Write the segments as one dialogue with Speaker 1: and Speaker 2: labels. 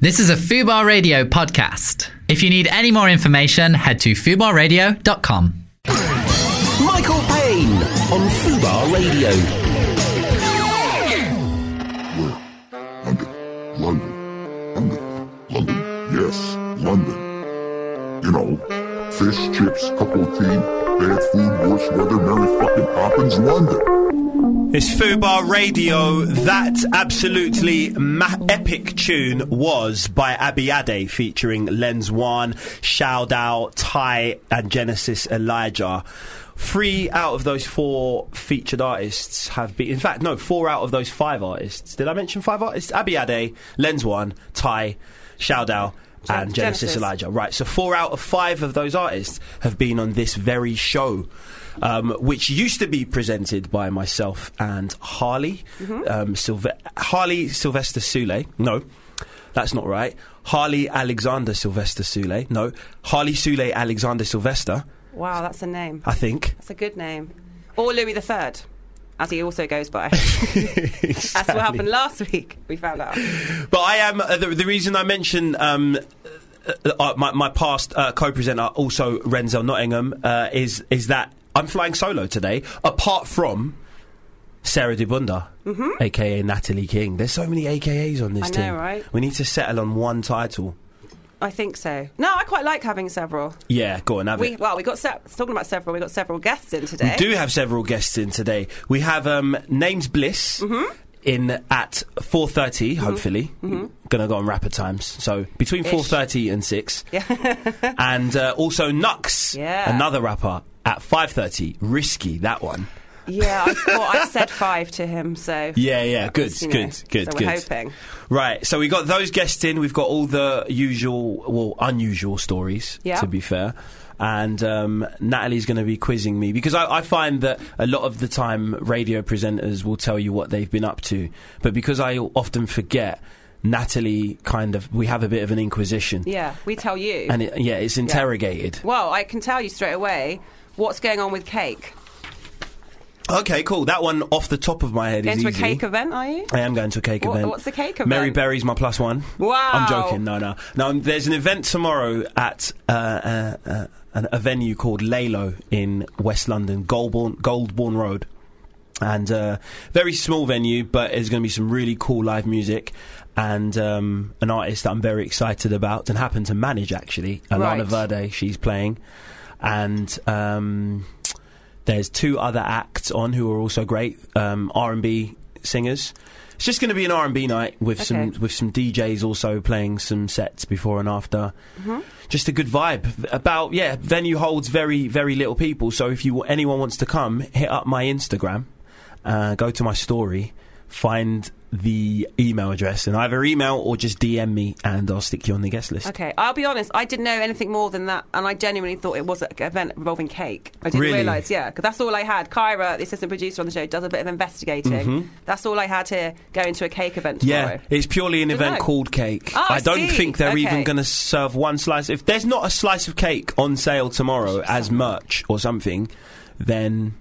Speaker 1: This is a Fubar Radio podcast. If you need any more information, head to fubarradio.com.
Speaker 2: Michael Payne on Fubar Radio.
Speaker 3: Where? London. London. London. London. Yes, London. You know, fish, chips, cup of tea, bad food, worse weather, merry fucking Poppins, London.
Speaker 4: It's Fubar Radio. That absolutely ma- epic tune was by Abby Ade featuring Lens One, Shao Dao, Ty, and Genesis Elijah. Three out of those four featured artists have been. In fact, no, four out of those five artists. Did I mention five artists? Abby Ade, Lens One, Ty, Shao Dao, and Genesis,
Speaker 5: Genesis.
Speaker 4: Elijah. Right, so four out of five of those artists have been on this very show, um, which used to be presented by myself and Harley,
Speaker 5: Mm-hmm.
Speaker 4: um, Sylve- Harley Sylvester Sule. No, that's not right. Harley Alexander Sylvester Sule. No, Harley Sule Alexander Sylvester.
Speaker 5: Wow, that's a name.
Speaker 4: I think.
Speaker 5: That's a good name. Or Louis III, as he also goes by. That's
Speaker 4: Exactly.
Speaker 5: what happened last week. We found out.
Speaker 4: But I am uh, the, the reason I mention um, uh, uh, my, my past uh, co-presenter, also Renzel Nottingham, uh, is is that I'm flying solo today. Apart from Sarah Dibunda, aka Natalie King. There's so many AKAs on this
Speaker 5: Mm-hmm. I know,
Speaker 4: team.
Speaker 5: right?
Speaker 4: We need to settle on one title.
Speaker 5: I think so. No, I quite like having several.
Speaker 4: Yeah, go on, have
Speaker 5: We
Speaker 4: it.
Speaker 5: well, we got se- talking about several. We got several guests in today.
Speaker 4: We do have several guests in today. We have um, Names Bliss
Speaker 5: Mm-hmm.
Speaker 4: in at four Hopefully, gonna go on rapid times. So between
Speaker 5: Ish.
Speaker 4: four thirty and six. and uh, also Nux,
Speaker 5: Yeah.
Speaker 4: another rapper at five thirty. Risky that one.
Speaker 5: Yeah, I, well, I said five to him, so
Speaker 4: Yeah, yeah, good,
Speaker 5: you know,
Speaker 4: good, good,
Speaker 5: so
Speaker 4: good.
Speaker 5: We're hoping.
Speaker 4: Right, so we got those guests in. We've got all the usual, well, unusual stories.
Speaker 5: Yeah.
Speaker 4: To be fair, and um, Natalie's going to be quizzing me because I, I find that a lot of the time radio presenters will tell you what they've been up to, but because I often forget, Natalie kind of we have a bit of an inquisition.
Speaker 5: Yeah, we tell you.
Speaker 4: And it, yeah, it's interrogated.
Speaker 5: well, I can tell you straight away what's going on with cake.
Speaker 4: Okay, cool. That one off the top of my head
Speaker 5: Going
Speaker 4: is
Speaker 5: to a
Speaker 4: easy.
Speaker 5: cake event, are you?
Speaker 4: I am going to a cake
Speaker 5: What-
Speaker 4: event.
Speaker 5: what's the cake
Speaker 4: Mary
Speaker 5: event?
Speaker 4: Berry's my plus one.
Speaker 5: Wow.
Speaker 4: I'm joking. No, no. No, um, there's an event tomorrow at uh, uh, uh, an, a venue called Lalo in West London, Goldbourne, Goldbourne Road. And uh, very small venue, but there's going to be some really cool live music and um, an artist that I'm very excited about and happen to manage actually, Alana
Speaker 5: Right.
Speaker 4: Verde. She's playing, and um, there's two other acts on who are also great um, R&B singers. It's just going to be an R&B night with some
Speaker 5: Okay.
Speaker 4: with some DJs also playing some sets before and after. Just a good vibe. About yeah, venue holds very very little people, so if you anyone wants to come, hit up my Instagram, uh, go to my story, find the email address, and either email or just DM me, and I'll stick you on the guest list.
Speaker 5: Okay, I'll be honest. I didn't know anything more than that, and I genuinely thought it was an event involving cake. I didn't
Speaker 4: Really?
Speaker 5: realise, yeah, because that's all I had. Kyra, the assistant producer on the show, does a bit of investigating. That's all I had here. Going to a cake event tomorrow.
Speaker 4: Mm-hmm. Yeah, it's purely an
Speaker 5: Dunno.
Speaker 4: event called cake.
Speaker 5: Oh,
Speaker 4: I
Speaker 5: I
Speaker 4: don't
Speaker 5: see.
Speaker 4: think they're
Speaker 5: Okay.
Speaker 4: even going to serve one slice. If there's not a slice of cake on sale tomorrow as merch or something, then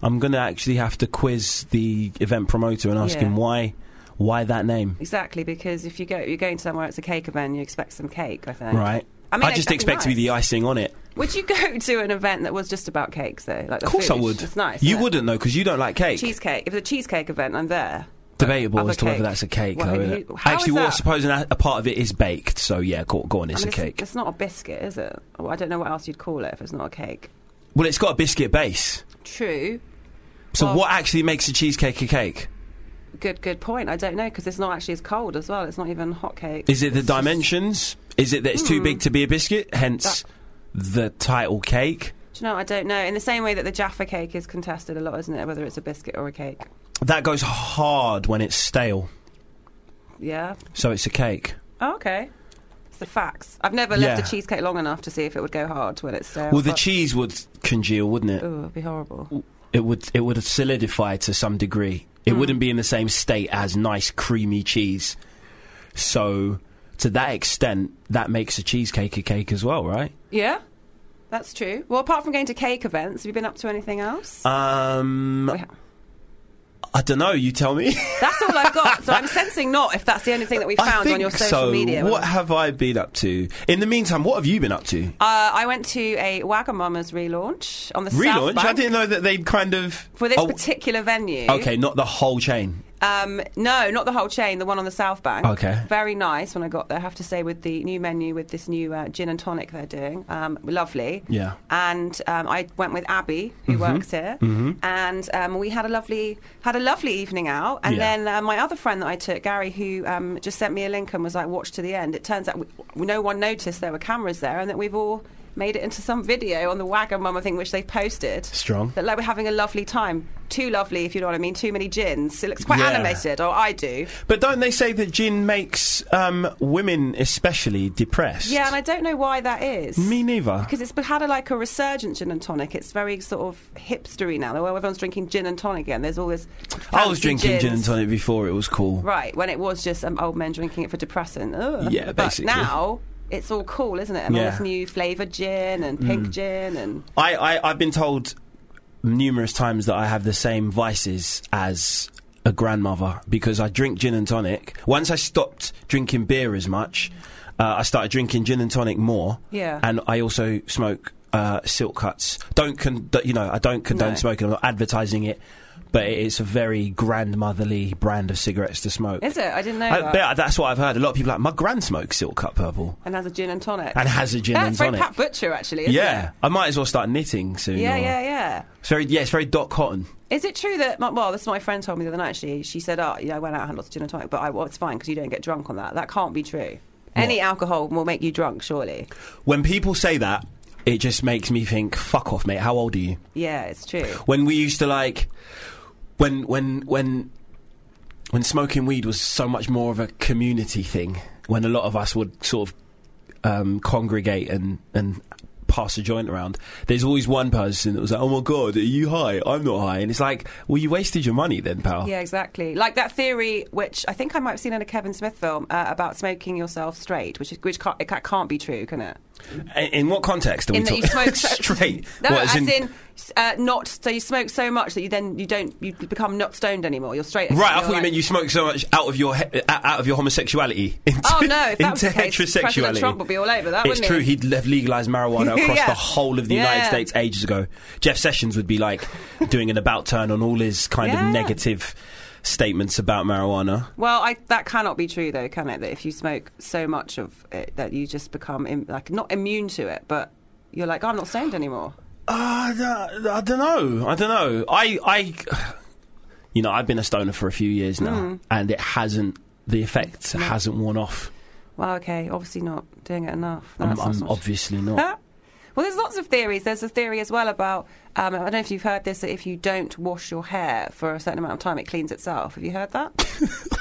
Speaker 4: I'm going to actually have to quiz the event promoter and ask
Speaker 5: Yeah.
Speaker 4: him why why that name,
Speaker 5: Exactly, because if you go, you're going somewhere. It's a cake event. You expect some cake, I think.
Speaker 4: right?
Speaker 5: I mean,
Speaker 4: just
Speaker 5: that'd be
Speaker 4: expect to be
Speaker 5: nice.
Speaker 4: the icing on it.
Speaker 5: Would you go to an event that was just about cakes, though? Like the
Speaker 4: Of course,
Speaker 5: food?
Speaker 4: I would.
Speaker 5: It's nice.
Speaker 4: You
Speaker 5: isn't it?
Speaker 4: wouldn't though, because you don't like cake.
Speaker 5: cheesecake. If it's a cheesecake event, I'm there.
Speaker 4: Debatable
Speaker 5: Other
Speaker 4: as to whether
Speaker 5: cake.
Speaker 4: that's a cake,
Speaker 5: Well,
Speaker 4: though.
Speaker 5: who-
Speaker 4: Isn't it?
Speaker 5: how is
Speaker 4: Actually, well, I
Speaker 5: that?
Speaker 4: suppose an- a part of it is baked. So yeah, go, go on, it's
Speaker 5: I mean,
Speaker 4: a cake.
Speaker 5: It's not a biscuit, is it? Well, I don't know what else you'd call it if it's not a cake.
Speaker 4: Well, it's got a biscuit base.
Speaker 5: True.
Speaker 4: So
Speaker 5: Well-
Speaker 4: what actually makes a cheesecake a cake?
Speaker 5: Good, good point. I don't know because it's not actually as cold as well. It's not even hot cake.
Speaker 4: Is it the
Speaker 5: It's just-
Speaker 4: dimensions? Is it that it's too
Speaker 5: Hmm.
Speaker 4: big to be a biscuit? Hence the title cake.
Speaker 5: Do you know? I don't know. In the same way that the Jaffa cake is contested a lot, isn't it? Whether it's a biscuit or a cake.
Speaker 4: That goes hard when it's stale,
Speaker 5: Yeah.
Speaker 4: so it's a cake.
Speaker 5: Oh, okay. It's the facts. I've never
Speaker 4: Yeah.
Speaker 5: left a cheesecake long enough to see if it would go hard when it's stale.
Speaker 4: Well, the
Speaker 5: But- Oh.
Speaker 4: cheese would congeal, wouldn't it?
Speaker 5: Ooh, it'd be horrible.
Speaker 4: It would. It would solidify to some degree. It
Speaker 5: Hmm.
Speaker 4: wouldn't be in the same state as nice creamy cheese. So, to that extent, that makes a cheesecake a cake as well, right?
Speaker 5: Yeah, that's true. Well, apart from going to cake events, have you been up to anything else?
Speaker 4: Um,
Speaker 5: We ha-
Speaker 4: I don't know. You tell me.
Speaker 5: That's all I've got. So I'm sensing not if that's the only thing that we
Speaker 4: I
Speaker 5: found
Speaker 4: think
Speaker 5: on your social
Speaker 4: so.
Speaker 5: media.
Speaker 4: What have I been up to? In the meantime, what have you been up to?
Speaker 5: Uh, I went to a Wagamama's relaunch on the South
Speaker 4: Relaunch?
Speaker 5: Bank
Speaker 4: I didn't know that they'd kind of
Speaker 5: for this
Speaker 4: Oh,
Speaker 5: particular venue.
Speaker 4: Okay, not the whole chain.
Speaker 5: Um, no, not the whole chain. The one on the South Bank.
Speaker 4: Okay.
Speaker 5: Very nice. When I got there, I have to say, with the new menu with this new uh, gin and tonic they're doing, um, lovely.
Speaker 4: Yeah. Mm-hmm.
Speaker 5: And um, I went with Abby, who works here, and um, we had a lovely had a lovely evening out. And
Speaker 4: Yeah.
Speaker 5: then uh, my other friend that I took, Gary, who um, just sent me a link and was like, "Watch to the end." It turns out we, no one noticed there were cameras there, and that we've all. Made it into some video on the Wagamama thing, which they posted.
Speaker 4: Strong.
Speaker 5: That like we're having a lovely time. Too lovely, if you know what I mean. Too many gins. It looks quite
Speaker 4: Yeah.
Speaker 5: animated, or I do.
Speaker 4: But don't they say that gin makes um, women especially depressed?
Speaker 5: Yeah, and I don't know why that is.
Speaker 4: me neither.
Speaker 5: Because it's be- had a, like a resurgence gin and tonic. It's very sort of hipstery now. Well, everyone's drinking gin and tonic again. There's all this.
Speaker 4: I was
Speaker 5: fancy
Speaker 4: drinking gin and
Speaker 5: gins.
Speaker 4: tonic before it was cool.
Speaker 5: Right, when it was just um, old men drinking it for depressant. Ugh.
Speaker 4: Yeah, basically.
Speaker 5: But now it's all cool, isn't it? And all
Speaker 4: Yeah. Mm.
Speaker 5: this new flavoured gin and pink gin and.
Speaker 4: I, I I've been told numerous times that I have the same vices as a grandmother because I drink gin and tonic. Once I stopped drinking beer as much, uh, I started drinking gin and tonic more.
Speaker 5: Yeah.
Speaker 4: and I also smoke uh, silk cuts. Don't con- d- you know? I don't condone
Speaker 5: No.
Speaker 4: smoking. I'm not advertising it, but it's a very grandmotherly brand of cigarettes to smoke.
Speaker 5: Is it? I didn't know.
Speaker 4: I-
Speaker 5: that.
Speaker 4: yeah, that's what I've heard. A lot of people are like my grand smokes silk cut purple
Speaker 5: And has a gin and tonic.
Speaker 4: and has a gin
Speaker 5: That's
Speaker 4: and
Speaker 5: very
Speaker 4: tonic.
Speaker 5: Pat Butcher, actually. Isn't
Speaker 4: yeah, I might as well start knitting soon.
Speaker 5: It? Yeah,
Speaker 4: or-
Speaker 5: yeah, yeah.
Speaker 4: it's very yeah, it's very dot cotton.
Speaker 5: Is it true that? My, well, this is what my friend told me the other night. Actually, she said, "Oh, you know, I went out and had lots of gin and tonic, but I, well, it's fine because you don't get drunk on that. That can't be true. Any alcohol will make you drunk, surely.
Speaker 4: When people say that, it just makes me think, fuck off, mate. How old are you?
Speaker 5: Yeah, it's true.
Speaker 4: When we used to like, when when when when smoking weed was so much more of a community thing. When a lot of us would sort of um, congregate and and pass a joint around, there's always one person that was like, "Oh my god, are you high? I'm not high." And it's like, well, you wasted your money then, pal.
Speaker 5: Yeah, exactly. Like that theory, which I think I might have seen in a Kevin Smith film uh, about smoking yourself straight, which is, which can't, it ca- can't be true, can it?
Speaker 4: In, in what context are
Speaker 5: In
Speaker 4: we
Speaker 5: that you
Speaker 4: talking?
Speaker 5: smoke so-
Speaker 4: straight.
Speaker 5: No,
Speaker 4: What,
Speaker 5: as in, uh, not so you smoke so much that you then you don't you become not stoned anymore. You're straight. again.
Speaker 4: Right, I
Speaker 5: You're
Speaker 4: thought you
Speaker 5: like-
Speaker 4: meant you smoked so much out of your he- uh, out of your homosexuality into,
Speaker 5: Oh no! If that was
Speaker 4: into
Speaker 5: the case, President
Speaker 4: heterosexuality.
Speaker 5: Trump would be all over that.
Speaker 4: it's
Speaker 5: wouldn't he?
Speaker 4: true. He'd have legalized marijuana across
Speaker 5: Yeah.
Speaker 4: the whole of the United
Speaker 5: Yeah.
Speaker 4: States ages ago. Jeff Sessions would be like doing an about turn on all his kind
Speaker 5: Yeah.
Speaker 4: of negative statements about marijuana.
Speaker 5: Well, I, that cannot be true, though, can it? That if you smoke so much of it that you just become Im- like not immune to it, but you're like, "Oh, I'm not stoned anymore.
Speaker 4: Uh, I don't- I don't know. I don't know. I, I, you know, I've been a stoner for a few years now,
Speaker 5: Hmm.
Speaker 4: and it hasn't. The effect hasn't worn off.
Speaker 5: Well, okay, obviously not doing it enough. No,
Speaker 4: I'm,
Speaker 5: that's- that's
Speaker 4: I'm
Speaker 5: not-
Speaker 4: obviously not.
Speaker 5: Huh? Well, there's lots of theories. There's a theory as well about um, I don't know if you've heard this that if you don't wash your hair for a certain amount of time, it cleans itself. Have you heard that?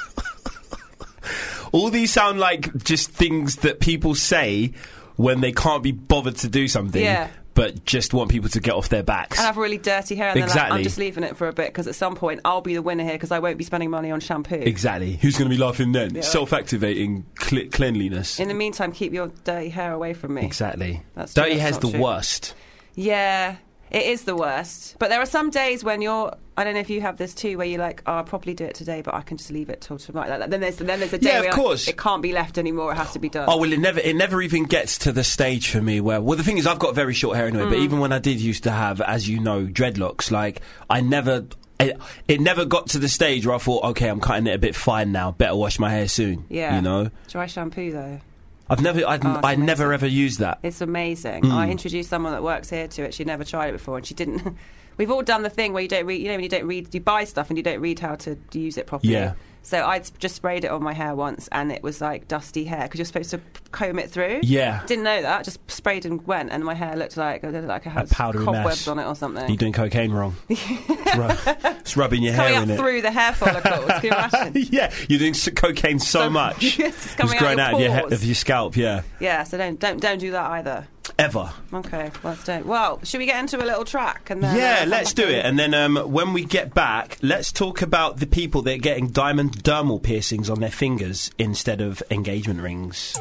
Speaker 4: All these sound like just things that people say when they can't be bothered to do something,
Speaker 5: Yeah.
Speaker 4: but just want people to get off their backs.
Speaker 5: I have really dirty hair, and they're like,
Speaker 4: Exactly.
Speaker 5: I'm just leaving it for a bit because at some point I'll be the winner here because I won't be spending money on shampoo.
Speaker 4: exactly. Who's going to be laughing then?
Speaker 5: Yeah.
Speaker 4: Self-activating cle cleanliness.
Speaker 5: In the meantime, keep your dirty hair away from me.
Speaker 4: exactly.
Speaker 5: That's true,
Speaker 4: Dirty
Speaker 5: that's
Speaker 4: hair's
Speaker 5: not
Speaker 4: the
Speaker 5: true.
Speaker 4: worst.
Speaker 5: Yeah, it is the worst. But there are some days when you're. I don't know if you have this too, where you're like, "Oh, I'll probably do it today, but I can just leave it till tomorrow." Like, that. then there's then there's a day
Speaker 4: Yeah, of
Speaker 5: where
Speaker 4: course.
Speaker 5: it can't be left anymore. It has to be done.
Speaker 4: Oh well, it never it never even gets to the stage for me where well the thing is I've got very short hair anyway. But
Speaker 5: Mm.
Speaker 4: even when I did used to have, as you know, dreadlocks, like I never. It, it never got to the stage where I thought, okay, I'm cutting it a bit fine now. Better wash my hair soon.
Speaker 5: yeah,
Speaker 4: you know,
Speaker 5: dry shampoo though.
Speaker 4: I've never, I'd,
Speaker 5: Oh, it's
Speaker 4: I never ever used that.
Speaker 5: It's amazing.
Speaker 4: Hmm.
Speaker 5: I introduced someone that works here to it. She'd never tried it before, and she didn't. We've all done the thing where you don't read. You know, when you don't read, you buy stuff and you don't read how to use it properly.
Speaker 4: Yeah.
Speaker 5: So I just sprayed it on my hair once, and it was like dusty hair because you're supposed to comb it through.
Speaker 4: Yeah.
Speaker 5: Didn't know that. Just sprayed and went, and my hair looked like I don't know, like I had
Speaker 4: A powdery
Speaker 5: cobwebs
Speaker 4: mass.
Speaker 5: on it or something.
Speaker 4: You're doing cocaine wrong. it's, rub- it's rubbing your
Speaker 5: coming
Speaker 4: hair
Speaker 5: up
Speaker 4: in it.
Speaker 5: through the hair follicles. Can you imagine?
Speaker 4: yeah, you're doing s cocaine so,
Speaker 5: So-
Speaker 4: much.
Speaker 5: Yes, it's coming out
Speaker 4: growing
Speaker 5: your
Speaker 4: out, of, your
Speaker 5: pores.
Speaker 4: he- of your scalp. Yeah,
Speaker 5: Yeah. So don't don't don't do that either.
Speaker 4: ever.
Speaker 5: Okay. Well, let's don't. Well, should we get into a little track and then?
Speaker 4: yeah,
Speaker 5: uh, come
Speaker 4: let's
Speaker 5: back
Speaker 4: do it.
Speaker 5: in?
Speaker 4: And then um, when we get back, let's talk about the people that are getting diamond dermal piercings on their fingers instead of engagement rings.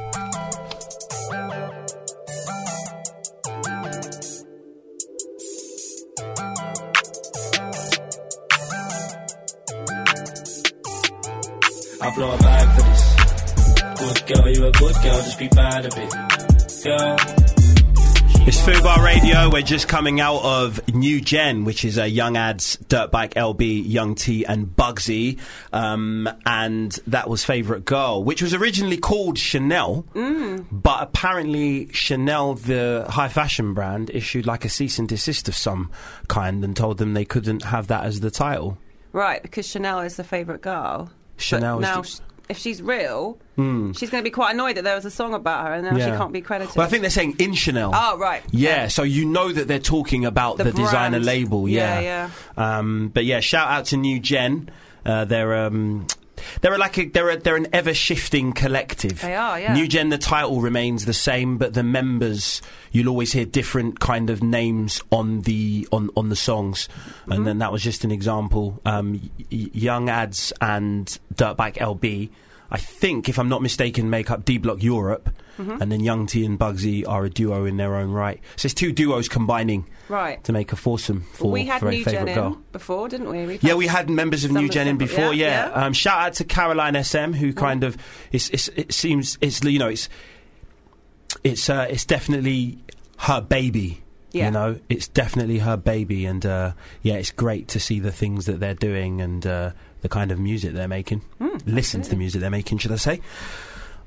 Speaker 6: I blow a bag for this. Good girl, you a good girl, just be bad a bit. Girl.
Speaker 4: It's Fubar Radio. We're just coming out of New Gen, which is a Young Ads, Dirtbike LB, Young T, and Bugsy. Um, and that was Favorite Girl, which was originally called Chanel. But apparently, Chanel, the high fashion brand, issued like a cease and desist of some kind and told them they couldn't have that as the title.
Speaker 5: Right, because Chanel is the favourite girl.
Speaker 4: Chanel is
Speaker 5: but
Speaker 4: the-
Speaker 5: now,
Speaker 4: Hmm.
Speaker 5: sh- if she's real, she's going to be quite annoyed that there was a song about her and now she can't be credited.
Speaker 4: Well, I think they're saying in Chanel.
Speaker 5: Oh, right.
Speaker 4: Yeah, so you know that they're talking about the,
Speaker 5: The
Speaker 4: designer
Speaker 5: brand.
Speaker 4: label. Yeah,
Speaker 5: Yeah,
Speaker 4: Um, but yeah, shout out to New Gen. Uh, they're um, they're like a, they're a, they're an ever shifting collective.
Speaker 5: They are, yeah.
Speaker 4: New Gen. The title remains the same, but the members you'll always hear different kind of names on the on on the songs.
Speaker 5: Mm-hmm.
Speaker 4: And then that was just an example. Um, y- y- Young Ads and Dirtbike LB. I think, if I'm not mistaken, make up D Block Europe,
Speaker 5: Mm-hmm.
Speaker 4: and then Young T and Bugsy are a duo in their own right. So it's two duos combining
Speaker 5: Right.
Speaker 4: to make a foursome for,
Speaker 5: we had
Speaker 4: for a
Speaker 5: New Gen
Speaker 4: favourite
Speaker 5: in
Speaker 4: girl.
Speaker 5: before, didn't we? We've
Speaker 4: Yeah,
Speaker 5: had-
Speaker 4: we had members of
Speaker 5: Some
Speaker 4: New
Speaker 5: of
Speaker 4: Gen in
Speaker 5: them,
Speaker 4: before.
Speaker 5: yeah,
Speaker 4: Yeah,
Speaker 5: yeah. Mm.
Speaker 4: Um, shout out to Caroline SM, who kind of it's, it's, it seems it's you know it's it's uh, it's definitely her baby.
Speaker 5: Yeah.
Speaker 4: You know, it's definitely her baby, and uh, yeah, it's great to see the things that they're doing and uh, the kind of music they're making.
Speaker 5: Hmm,
Speaker 4: Listen to the music they're making, should I say?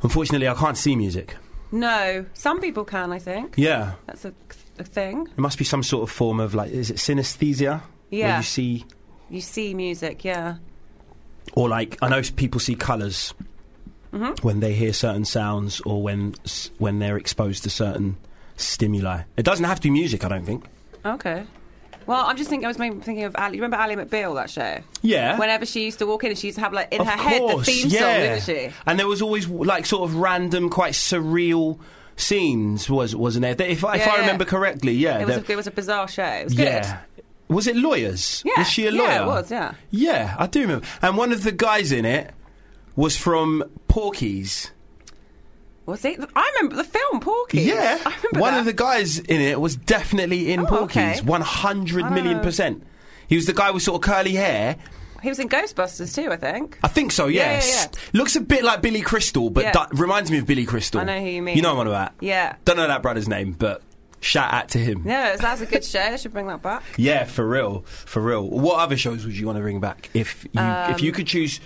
Speaker 4: Unfortunately, I can't see music.
Speaker 5: No, some people can, I think.
Speaker 4: Yeah,
Speaker 5: That's a, a thing.
Speaker 4: it must be some sort of form of like, is it synesthesia? Where
Speaker 5: Yeah.
Speaker 4: you see,
Speaker 5: You see music, yeah.
Speaker 4: or like, I know people see colors
Speaker 5: Mm-hmm.
Speaker 4: when they hear certain sounds or when s- when they're exposed to certain stimuli. It doesn't have to be music, I don't think.
Speaker 5: Okay. Well, I'm just thinking. I was maybe thinking of Ali. You remember Ali McBeal that show?
Speaker 4: Yeah.
Speaker 5: Whenever she used to walk in, she used to have like in
Speaker 4: of
Speaker 5: her head the
Speaker 4: course,
Speaker 5: theme
Speaker 4: yeah.
Speaker 5: song, didn't she?
Speaker 4: And there was always like sort of random, quite surreal scenes, was wasn't there? If, I- if
Speaker 5: Yeah,
Speaker 4: I
Speaker 5: yeah.
Speaker 4: remember correctly, yeah.
Speaker 5: It was,
Speaker 4: there-
Speaker 5: a, it was a bizarre show. It was good.
Speaker 4: yeah. Was it lawyers?
Speaker 5: Yeah.
Speaker 4: Was she a lawyer?
Speaker 5: Yeah, it was. Yeah.
Speaker 4: Yeah, I do remember. And one of the guys in it was from Porky's.
Speaker 5: Was it? I remember the film Porky.
Speaker 4: Yeah.
Speaker 5: I remember
Speaker 4: One
Speaker 5: that.
Speaker 4: of the guys in it was definitely in
Speaker 5: Oh,
Speaker 4: Porky's.
Speaker 5: okay.
Speaker 4: 100 million
Speaker 5: Oh.
Speaker 4: percent. He was the guy with sort of curly hair.
Speaker 5: He was in Ghostbusters too, I think.
Speaker 4: I think so,
Speaker 5: Yeah, yeah,
Speaker 4: yes. Looks a bit like Billy Crystal, but
Speaker 5: Yeah.
Speaker 4: that reminds me of Billy Crystal.
Speaker 5: I know who you mean.
Speaker 4: You know what I'm on about.
Speaker 5: Yeah.
Speaker 4: Don't know that brother's name, but shout out to him.
Speaker 5: No, it was, that was a good show. They should bring that back.
Speaker 4: Yeah, for real, for real. What other shows would you want to bring back if you if
Speaker 5: Um,
Speaker 4: you could choose?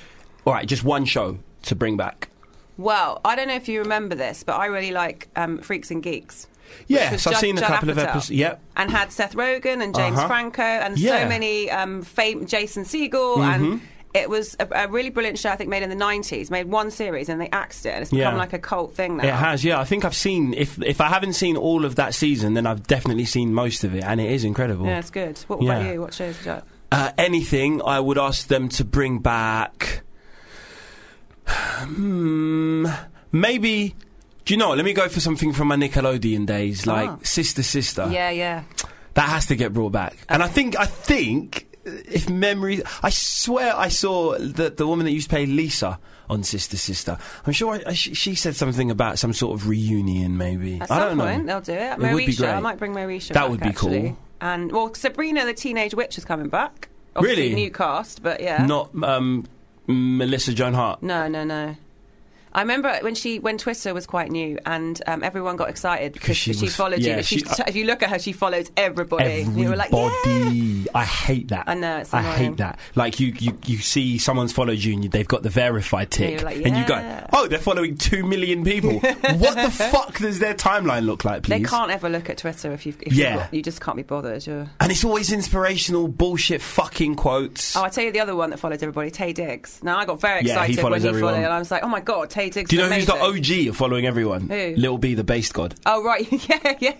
Speaker 4: All right, just one show to bring back.
Speaker 5: Well, I don't know if you remember this, but I really like um, Freaks and Geeks.
Speaker 4: Yes,
Speaker 5: was
Speaker 4: I've
Speaker 5: Judd-
Speaker 4: seen a
Speaker 5: Judd
Speaker 4: couple of
Speaker 5: Apatow.
Speaker 4: episodes. Yep.
Speaker 5: and had Seth Rogen and James
Speaker 4: Uh-huh.
Speaker 5: Franco and
Speaker 4: Yeah. Mm-hmm.
Speaker 5: so many um, fame Jason Segel and. It was a, a really brilliant show, I think, made in the 90s, made one series and they axed it, and it's become
Speaker 4: Yeah.
Speaker 5: like a cult thing now.
Speaker 4: It has, yeah. I think I've seen if if I haven't seen all of that season, then I've definitely seen most of it, and it is incredible.
Speaker 5: Yeah, it's good. What
Speaker 4: Yeah.
Speaker 5: about you? What shows do you like?
Speaker 4: Uh, anything, I would ask them to bring back. Hmm, maybe. Do you know? what? Let me go for something from my Nickelodeon days, like
Speaker 5: Ah.
Speaker 4: Sister Sister.
Speaker 5: Yeah, yeah.
Speaker 4: That has to get brought back. And I think, I think, uh, if memory, I swear I saw the, the woman that used to play Lisa on Sister Sister. I'm sure I, I, she, she said something about some sort of reunion, maybe.
Speaker 5: At
Speaker 4: I
Speaker 5: some
Speaker 4: don't know.
Speaker 5: point, they'll do it.
Speaker 4: It
Speaker 5: Moesha,
Speaker 4: would be great.
Speaker 5: I might bring Moesha
Speaker 4: That
Speaker 5: back,
Speaker 4: would be
Speaker 5: actually.
Speaker 4: cool.
Speaker 5: And, well, Sabrina the Teenage Witch is coming back. Obviously
Speaker 4: Really?
Speaker 5: New cast, but yeah.
Speaker 4: Not um, Melissa Joan Hart.
Speaker 5: No, no, no. I remember when she when Twister was quite new, and um, everyone got excited because
Speaker 4: she
Speaker 5: she,
Speaker 4: was-
Speaker 5: followed
Speaker 4: yeah,
Speaker 5: you. But she,
Speaker 4: she- I-
Speaker 5: if you look at her, she follows everybody. And you were like, yeah.
Speaker 4: Everybody. I hate that.
Speaker 5: I know, it's
Speaker 4: I hate
Speaker 5: annoying.
Speaker 4: that. Like you, you, you see someone's followed you and you, they've got the verified tick,
Speaker 5: you're like,
Speaker 4: and you go,
Speaker 5: yeah.
Speaker 4: "Oh, they're following two million people. what the fuck does their timeline look like,
Speaker 5: They
Speaker 4: please?"
Speaker 5: can't ever look at Twitter if you've if
Speaker 4: Yeah.
Speaker 5: you've got, you just can't be bothered. You're...
Speaker 4: And it's always inspirational bullshit fucking quotes.
Speaker 5: Oh, I tell you the other one that follows everybody, Tay Diggs. Now I got very
Speaker 4: Yeah, he
Speaker 5: excited when
Speaker 4: follows
Speaker 5: he
Speaker 4: everyone.
Speaker 5: followed, and I was like, oh my god, Tay Diggs.
Speaker 4: Do you know
Speaker 5: is amazing.
Speaker 4: who's the OG of following everyone?
Speaker 5: Who?
Speaker 4: Little B, the bass god.
Speaker 5: Oh right, yeah, yeah.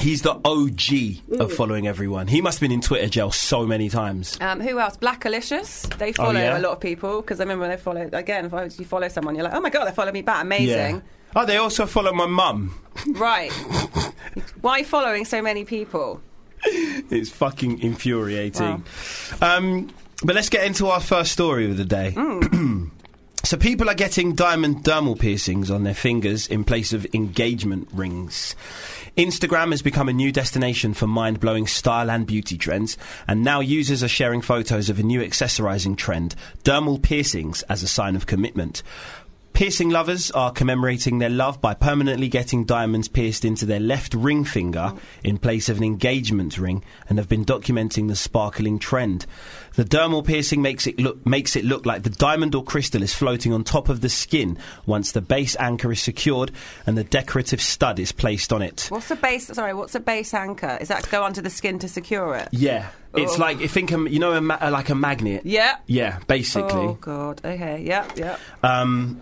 Speaker 4: He's the OG of following everyone. He must have been in Twitter jail so many times.
Speaker 5: Um, who else? Blackalicious. They follow
Speaker 4: Oh, yeah?
Speaker 5: a lot of people because I remember when they followed again. If I was- you follow someone, you're like, oh my god, they followed me back. Amazing.
Speaker 4: Oh, they also follow my mum.
Speaker 5: Right. Why are you following so many people?
Speaker 4: It's fucking infuriating. Um, but let's get into our first story of the day. So people are getting diamond dermal piercings on their fingers in place of engagement rings. Instagram has become a new destination for mind-blowing style and beauty trends, and now users are sharing photos of a new accessorizing trend, dermal piercings as a sign of commitment. Piercing lovers are commemorating their love by permanently getting diamonds pierced into their left ring finger in place of an engagement ring and have been documenting the sparkling trend. The dermal piercing makes it look makes it look like the diamond or crystal is floating on top of the skin once the base anchor is secured and the decorative stud is placed on it.
Speaker 5: What's a base? Sorry, what's a base anchor? Is that go under the skin to secure it?
Speaker 4: Yeah. It's
Speaker 5: Oh.
Speaker 4: like think a, you know a ma- like a magnet.
Speaker 5: Yeah.
Speaker 4: Yeah, basically.
Speaker 5: Oh God. Okay. Yeah. Yeah.
Speaker 4: Um,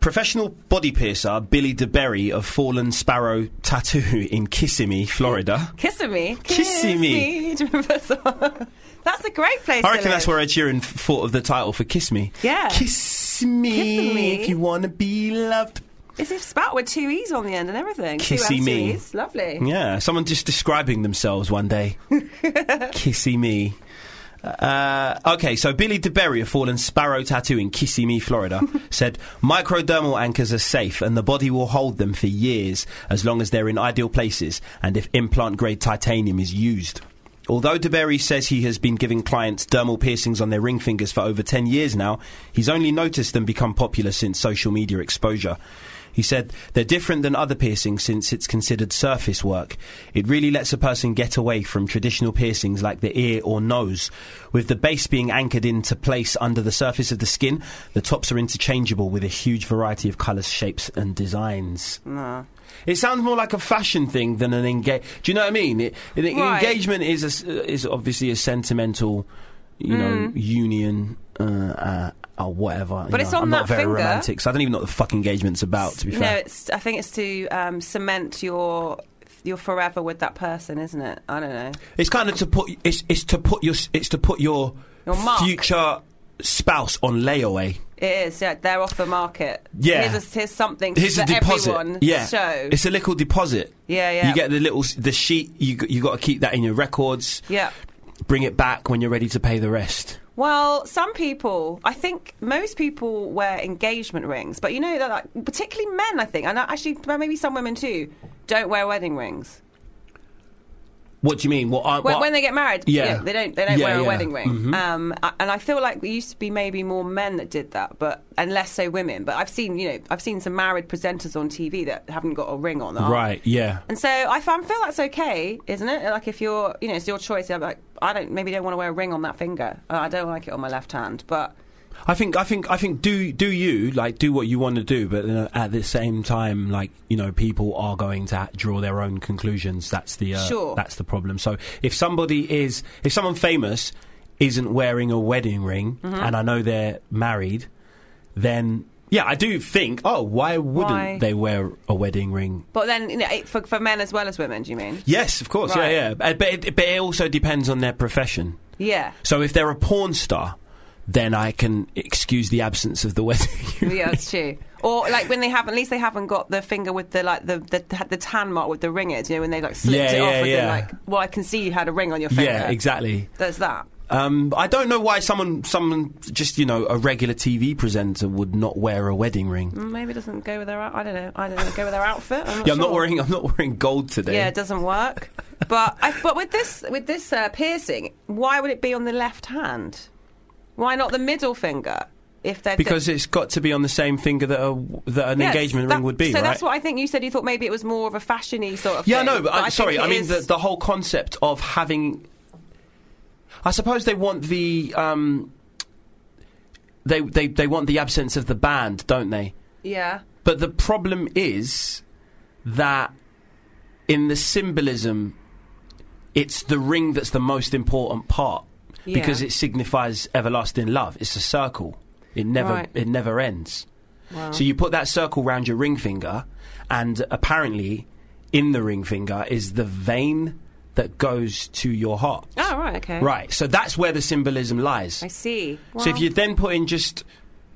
Speaker 4: professional body piercer Billy DeBerry of Fallen Sparrow Tattoo in Kissimmee,
Speaker 5: Mm.
Speaker 4: Florida.
Speaker 5: Kissing me.
Speaker 4: Kissing me.
Speaker 5: Do you remember that song? That's a great place.
Speaker 4: I
Speaker 5: to
Speaker 4: reckon that's
Speaker 5: live.
Speaker 4: where Ed Sheeran f- thought of the title for Kiss Me.
Speaker 5: Yeah.
Speaker 4: Kiss me,
Speaker 5: Kiss me.
Speaker 4: if you want to be loved.
Speaker 5: It's if spat with two e's on the end and everything. Two
Speaker 4: Kissy me.
Speaker 5: Ss. Lovely.
Speaker 4: Yeah, someone just describing themselves one day. Kissy me. Uh, okay, so Billy DeBerry, a fallen sparrow tattoo in Kissimmee, Florida, said microdermal anchors are safe and the body will hold them for years as long as they're in ideal places and if implant grade titanium is used. Although DeBerry says he has been giving clients dermal piercings on their ring fingers for over 10 years now, he's only noticed them become popular since social media exposure. He said, they're different than other piercings since it's considered surface work. It really lets a person get away from traditional piercings like the ear or nose. With the base being anchored into place under the surface of the skin, the tops are interchangeable with a huge variety of colours, shapes, and designs.
Speaker 5: No.
Speaker 4: It sounds more like a fashion thing than an engage. Do you know what I mean? It, it- an
Speaker 5: Right.
Speaker 4: Engagement is a s is obviously a sentimental, you know, union. Uh, uh, or whatever. you
Speaker 5: Mm. But it's
Speaker 4: know.
Speaker 5: on
Speaker 4: I'm not
Speaker 5: that
Speaker 4: very
Speaker 5: finger.
Speaker 4: romantic, so I don't even know what the fuck engagement's about. To be
Speaker 5: No,
Speaker 4: fair,
Speaker 5: it's. I think it's to um, cement your your forever with that person, isn't it? I don't know.
Speaker 4: It's kind of to put it's it's to put your it's to put your,
Speaker 5: Your mark.
Speaker 4: future spouse on layaway.
Speaker 5: It is. Yeah, they're off the market.
Speaker 4: Yeah.
Speaker 5: Here's, a, here's something
Speaker 4: Here's
Speaker 5: for
Speaker 4: a deposit.
Speaker 5: everyone
Speaker 4: yeah,
Speaker 5: to show.
Speaker 4: it's a little deposit.
Speaker 5: Yeah, yeah.
Speaker 4: You get the little s- the sheet. You g- you got to keep that in your records.
Speaker 5: yeah.
Speaker 4: Bring it back when you're ready to pay the rest.
Speaker 5: Well, some people, I think most people wear engagement rings, but you know that, like, particularly men, I think, and actually maybe some women too, don't wear wedding rings
Speaker 4: What do you mean? What, I,
Speaker 5: when,
Speaker 4: what-
Speaker 5: when they get married.
Speaker 4: Yeah.
Speaker 5: they don't. They don't
Speaker 4: Yeah,
Speaker 5: wear a
Speaker 4: yeah. Mm-hmm.
Speaker 5: wedding ring. Um, I- and I feel like there used to be maybe more men that did that, but and less so women. But I've seen, you know, I've seen some married presenters on TV that haven't got a ring on. that aren't
Speaker 4: Right. Yeah.
Speaker 5: And so I f- I feel that's okay, isn't it? Like if you're, you know, it's your choice. I'm like, I don't maybe don't want to wear a ring on that finger. Uh, I don't like it on my left hand, but
Speaker 4: I think I think I think do do you like do what you want to do, but uh, at the same time, like you know, people are going to ha- draw their own conclusions. That's the uh,
Speaker 5: Sure.
Speaker 4: that's the problem. So if somebody is if someone famous isn't wearing a wedding ring,
Speaker 5: Mm-hmm.
Speaker 4: and I know they're married, then yeah, I do think oh, why wouldn't
Speaker 5: Why?
Speaker 4: they wear a wedding ring?
Speaker 5: but then you know, it, for for men as well as women. Do you mean?
Speaker 4: Yes, of course,
Speaker 5: Right.
Speaker 4: yeah, yeah. Uh, But it, but it also depends on their profession.
Speaker 5: Yeah,
Speaker 4: So if they're a porn star, then I can excuse the absence of the wedding.
Speaker 5: yeah, it's true. Or like when they have, at least they haven't got the finger with the like the the, the tan mark with the ringers. You know, when they like slipped
Speaker 4: Yeah,
Speaker 5: it
Speaker 4: yeah,
Speaker 5: off. within,
Speaker 4: yeah.
Speaker 5: Like, well, I can see you had a ring on your finger.
Speaker 4: yeah, exactly.
Speaker 5: There's that.
Speaker 4: Um, I don't know why someone, someone just you know, a regular TV presenter would not wear a wedding ring.
Speaker 5: Mm, Maybe it doesn't go with their. out- I don't know. I don't know. Go with their outfit. I'm not
Speaker 4: Yeah, I'm not
Speaker 5: sure.
Speaker 4: wearing. I'm not wearing gold today.
Speaker 5: Yeah, it doesn't work. but I, but with this with this uh, piercing, why would it be on the left hand? Why not the middle finger? If they're
Speaker 4: because it's got to be on the same finger that a, that an
Speaker 5: Yes,
Speaker 4: engagement
Speaker 5: that-
Speaker 4: ring would be.
Speaker 5: So
Speaker 4: right?
Speaker 5: that's what I think you said. You thought maybe it was more of a fashiony sort of.
Speaker 4: Yeah,
Speaker 5: thing,
Speaker 4: no, but, I,
Speaker 5: think
Speaker 4: sorry. I
Speaker 5: it
Speaker 4: mean,
Speaker 5: is-
Speaker 4: the, the whole concept of having. I suppose they want the. Um, they, they, they want the absence of the band, don't they?
Speaker 5: yeah,
Speaker 4: But the problem is that in the symbolism, it's the ring that's the most important part
Speaker 5: Yeah.
Speaker 4: because it signifies everlasting love. It's a circle. It never
Speaker 5: Right.
Speaker 4: it never ends. So you put that circle round your ring finger, and apparently, in the ring finger is the vein that goes to your heart.
Speaker 5: Oh right, okay.
Speaker 4: Right. So that's where the symbolism lies.
Speaker 5: I see.
Speaker 4: So if
Speaker 5: Well,
Speaker 4: you then put in just,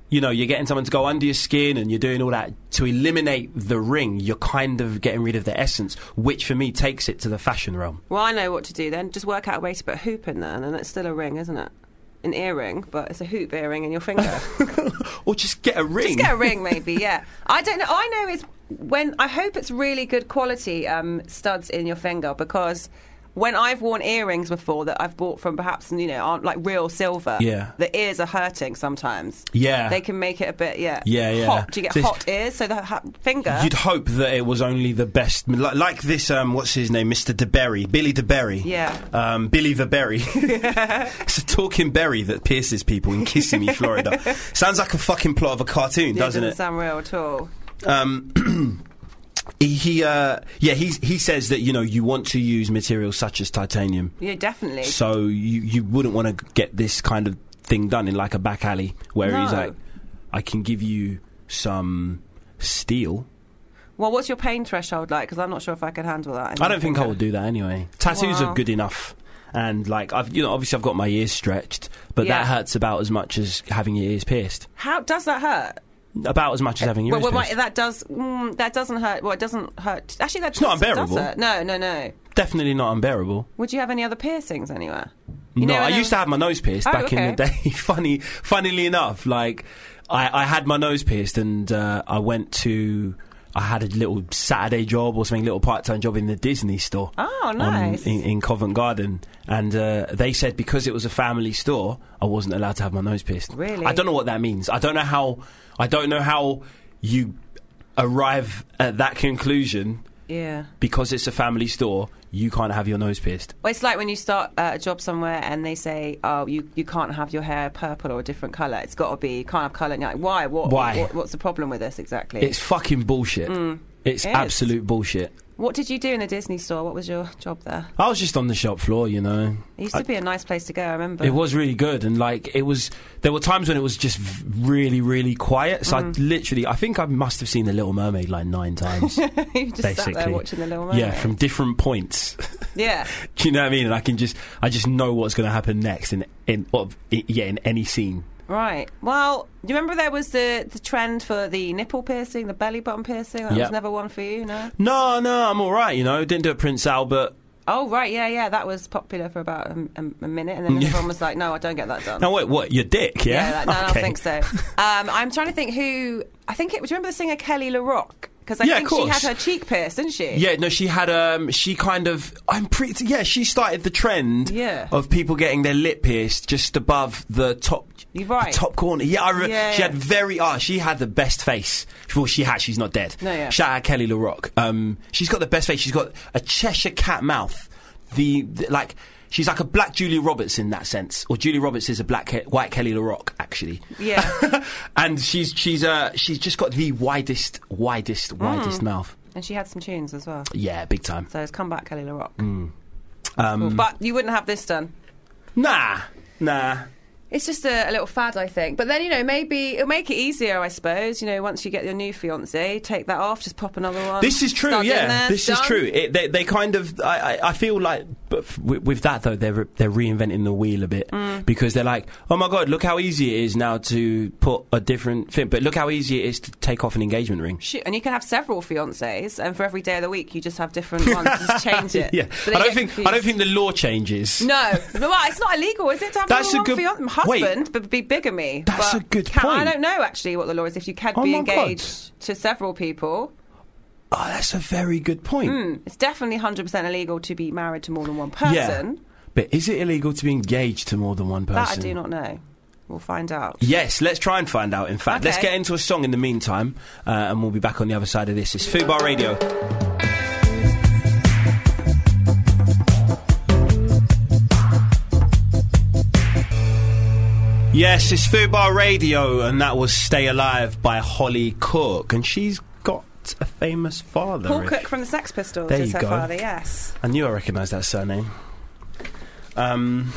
Speaker 4: you know, you're getting someone to go under your skin and you're doing all that to eliminate the ring, you're kind of getting rid of the essence, which for me takes it to the fashion realm.
Speaker 5: well, I know what to do then. Just work out a way to put a hoop in there, and then it's still a ring, isn't it? an earring, but it's a hoop earring in your finger.
Speaker 4: or just get a ring.
Speaker 5: Just get a ring, maybe. Yeah, I don't know. All I know is when I hope it's really good quality um, studs in your finger because when I've worn earrings before that I've bought from perhaps you know aren't like real silver.
Speaker 4: Yeah.
Speaker 5: the ears are hurting sometimes.
Speaker 4: Yeah.
Speaker 5: they can make it a bit yeah
Speaker 4: Yeah, yeah.
Speaker 5: hot. Do you get
Speaker 4: So it's-
Speaker 5: hot ears? So the ha- finger.
Speaker 4: You'd hope that it was only the best, like, like this. Um, what's his name, Mr. DeBerry, Billy DeBerry.
Speaker 5: Yeah.
Speaker 4: um, Billy the Berry. it's a talking berry that pierces people in Kissimmee, Florida. Sounds like a fucking plot of a cartoon,
Speaker 5: Yeah,
Speaker 4: doesn't it?
Speaker 5: sound real at all.
Speaker 4: he, he, uh, yeah, he's, he says that you know you want to use materials such as titanium,
Speaker 5: Yeah, definitely.
Speaker 4: so you you wouldn't want to get this kind of thing done in like a back alley where he's
Speaker 5: No.
Speaker 4: like, I can give you some steel.
Speaker 5: well, what's your pain threshold like? Because I'm not sure if I could handle that.
Speaker 4: I don't think I would do that anyway. Tattoos
Speaker 5: Wow.
Speaker 4: are good enough. And like I've you know obviously I've got my ears stretched, but
Speaker 5: Yeah.
Speaker 4: that hurts about as much as having your ears pierced.
Speaker 5: How does that hurt?
Speaker 4: About as much as having your
Speaker 5: Uh, Well,
Speaker 4: ears
Speaker 5: well,
Speaker 4: pierced.
Speaker 5: right, that does. Mm, that doesn't hurt. Well, it doesn't hurt. Actually, that
Speaker 4: It's not
Speaker 5: does- does
Speaker 4: unbearable.
Speaker 5: hurt. No, no, no.
Speaker 4: Definitely not unbearable.
Speaker 5: Would you have any other piercings anywhere?
Speaker 4: no,
Speaker 5: know,
Speaker 4: I
Speaker 5: and-
Speaker 4: used to have my nose pierced
Speaker 5: Oh,
Speaker 4: back in the
Speaker 5: okay.
Speaker 4: day. Funny, funnily enough, like I, I had my nose pierced, and uh, I went to. I had a little Saturday job or something, little part-time job in the Disney store.
Speaker 5: Oh,
Speaker 4: on-
Speaker 5: nice.
Speaker 4: in, in Covent Garden, and uh, they said because it was a family store, I wasn't allowed to have my nose pierced.
Speaker 5: Really?
Speaker 4: I don't know what that means. I don't know how. I don't know how you arrive at that conclusion
Speaker 5: Yeah.
Speaker 4: because it's a family store. You can't have your nose pierced.
Speaker 5: Well, it's like when you start uh, a job somewhere and they say, "Oh, you, you can't have your hair purple or a different color. It's got to be you can't have color." And you're like, "Why? What,
Speaker 4: Why?
Speaker 5: what- What's the problem with this exactly?"
Speaker 4: It's fucking bullshit. It's
Speaker 5: Mm. It is.
Speaker 4: absolute bullshit.
Speaker 5: what did you do in the Disney store? What was your job there?
Speaker 4: I was just on the shop floor, you know.
Speaker 5: It used to be a nice place to go. I remember.
Speaker 4: It was really good, and like it was. There were times when it was just v- really, really quiet. So
Speaker 5: Mm.
Speaker 4: I literally, I think I must have seen the Little Mermaid like nine times,
Speaker 5: you just
Speaker 4: basically.
Speaker 5: sat there watching the Little Mermaid.
Speaker 4: Yeah, from different points.
Speaker 5: yeah.
Speaker 4: Do you know what I mean? And I can just, I just know what's going to happen next in, in, of, i- yeah, in any scene.
Speaker 5: Right. Well, do you remember there was the, the trend for the nipple piercing, the belly button piercing? That
Speaker 4: Yeah.
Speaker 5: was never one for you, no?
Speaker 4: No, no, I'm all right. You know, didn't do it, Prince Albert.
Speaker 5: Oh, right. Yeah, yeah. That was popular for about a, a, a minute. And then
Speaker 4: Yeah.
Speaker 5: everyone was like, no, I don't get that done.
Speaker 4: No, wait, what? Your dick? Yeah,
Speaker 5: Yeah, that, no, I
Speaker 4: Okay.
Speaker 5: don't think so. Um, I'm trying to think who. I think it. Do you remember the singer Kelly LaRock? Because I
Speaker 4: Yeah, of
Speaker 5: think she had
Speaker 4: course.
Speaker 5: her cheek pierced, didn't she?
Speaker 4: Yeah, no, she had um she kind of I'm pretty yeah, she started the trend
Speaker 5: Yeah.
Speaker 4: of people getting their lip pierced just above the top
Speaker 5: You're right.
Speaker 4: the top corner. Yeah, I re-
Speaker 5: Yeah,
Speaker 4: she had
Speaker 5: yeah.
Speaker 4: very ah, she had the best face. Well, she had, she's not dead.
Speaker 5: No, yeah.
Speaker 4: Shout out Kelly LaRock. Um she's got the best face. She's got a Cheshire cat mouth. The, the- like She's like a black Julia Roberts in that sense, or Julia Roberts is a black, Ke- white Kelly LaRock actually
Speaker 5: Yeah.
Speaker 4: and she's she's uh she's just got the widest, widest,
Speaker 5: Mm.
Speaker 4: widest mouth.
Speaker 5: and she had some tunes as well.
Speaker 4: Yeah, big time.
Speaker 5: So it's come back, Kelly LaRock.
Speaker 4: Hmm.
Speaker 5: Cool.
Speaker 4: Um,
Speaker 5: But you wouldn't have this done.
Speaker 4: Nah, nah.
Speaker 5: It's just a, a little fad, I think. But then you know, maybe it'll make it easier, I suppose. You know, once you get your new fiance, take that off, just pop another one.
Speaker 4: This is true,
Speaker 5: Start doing
Speaker 4: yeah.
Speaker 5: this,
Speaker 4: This is
Speaker 5: done.
Speaker 4: true. It, they, they kind of. I, I, I feel like, but f- with, with that though, they're re- they're reinventing the wheel a bit
Speaker 5: Mm.
Speaker 4: because they're like, oh my god, look how easy it is now to put a different thing, but look how easy it is to take off an engagement ring.
Speaker 5: Shoot, and you can have several fiancés, and for every day of the week, you just have different ones. just change it.
Speaker 4: yeah,
Speaker 5: But
Speaker 4: I
Speaker 5: they
Speaker 4: don't
Speaker 5: get
Speaker 4: think I
Speaker 5: confused.
Speaker 4: don't think the law changes.
Speaker 5: No, no, well, it's not illegal, is it? To have
Speaker 4: That's
Speaker 5: more
Speaker 4: a
Speaker 5: than
Speaker 4: good-
Speaker 5: one fian- husband, but be bigamy.
Speaker 4: That's
Speaker 5: But
Speaker 4: a good
Speaker 5: can-
Speaker 4: point.
Speaker 5: I don't know actually what the law is. If you can
Speaker 4: Oh
Speaker 5: be
Speaker 4: my God.
Speaker 5: engaged to several people,
Speaker 4: Oh, that's a very good point.
Speaker 5: it's definitely hundred percent illegal to be married to more than one
Speaker 4: yeah,
Speaker 5: person.
Speaker 4: but is it illegal to be engaged to more than one person?
Speaker 5: That I do not know. We'll find out.
Speaker 4: Yes, let's try and find out. In fact, let's
Speaker 5: Okay.
Speaker 4: get into a song in the meantime, uh, and we'll be back on the other side of this. It's Food Bar Radio. Yes, it's Food Bar Radio, and that was "Stay Alive" by Holly Cook, and she's got a famous father.
Speaker 5: Paul
Speaker 4: if-
Speaker 5: Cook from the Sex Pistols
Speaker 4: There
Speaker 5: is
Speaker 4: you
Speaker 5: her
Speaker 4: go.
Speaker 5: father. Yes.
Speaker 4: I knew I recognised that surname. Um,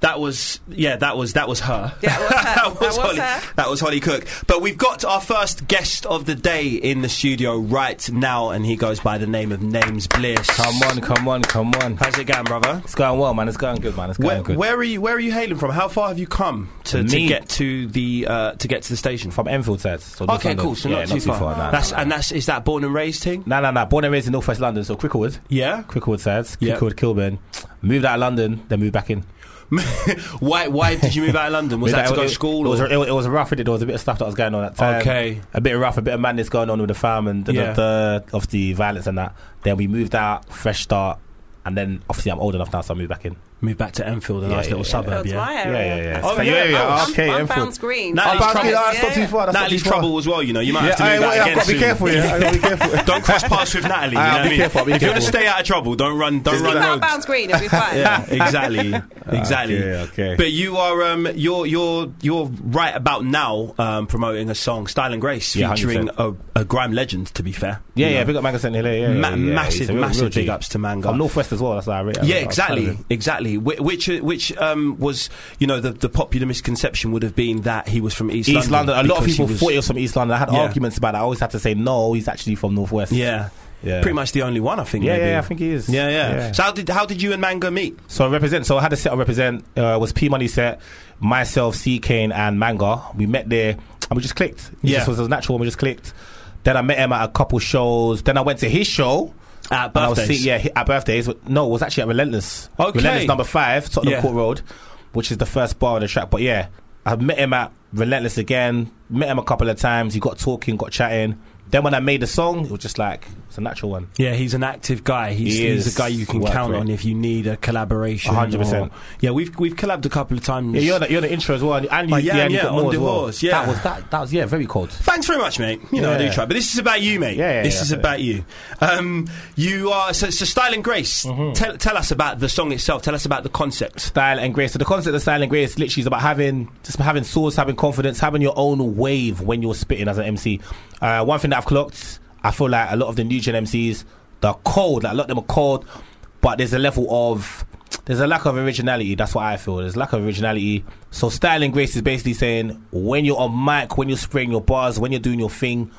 Speaker 4: that was yeah, that was that was her.
Speaker 5: Yeah, it was her.
Speaker 4: that was
Speaker 5: That was
Speaker 4: Holly.
Speaker 5: her.
Speaker 4: That was Holly Cook. But we've got our first guest of the day in the studio right now, and he goes by the name of Names Bliss.
Speaker 7: Come on, come on, come on.
Speaker 4: How's it going, brother?
Speaker 7: It's going well, man. It's going good, man. It's going
Speaker 4: Where,
Speaker 7: good.
Speaker 4: where are you? Where are you hailing from? How far have you come to, to
Speaker 7: Me?
Speaker 4: get to the uh, to get to the station?
Speaker 7: From Enfield side. So just
Speaker 4: okay,
Speaker 7: London.
Speaker 4: cool. So
Speaker 7: yeah,
Speaker 4: not, too far.
Speaker 7: nah,
Speaker 4: that's
Speaker 7: nah,
Speaker 4: and
Speaker 7: nah.
Speaker 4: that's is that born and raised thing?
Speaker 7: Nah, nah, nah. Born and raised in Northwest London, so Cricklewood,
Speaker 4: Yeah.
Speaker 7: Cricklewood sides,
Speaker 4: Yeah.
Speaker 7: Cricklewood, Kilburn. Moved out of London, then moved back in.
Speaker 4: why? Why did you move out of London? Was that to go to school?
Speaker 7: It was,
Speaker 4: or?
Speaker 7: it, was, it was rough. It, there was a bit of stuff that was going on at the time.
Speaker 4: Okay.
Speaker 7: A bit of rough, a bit of madness going on with the farm and the,
Speaker 4: Yeah.
Speaker 7: the, the, obviously violence and that. Then we moved out, fresh start, and then obviously I'm old enough now, so I moved back in.
Speaker 4: Moved back to Enfield, a
Speaker 7: Yeah,
Speaker 4: nice
Speaker 7: yeah,
Speaker 4: little
Speaker 7: yeah.
Speaker 4: suburb.
Speaker 5: That's
Speaker 4: Yeah.
Speaker 5: my
Speaker 7: Yeah,
Speaker 5: area.
Speaker 7: yeah, yeah.
Speaker 4: Oh,
Speaker 7: So
Speaker 4: yeah, yeah.
Speaker 7: Ah,
Speaker 4: I'm-
Speaker 7: Okay,
Speaker 5: I'm
Speaker 7: Enfield.
Speaker 5: Bounds Green.
Speaker 4: Now
Speaker 5: so
Speaker 4: he's
Speaker 5: it's
Speaker 4: trouble.
Speaker 5: close,
Speaker 4: Ah,
Speaker 7: it's not too far. That's not
Speaker 4: Natalie's
Speaker 7: too far.
Speaker 4: trouble as well. You know, you might
Speaker 7: Yeah,
Speaker 4: have to
Speaker 7: aye,
Speaker 4: move
Speaker 7: well,
Speaker 4: out
Speaker 7: yeah, I've
Speaker 4: again
Speaker 7: got to be
Speaker 4: soon.
Speaker 7: careful. Yeah, I've got to be careful.
Speaker 4: Don't cross paths with Natalie. You know
Speaker 7: Ah, be
Speaker 4: what I mean?
Speaker 7: careful, be
Speaker 4: if you want to
Speaker 7: careful.
Speaker 4: stay out of trouble, don't run. Don't
Speaker 5: Just
Speaker 4: run
Speaker 5: leave out
Speaker 4: roads.
Speaker 5: Bounds Green. It'll be fine.
Speaker 4: Yeah, exactly, exactly.
Speaker 7: Okay, okay.
Speaker 4: But you are um, you're you're you're right about now um, promoting a song, Style and Grace,
Speaker 7: Yeah,
Speaker 4: featuring
Speaker 7: 100%.
Speaker 4: a, a grime legend. To be fair,
Speaker 7: Yeah,
Speaker 4: You
Speaker 7: yeah,
Speaker 4: know.
Speaker 7: big up Manga St. Hilaire. Yeah,
Speaker 4: Ma-
Speaker 7: yeah, yeah.
Speaker 4: massive,
Speaker 7: He's a real-
Speaker 4: massive
Speaker 7: real G.
Speaker 4: big ups to Manga.
Speaker 7: From Northwest as well. That's how I rate. I-
Speaker 4: yeah,
Speaker 7: I was proud of
Speaker 4: exactly,
Speaker 7: him.
Speaker 4: exactly. Wh- Which uh, which um, was you know the, the popular misconception would have been that he was from East,
Speaker 7: East London. A lot
Speaker 4: because
Speaker 7: of
Speaker 4: he
Speaker 7: people
Speaker 4: was-
Speaker 7: thought he was from East London. I had
Speaker 4: Yeah.
Speaker 7: arguments about that. I always had to say no. He's actually from Northwest.
Speaker 4: Yeah,
Speaker 7: Yeah.
Speaker 4: Pretty much the only one, I think.
Speaker 7: Yeah,
Speaker 4: maybe.
Speaker 7: yeah, I think he is.
Speaker 4: Yeah, yeah.
Speaker 7: Yeah.
Speaker 4: So how did how did you and Manga meet?
Speaker 7: So I represent. So I had a set of represent. Uh, was P Money set, myself, C Kane, and Manga. We met there, and we just clicked. It
Speaker 4: Yeah.
Speaker 7: just was a natural. and We just clicked. Then I met him at a couple shows. Then I went to his show.
Speaker 4: At
Speaker 7: And I was
Speaker 4: birthdays?
Speaker 7: see- yeah, hi- at birthdays. No, it was actually at Relentless.
Speaker 4: Okay.
Speaker 7: Relentless number five, Tottenham
Speaker 4: Yeah.
Speaker 7: Court Road, which is the first bar on the track. But yeah, I met him at Relentless again. Met him a couple of times. He got talking, got chatting. Then when I made the song, it was just like it's a natural one.
Speaker 4: Yeah, he's an active guy. He's,
Speaker 7: He
Speaker 4: he's
Speaker 7: is.
Speaker 4: a guy you can
Speaker 7: Work
Speaker 4: count
Speaker 7: rate.
Speaker 4: on if you need a collaboration.
Speaker 7: 100%.
Speaker 4: or- Yeah, we've we've collabed a couple of times.
Speaker 7: Yeah, you're the, you're the intro as well, and, and you,
Speaker 4: Oh, yeah,
Speaker 7: yeah, and you
Speaker 4: yeah,
Speaker 7: got more
Speaker 4: on
Speaker 7: as well.
Speaker 4: Divorce, yeah.
Speaker 7: That was that. That was yeah, very cold.
Speaker 4: Thanks very much, mate. You know I do
Speaker 7: Yeah.
Speaker 4: try, but this is about you, mate.
Speaker 7: Yeah, yeah,
Speaker 4: this
Speaker 7: yeah.
Speaker 4: is about you. Um, you are so, so Style and Grace.
Speaker 7: Mm-hmm.
Speaker 4: Tell, tell us about the song itself. Tell us about the concept.
Speaker 7: Style and grace. So the concept of style and grace literally is about having just having source, having confidence, having your own wave when you're spitting as an MC. Uh, one thing that I've clocked, I feel like a lot of the new gen MCs, they're cold. Like a lot of them are cold, but there's a level of there's a lack of originality. That's what I feel. There's lack of originality. So style and grace is basically saying when you're on mic, when you're spraying your bars, when you're doing your thing.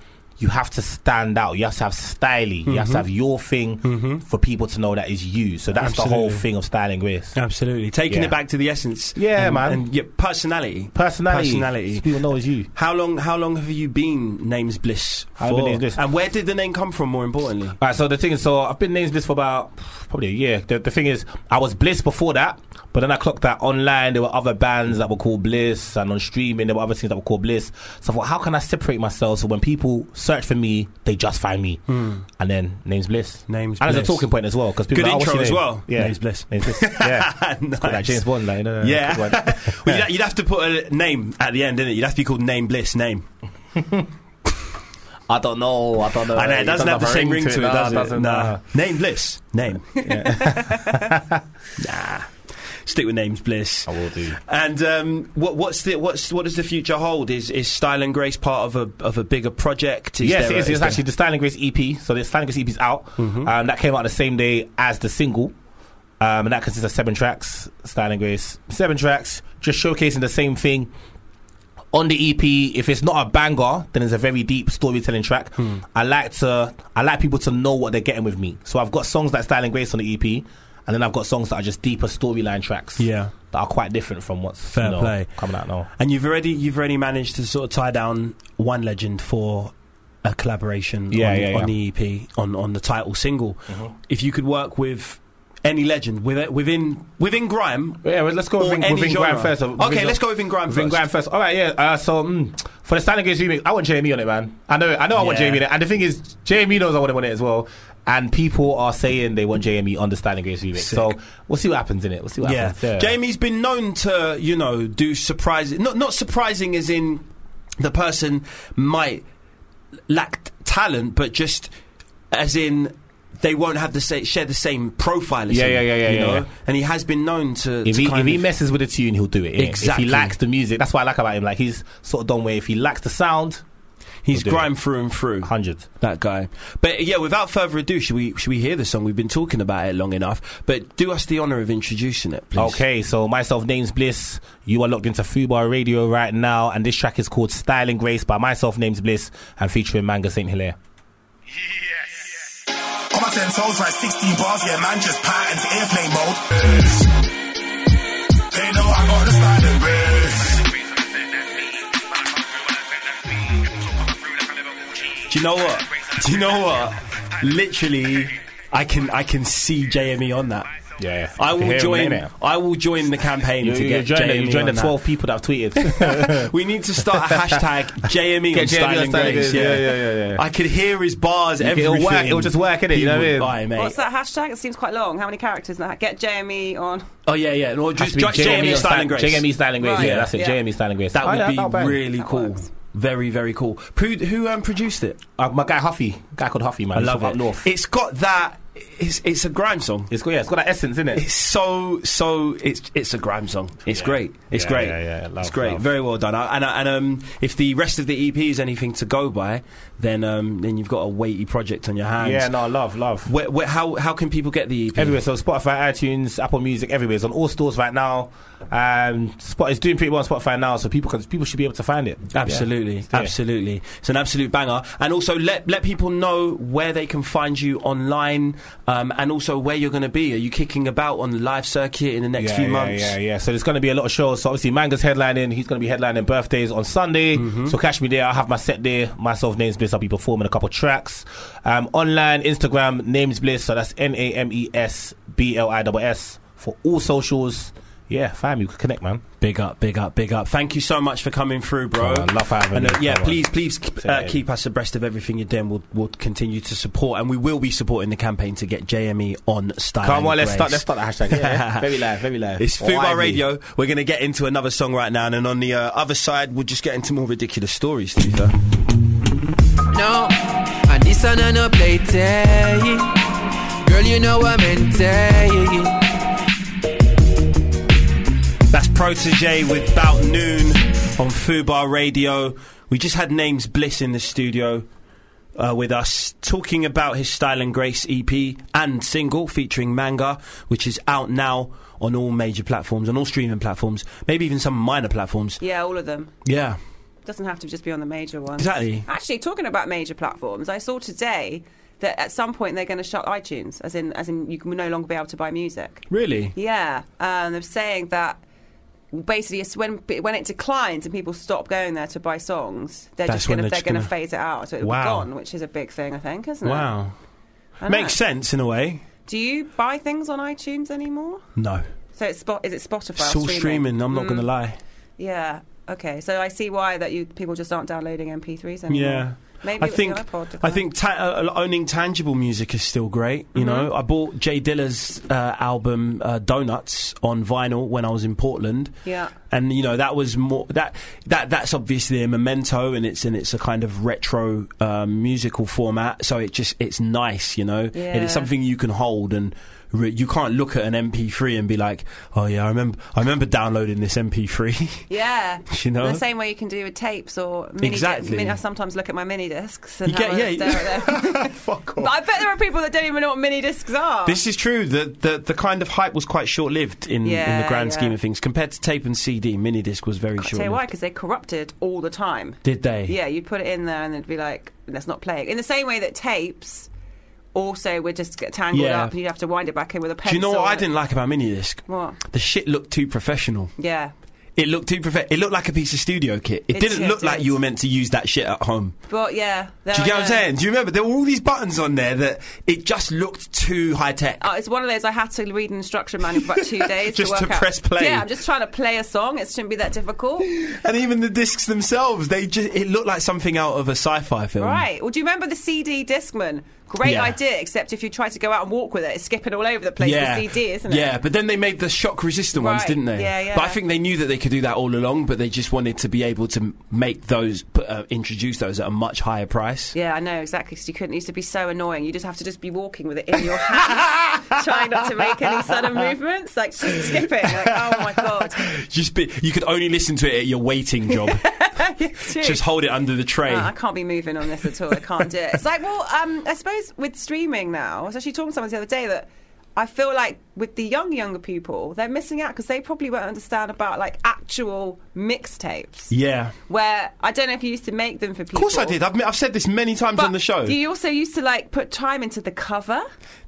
Speaker 7: You have to stand out. You have to have style. You have to have your thing for people to know that is you. So that's the whole
Speaker 4: Absolutely.
Speaker 7: thing of style and grace.
Speaker 4: Absolutely, taking
Speaker 7: Yeah.
Speaker 4: it back to the essence.
Speaker 7: Yeah,
Speaker 4: and,
Speaker 7: man.
Speaker 4: And your personality.
Speaker 7: Personality.
Speaker 4: Personality.
Speaker 7: People know it's you.
Speaker 4: How long? How long have you been Names Bliss for?
Speaker 7: I've been Names Bliss.
Speaker 4: And where did the name come from? More importantly,
Speaker 7: All right, so the thing is, so I've been named Bliss for about probably a year. The, the thing is, I was Bliss before that, but then I clocked that online there were other bands that were called Bliss, and on streaming there were other things that were called Bliss. So I thought, how can I separate myself so when people search for me, they just find me? And then name's Bliss.
Speaker 4: Hmm. Name's
Speaker 7: and
Speaker 4: Bliss.
Speaker 7: as a talking point as well because people
Speaker 4: Good
Speaker 7: are like, "Oh, what's
Speaker 4: intro
Speaker 7: your
Speaker 4: as
Speaker 7: name?"
Speaker 4: well.
Speaker 7: Yeah,
Speaker 4: Name's Bliss.
Speaker 7: Name's Bliss. Yeah,
Speaker 4: Nice.
Speaker 7: It's called like James Bond, like, no, no, no,
Speaker 4: Yeah.
Speaker 7: good one.
Speaker 4: well, you'd, ha- you'd have to put a name at the end, didn't it? You'd have to be called Name Bliss Name.
Speaker 7: I don't know. I don't know.
Speaker 4: I know it doesn't have the
Speaker 7: a
Speaker 4: same ring to it,
Speaker 7: Nah,
Speaker 4: does it?
Speaker 7: doesn't,
Speaker 4: nah.
Speaker 7: nah.
Speaker 4: Name Bliss. Name. nah. Stick with names Bliss.
Speaker 7: I will do.
Speaker 4: And um, what, what's the what's what does the future hold? Is is Style and Grace part of a of a bigger project? Is
Speaker 7: yes,
Speaker 4: there
Speaker 7: it
Speaker 4: a-
Speaker 7: is. It's
Speaker 4: there-
Speaker 7: actually the Styling Grace EP. So the Styling Grace EP is out.
Speaker 4: Mm-hmm.
Speaker 7: Um, that came out the same day as the single. Um, and that consists of seven tracks, Styling Grace. Seven tracks, just showcasing the same thing. On the EP, if it's not a banger, then it's a very deep storytelling track.
Speaker 4: Hmm.
Speaker 7: I like to, I like people to know what they're getting with me. So I've got songs like Styling Grace on the EP, and then I've got songs that are just deeper storyline tracks.
Speaker 4: Yeah.
Speaker 7: that are quite different from what's
Speaker 4: Fair
Speaker 7: you know,
Speaker 4: play.
Speaker 7: coming out now.
Speaker 4: And you've already you've already managed to sort of tie down one legend for a collaboration
Speaker 7: Yeah,
Speaker 4: on,
Speaker 7: yeah,
Speaker 4: on
Speaker 7: yeah. Mm-hmm.
Speaker 4: the EP on on the title single. If you could work with any legend with- within within grime
Speaker 7: Yeah, well, let's go
Speaker 4: or
Speaker 7: with, Vin-
Speaker 4: any
Speaker 7: with Vin
Speaker 4: genre.
Speaker 7: Grime first. Vin
Speaker 4: okay,
Speaker 7: Grime-
Speaker 4: let's go within grime
Speaker 7: Vin
Speaker 4: first.
Speaker 7: Graham first. All right, yeah. Uh, so mm, for the standing games remake, I want Jamie on it, man. I know, I know, I want
Speaker 4: Yeah.
Speaker 7: Jamie on it. And the thing is, Jamie knows I want him on it as well. And people are saying they want Jamie on the standing games remake. So we'll see what happens in it. We'll see what
Speaker 4: Yeah.
Speaker 7: happens. Yeah.
Speaker 4: Jamie's been known to, you know, do surprising. Not not surprising as in the person might lack t- talent, but just as in they won't have the sa- share the same profile. As
Speaker 7: Yeah,
Speaker 4: him,
Speaker 7: yeah, yeah, yeah,
Speaker 4: You
Speaker 7: yeah,
Speaker 4: know,
Speaker 7: yeah.
Speaker 4: and he has been known to.
Speaker 7: If
Speaker 4: to
Speaker 7: he,
Speaker 4: kind
Speaker 7: if he
Speaker 4: of-
Speaker 7: messes with the tune, he'll do it. innit?
Speaker 4: Exactly.
Speaker 7: If he likes the music, that's what I like about him. Like he's sort of done where if he likes the sound,
Speaker 4: he's
Speaker 7: He'll do it.
Speaker 4: grime through and through.
Speaker 7: hundred.
Speaker 4: That guy. But yeah, without further ado, should we should we hear the song? We've been talking about it long enough. But do us the honour of introducing it, please.
Speaker 7: Okay, so myself, Names Bliss. You are locked into Fubar Radio right now, and this track is called "Style and Grace" by myself, Names Bliss, and featuring Manga Saint Hilaire.
Speaker 8: On my 10 toes, like 16 bars, yeah, man, just pat into airplane mode. They know I got the style and grace.
Speaker 4: Do you know what? Do you know what? Literally, I can I can see JME E on that.
Speaker 7: Yeah, yeah.
Speaker 4: I
Speaker 7: You can
Speaker 4: will
Speaker 7: hear 'em,
Speaker 4: join.
Speaker 7: innit?
Speaker 4: I will join the campaign
Speaker 7: You,
Speaker 4: to
Speaker 7: you,
Speaker 4: get
Speaker 7: join the,
Speaker 4: JME
Speaker 7: you join the
Speaker 4: on that.
Speaker 7: 12 people that have tweeted.
Speaker 4: We need to start a hashtag JME on
Speaker 7: Get JME on
Speaker 4: Styling
Speaker 7: Styling
Speaker 4: Grace.
Speaker 7: Grace, yeah, yeah, yeah, yeah.
Speaker 4: I could hear his bars.
Speaker 7: It'll
Speaker 4: everything.
Speaker 7: work- it'll just work, innit?
Speaker 4: He
Speaker 7: You know what I
Speaker 4: would
Speaker 7: mean?
Speaker 4: buy, mate.
Speaker 5: What's that hashtag? It seems quite long. How many characters in that? Get JME on.
Speaker 4: Oh yeah, yeah. No, just just E
Speaker 7: E
Speaker 4: JME Styling Grace.
Speaker 7: JME Styling Grace.
Speaker 5: Right.
Speaker 7: Yeah, that's it.
Speaker 5: Yeah.
Speaker 7: JME Styling Grace.
Speaker 4: That
Speaker 7: Oh, yeah,
Speaker 4: would
Speaker 7: not bad.
Speaker 4: be really
Speaker 5: That
Speaker 4: cool.
Speaker 5: works.
Speaker 4: Very, very cool. Who, who um, produced it?
Speaker 7: Uh, my guy Huffy, guy called Huffy, man.
Speaker 4: I
Speaker 7: he's
Speaker 4: love
Speaker 7: from
Speaker 4: it.
Speaker 7: Up north.
Speaker 4: It's got that. It's it's a grime song.
Speaker 7: It's got yeah, it's got that essence in it.
Speaker 4: It's so so. It's it's a grime song. It's great. It's
Speaker 7: Yeah,
Speaker 4: great.
Speaker 7: yeah, yeah. Love,
Speaker 4: it's great.
Speaker 7: love.
Speaker 4: Very well done. I, and I, and um, if the rest of the EP is anything to go by, then um, then you've got a weighty project on your hands.
Speaker 7: Yeah, no, love, love.
Speaker 4: Where, where, how how can people get the E EP?
Speaker 7: Everywhere, so Spotify, iTunes, Apple Music, everywhere. It's on all stores right now. Um, Spot it's doing pretty well on Spotify now, so people can people should be able to find it.
Speaker 4: Absolutely,
Speaker 7: Yeah. Yeah.
Speaker 4: absolutely. It's an absolute banger. And also let let people know where they can find you online, um, and also where you're going to be. Are you kicking about on the live circuit in the next
Speaker 7: yeah,
Speaker 4: few
Speaker 7: yeah,
Speaker 4: months?
Speaker 7: Yeah, yeah. So there's going to be a lot of shows. So obviously, Manga's headlining. He's going to be headlining birthdays on Sunday.
Speaker 4: Mm-hmm.
Speaker 7: So catch me there. I'll have my set there. Myself, Names Bliss. I'll be performing a couple tracks. Um, online, Instagram, Names Bliss. So that's N A M E S B L I S S for all socials. Yeah, fam, you can connect, man.
Speaker 4: Big up, big up, big up. Thank you so much for coming through, bro.
Speaker 7: Oh, I love having
Speaker 4: and, uh,
Speaker 7: you.
Speaker 4: Yeah,
Speaker 7: Come on.
Speaker 4: please, please uh,
Speaker 7: Same.
Speaker 4: keep us abreast of everything you're doing. We'll, we'll continue to support, and we will be supporting the campaign to get JME on style.
Speaker 7: Come
Speaker 4: and
Speaker 7: on, let's
Speaker 4: grace.
Speaker 7: start. Let's start the hashtag. Yeah, yeah. very live, very live.
Speaker 4: It's Food
Speaker 7: Why
Speaker 4: Bar
Speaker 7: me?
Speaker 4: Radio. We're going to get into another song right now, and then on the uh, other side, we'll just get into more ridiculous stories. To be fair.
Speaker 9: No, and this one I no play tag. Girl, you know I'm in tag.
Speaker 4: That's Protege with Bout Noon on Fubar Radio. We just had Names Bliss in the studio uh, with us talking about his Style and Grace EP and single featuring Manga, which is out now on all major platforms, on all streaming platforms, maybe even some minor platforms.
Speaker 5: Yeah, all of them.
Speaker 4: Yeah.
Speaker 5: Doesn't have to just be on the major ones.
Speaker 4: Exactly.
Speaker 5: Actually, talking about major platforms, I saw today that at some point they're going to shut iTunes, as in, as in, you can no longer be able to buy music.
Speaker 4: Really?
Speaker 5: Yeah, um, they're saying that basically it's when when it declines and people stop going there to buy songs, they're
Speaker 4: That's
Speaker 5: just
Speaker 4: when
Speaker 5: gonna
Speaker 4: they're
Speaker 5: they're
Speaker 4: just
Speaker 5: gonna
Speaker 4: gonna-
Speaker 5: phase it out, so it'll
Speaker 4: Wow.
Speaker 5: be gone, which is a big thing, I think, isn't it?
Speaker 4: Wow.
Speaker 5: I
Speaker 7: Ah.
Speaker 5: don't
Speaker 4: Makes
Speaker 5: know.
Speaker 4: sense in a way.
Speaker 5: Do you buy things on iTunes anymore?
Speaker 4: No.
Speaker 5: So it's spot is it Spotify? or
Speaker 4: It's all streaming, Mm. I'm not going to lie.
Speaker 5: Yeah. Okay. So I see why that you people just aren't downloading MP3s anymore.
Speaker 4: Yeah.
Speaker 5: Maybe
Speaker 4: I
Speaker 5: it's
Speaker 4: think
Speaker 5: the iPod
Speaker 4: I
Speaker 5: decline.
Speaker 4: think ta- uh, owning tangible music is still great. You know, I bought Jay Dilla's uh, album uh, Donuts on vinyl when I was in Portland.
Speaker 5: Yeah.
Speaker 4: and you know that was more that that that's obviously a memento, and it's and it's a kind of retro um, musical format. So it just it's nice, you know, and
Speaker 5: Yeah.
Speaker 4: it's something you can hold and. Re- you can't look at an MP3 and be like, "Oh yeah, I remember. I remember downloading this MP3."
Speaker 5: Yeah.
Speaker 4: You know?
Speaker 5: The same way you can do with tapes or mini
Speaker 4: Exactly.
Speaker 5: mini- I sometimes look at my mini discs and
Speaker 4: You
Speaker 5: have
Speaker 4: get-
Speaker 5: a
Speaker 4: yeah.
Speaker 5: stare at them.
Speaker 4: Fuck
Speaker 5: But I bet there are people that don't even know what mini discs are.
Speaker 4: This is true. The, the the kind of hype was quite short lived in, in
Speaker 5: Yeah,
Speaker 4: the grand
Speaker 5: yeah.
Speaker 4: scheme of things compared to tape and CD. Mini disc was very
Speaker 5: I'll
Speaker 4: short.
Speaker 5: tell you why, because they corrupted all the time.
Speaker 4: Did they?
Speaker 5: Yeah, you'd put it in there and it'd be like, let's not play it. In the same way that tapes also would just get tangled
Speaker 4: Yeah.
Speaker 5: up and you'd have to wind it back in with a pencil.
Speaker 4: Do you know what I didn't like about mini disc?
Speaker 5: What?
Speaker 4: The shit looked too professional.
Speaker 5: Yeah.
Speaker 4: It looked too prof. It looked like a piece of studio kit. It,
Speaker 5: It
Speaker 4: didn't
Speaker 5: sure
Speaker 4: look like
Speaker 5: did.
Speaker 4: you were meant to use that shit at home.
Speaker 5: But yeah. there
Speaker 4: Do you
Speaker 5: I
Speaker 4: get what I'm
Speaker 5: go.
Speaker 4: saying? Do you remember there were all these buttons on there that it just looked too high tech?
Speaker 5: Oh, it's one of those I had to read an instruction manual for about two days
Speaker 4: Just
Speaker 5: to
Speaker 4: to
Speaker 5: work out.
Speaker 4: press play. Hmm.
Speaker 5: Yeah, I'm just trying to play a song. It shouldn't be that difficult,
Speaker 4: and even the discs themselves, they just it looked like something out of a sci-fi film.
Speaker 5: right? Well, do you remember the CD Discman? Great
Speaker 4: Yeah.
Speaker 5: idea, except if you try to go out and walk with it, it's skipping all over the place.
Speaker 4: yeah.
Speaker 5: The CD, isn't it?
Speaker 4: Yeah, but then they made the shock resistant ones,
Speaker 5: Right,
Speaker 4: didn't they?
Speaker 5: yeah, yeah.
Speaker 4: But I think they knew that they could do that all along, but they just wanted to be able to m- make those, put, uh, introduce those at a much higher price.
Speaker 5: Yeah, I know exactly. Because you couldn't it used to be so annoying. You just have to just be walking with it in your hands, trying not to make any sudden movements, like just skipping. Like, oh my god!
Speaker 4: Just be, you could only listen to it at your waiting job.
Speaker 5: It's true.
Speaker 4: just hold it under the tray.
Speaker 5: Uh, I can't be moving on this at all. I can't do it. It's like, well, um, I suppose with streaming now, I was actually talking to someone the other day that I feel like with the young, younger people, they're missing out because they probably won't understand about like actual mixtapes.
Speaker 4: yeah.
Speaker 5: Where I don't know if you used to make them for people.
Speaker 4: Of course I did. I've, I've said this many times
Speaker 5: But
Speaker 4: on the show.
Speaker 5: You also used to like put time into the cover.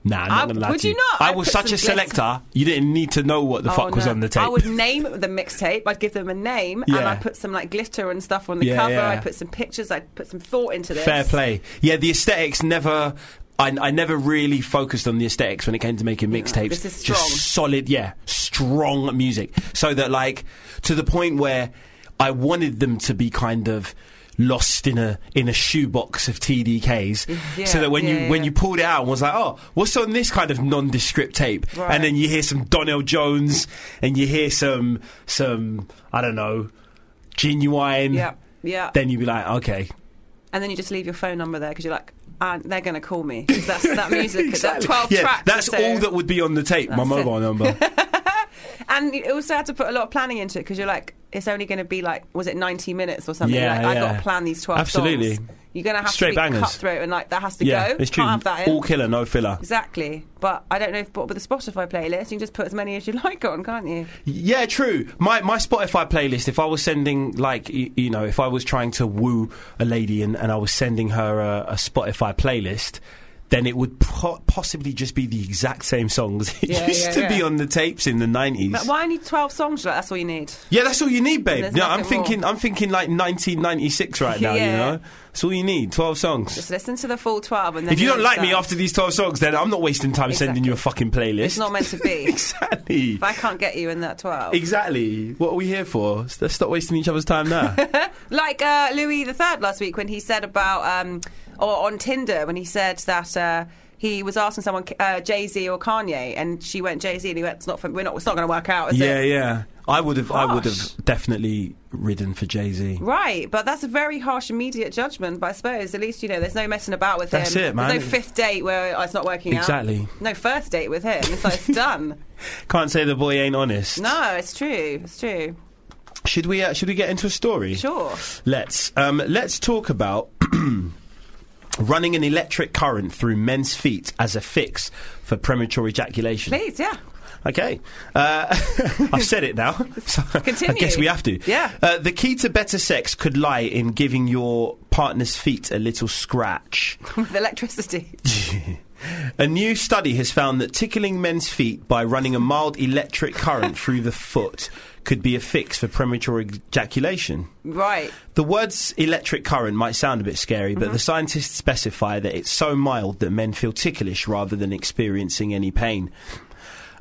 Speaker 4: nah, I'm not
Speaker 5: I-
Speaker 4: going to lie
Speaker 5: would
Speaker 4: to you.
Speaker 5: you not?
Speaker 4: I
Speaker 5: I'd
Speaker 4: was
Speaker 5: put
Speaker 4: such
Speaker 5: some
Speaker 4: a selector, you didn't need to know what the fuck
Speaker 5: Oh,
Speaker 4: was
Speaker 5: no.
Speaker 4: on the tape.
Speaker 5: I would name the mixtape. I'd give them a name, and
Speaker 4: Yeah.
Speaker 5: I'd put some like glitter and stuff on the
Speaker 4: Yeah,
Speaker 5: cover.
Speaker 4: yeah.
Speaker 5: I'd put some pictures. I'd put some thought into this.
Speaker 4: Fair play. Yeah, the aesthetics never. I, I never really focused on the aesthetics when it came to making mixtapes.
Speaker 5: this is strong.
Speaker 4: Just solid, yeah, strong music. So that, like, to the point where I wanted them to be kind of lost in a in a shoebox of TDKs,
Speaker 5: Yeah,
Speaker 4: so that when you
Speaker 5: yeah,
Speaker 4: when
Speaker 5: yeah.
Speaker 4: you pulled it out and was like, oh, what's on this kind of nondescript tape?
Speaker 5: Right.
Speaker 4: And then you hear some Donnell Jones, and you hear some some I don't know, genuine.
Speaker 5: Yeah, yeah.
Speaker 4: Then you'd be like, okay,
Speaker 5: and then you just leave your phone number there because you're like, ah, they're going to call me. 'Cause That's that music. That
Speaker 4: Exactly.
Speaker 5: twelve
Speaker 4: yeah,
Speaker 5: tracks.
Speaker 4: That's
Speaker 5: so-
Speaker 4: all that would be on the tape. My
Speaker 5: That's it.
Speaker 4: mobile number.
Speaker 5: And you also had to put a lot of planning into it because you're like, it's only going to be like, was it 90 minutes or something?
Speaker 4: Yeah,
Speaker 5: like, I got
Speaker 4: yeah.
Speaker 5: to plan these 12
Speaker 4: Absolutely.
Speaker 5: songs. You're going to have
Speaker 4: Straight
Speaker 5: to be
Speaker 4: bangers.
Speaker 5: cutthroat and like, that has to
Speaker 4: yeah,
Speaker 5: go.
Speaker 4: it's true.
Speaker 5: Can't have that in.
Speaker 4: All killer, no filler.
Speaker 5: Exactly. But I don't know if but with the Spotify playlist, you can just put as many as you like on, can't you?
Speaker 4: Yeah, true. My my Spotify playlist. If I was sending like y- you know, if I was trying to woo a lady and, and I was sending her a, a Spotify playlist. Then it would po- possibly just be the exact same songs it
Speaker 5: Yeah,
Speaker 4: used
Speaker 5: yeah,
Speaker 4: to be
Speaker 5: yeah.
Speaker 4: on the tapes in the nineties.
Speaker 5: But why only 12 songs? Like, that's all you need.
Speaker 4: Yeah, that's all you need, babe.
Speaker 5: There's
Speaker 4: No, I'm
Speaker 5: nothing
Speaker 4: thinking, I'm thinking like 1996 right now.
Speaker 5: Yeah.
Speaker 4: You know, that's all you need. Twelve songs.
Speaker 5: Just listen to the full 12 and then
Speaker 4: if you
Speaker 5: you'll
Speaker 4: don't like me
Speaker 5: understand.
Speaker 4: after these 12 songs, then I'm not wasting time sending
Speaker 5: Exactly.
Speaker 4: you a fucking playlist.
Speaker 5: It's not meant to be.
Speaker 4: exactly.
Speaker 5: If I can't get you in that 12.
Speaker 4: Exactly. What are we here for? Let's stop wasting each other's time now.
Speaker 5: Like uh, Louis III last week when he said about, um, or on Tinder, when he said that uh, he was asking someone, uh, Jay Z or Kanye, and she went Jay Z, and he went, it's not, for, we're not, it's not going to work out, is
Speaker 4: yeah,
Speaker 5: it?
Speaker 4: yeah. I would have. I would
Speaker 5: Harsh.
Speaker 4: have definitely ridden for Jay Z.
Speaker 5: Right, but that's a very harsh, immediate judgment. But I suppose at least you know there's no messing about with
Speaker 4: That's
Speaker 5: him.
Speaker 4: it, man.
Speaker 5: There's no fifth date where oh, it's not working out.
Speaker 4: Exactly.
Speaker 5: No first date with him. It's like it's done.
Speaker 4: Can't say the boy ain't honest.
Speaker 5: No, it's true. It's true.
Speaker 4: Should we? Uh, should we get into a story?
Speaker 5: Sure.
Speaker 4: Let's um, let's talk about running an electric current through men's feet as a fix for premature ejaculation.
Speaker 5: Please, yeah.
Speaker 4: Okay. Uh, I've said it now. So I
Speaker 5: Continue.
Speaker 4: guess we have to.
Speaker 5: Yeah.
Speaker 4: Uh, the key to better sex could lie in giving your partner's feet a little scratch.
Speaker 5: With electricity.
Speaker 4: A new study has found that tickling men's feet by running a mild electric current through the foot could be a fix for premature ejaculation.
Speaker 5: Right.
Speaker 4: The words electric current might sound a bit scary,
Speaker 5: Mm-hmm.
Speaker 4: but the scientists specify that it's so mild that men feel ticklish rather than experiencing any pain.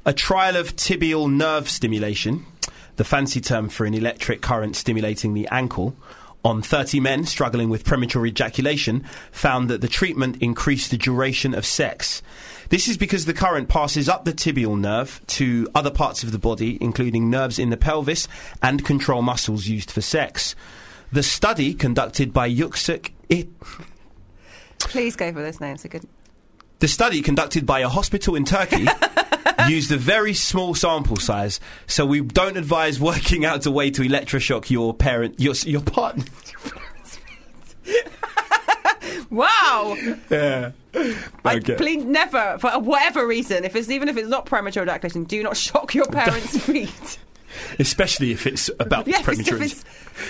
Speaker 4: A trial of tibial nerve stimulation, the fancy term for an electric current stimulating the ankle, on 30 men struggling with premature ejaculation found that the treatment increased the duration of sex. This is because the current passes up the tibial nerve to other parts of the body, including nerves in the pelvis and control muscles used for sex. The study conducted by Yuksuk I-
Speaker 5: Please go for this name. It's a good.
Speaker 4: the study conducted by a hospital in Turkey used a very small sample size, so we don't advise working out a way to electroshock your parent, your s- your partner.
Speaker 5: Wow.
Speaker 4: Yeah.
Speaker 5: I please never, for whatever reason, if it's even if it's not premature ejaculation, do not shock your parents' feet.
Speaker 4: Especially if it's about
Speaker 5: Yes, if
Speaker 4: premature,
Speaker 5: it's-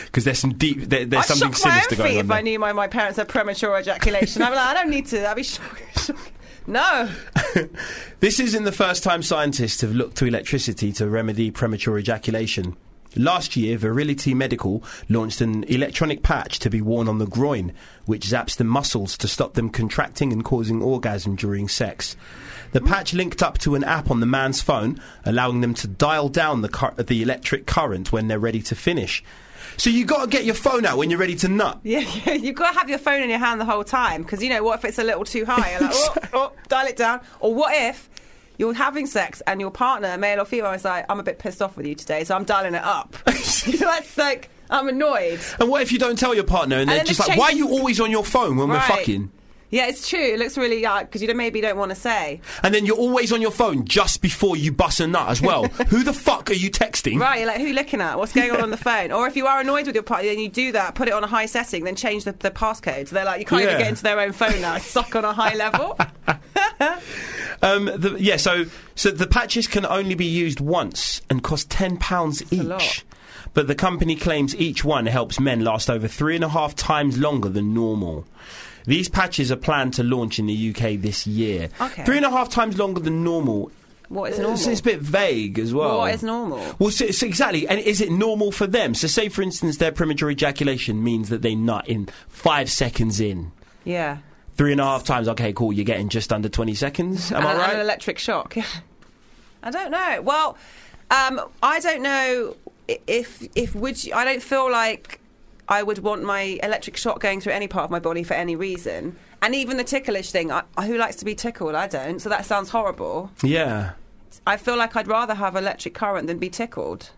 Speaker 4: because there's some deep, there,
Speaker 5: I'd
Speaker 4: there's something
Speaker 5: shock my
Speaker 4: sinister
Speaker 5: own feet
Speaker 4: going on.
Speaker 5: if
Speaker 4: there.
Speaker 5: I knew my, my parents had premature ejaculation. I'm like, I don't need to. I'd be shocked. shocked. No.
Speaker 4: This isn't the first time scientists have looked to electricity to remedy premature ejaculation. Last year, Virility Medical launched an electronic patch to be worn on the groin, which zaps the muscles to stop them contracting and causing orgasm during sex. The patch linked up to an app on the man's phone, allowing them to dial down the, cur- the electric current when they're ready to finish. So you got to get your phone out when you're ready to nut.
Speaker 5: Yeah, yeah, you've got to have your phone in your hand the whole time because you know what if it's a little too high, you're like, oh, oh, dial it down. Or what if you're having sex and your partner, male or female, is like, I'm a bit pissed off with you today, so I'm dialing it up. That's like, I'm annoyed.
Speaker 4: And what if you don't tell your partner and,
Speaker 5: And
Speaker 4: they're
Speaker 5: then
Speaker 4: just
Speaker 5: they
Speaker 4: like, why are
Speaker 5: change-
Speaker 4: you always on your phone when
Speaker 5: Right.
Speaker 4: we're fucking?
Speaker 5: Yeah, it's true. It looks really yuck because you don't, maybe you don't want to say.
Speaker 4: And then you're always on your phone just before you bust a nut as well. Who the fuck are you texting?
Speaker 5: Right, you're like, who you looking at? What's going on on the phone? Or if you are annoyed with your partner, then you do that, put it on a high setting, then change the, the passcode. So they're like, you can't
Speaker 4: Yeah.
Speaker 5: even get into their own phone now. Suck on a high level.
Speaker 4: Um, the, yeah, so, so the patches can only be used once and cost £10
Speaker 5: a lot.
Speaker 4: each. But the company claims each one helps men last over three and a half times longer than normal. These patches are planned to launch in the UK this year.
Speaker 5: Okay.
Speaker 4: Three and a half times longer than normal.
Speaker 5: What is
Speaker 4: It's-
Speaker 5: normal?
Speaker 4: It's a bit vague as well.
Speaker 5: What is normal?
Speaker 4: Well, so, so exactly. And is it normal for them? So, say for instance, their premature ejaculation means that they nut in five seconds in.
Speaker 5: Yeah.
Speaker 4: Three and a half times. Okay, cool. You're getting just under 20 seconds. Am
Speaker 5: and,
Speaker 4: I
Speaker 5: and
Speaker 4: right?
Speaker 5: an electric shock. Yeah. I don't know. Well, um, I don't know i- if if would you, I don't feel like I would want my electric shock going through any part of my body for any reason. And even the ticklish thing, I, who likes to be tickled? I don't. So that sounds horrible.
Speaker 4: yeah.
Speaker 5: I feel like I'd rather have electric current than be tickled.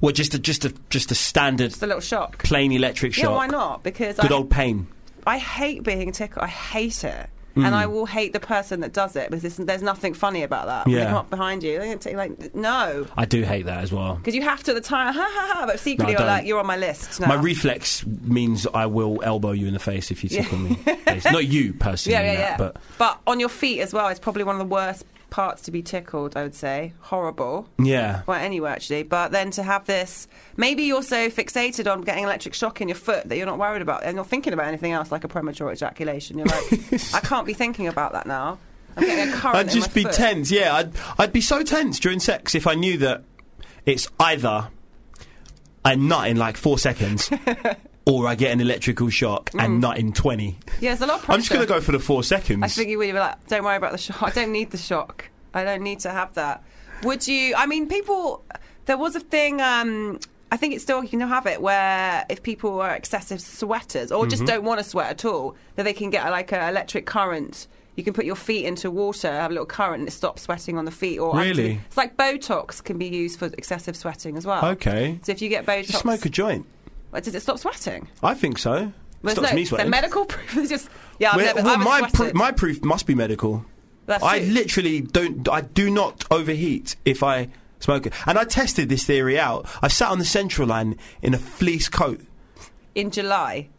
Speaker 4: Well, just a, just a, just a standard
Speaker 5: It's a little shock.
Speaker 4: plain electric shock.
Speaker 5: Yeah, why not? Because
Speaker 4: Good
Speaker 5: I,
Speaker 4: old pain.
Speaker 5: I hate being tickled. I hate it.
Speaker 4: Hmm.
Speaker 5: And I will hate the person that does it because it's- there's nothing funny about that. When They
Speaker 4: Yeah.
Speaker 5: come up behind you. They're gonna tick- like, no.
Speaker 4: I do hate that as well.
Speaker 5: Because you have to at the time, ha ha ha, but secretly
Speaker 4: No, I
Speaker 5: you're
Speaker 4: don't.
Speaker 5: like, you're on my list now.
Speaker 4: My reflex means I will elbow you in the face if you tickle me. It's Not you personally,
Speaker 5: yeah, yeah,
Speaker 4: Nat,
Speaker 5: yeah.
Speaker 4: but
Speaker 5: on your feet as well is probably one of the worst parts to be tickled, I would say. Horrible.
Speaker 4: yeah.
Speaker 5: Well, anywhere actually. But then to have this, maybe you're so fixated on getting electric shock in your foot that you're not worried about and you're thinking about anything else like a premature ejaculation. You're like, I can't be thinking about that now. I'm getting a current
Speaker 4: I'd
Speaker 5: in
Speaker 4: just
Speaker 5: my
Speaker 4: be
Speaker 5: foot.
Speaker 4: tense. Yeah, I'd I'd be so tense during sex if I knew that it's either I nut in like four seconds, or I get an electrical shock and nut in twenty.
Speaker 5: Yeah, there's a lot of Mm. pressure.
Speaker 4: I'm just gonna go for the four seconds.
Speaker 5: I think you would be like, don't worry about the shock. I don't need the shock. I don't need to have that. Would you? I mean, people. There was a thing. Um, I think it's still you can have it where if people are excessive sweaters or
Speaker 4: Mm-hmm.
Speaker 5: just don't want to sweat at all, that they can get like an electric current. You can put your feet into water, have a little current, and it stops sweating on the feet. Or
Speaker 4: Really?
Speaker 5: it's like Botox can be used for excessive sweating as well.
Speaker 4: Okay.
Speaker 5: So if you get Botox,
Speaker 4: Just smoke a joint.
Speaker 5: Well, does it stop sediting
Speaker 4: I think so. Stops me sweating.
Speaker 5: The medical proof is just yeah. I've
Speaker 4: Well,
Speaker 5: never,
Speaker 4: well,
Speaker 5: I haven't
Speaker 4: my
Speaker 5: sweated.
Speaker 4: proof, my proof must be medical.
Speaker 5: That's
Speaker 4: I
Speaker 5: true.
Speaker 4: literally don't. I do not overheat if I smoke it. And I tested this theory out. I sat on the central line in a fleece coat.
Speaker 5: in July.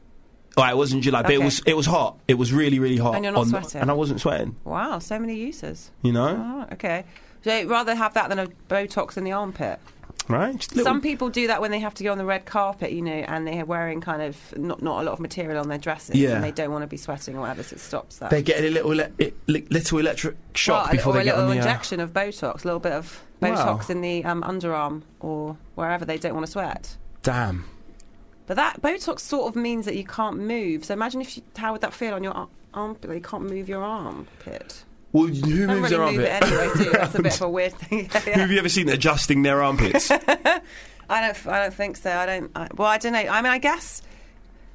Speaker 4: All right, it wasn't July, but it
Speaker 5: Okay.
Speaker 4: was it was hot. It was really really hot.
Speaker 5: And you're not
Speaker 4: on-
Speaker 5: sweating.
Speaker 4: And I wasn't sweating.
Speaker 5: Wow, so many uses.
Speaker 4: You know,
Speaker 5: Oh, okay. So you'd rather have that than a Botox in the armpit.
Speaker 4: right? Just little-
Speaker 5: Some people do that when they have to go on the red carpet, you know, and they're wearing kind of not, not a lot of material on their dresses,
Speaker 4: Yeah.
Speaker 5: and they don't want to be sweating or whatever, so it stops that.
Speaker 4: they get a little ele- e- li- little electric shock
Speaker 5: Well,
Speaker 4: before
Speaker 5: or
Speaker 4: they
Speaker 5: a
Speaker 4: get
Speaker 5: little
Speaker 4: on the. uh,
Speaker 5: injection of Botox, a little bit of
Speaker 4: Wow.
Speaker 5: Botox in the um, underarm or wherever they don't want to sweat.
Speaker 4: damn.
Speaker 5: But that Botox sort of means that you can't move. So imagine if you, how would that feel on your ar- armpit? You can't move your armpit.
Speaker 4: Well, who
Speaker 5: Don't
Speaker 4: moves
Speaker 5: really
Speaker 4: their
Speaker 5: move
Speaker 4: armpit?
Speaker 5: it anyway, do you? That's a bit of a weird thing. Yeah, yeah.
Speaker 4: Who have you ever seen adjusting their armpits?
Speaker 5: I don't. I don't think so. I don't. I, well, I don't know. I mean, I guess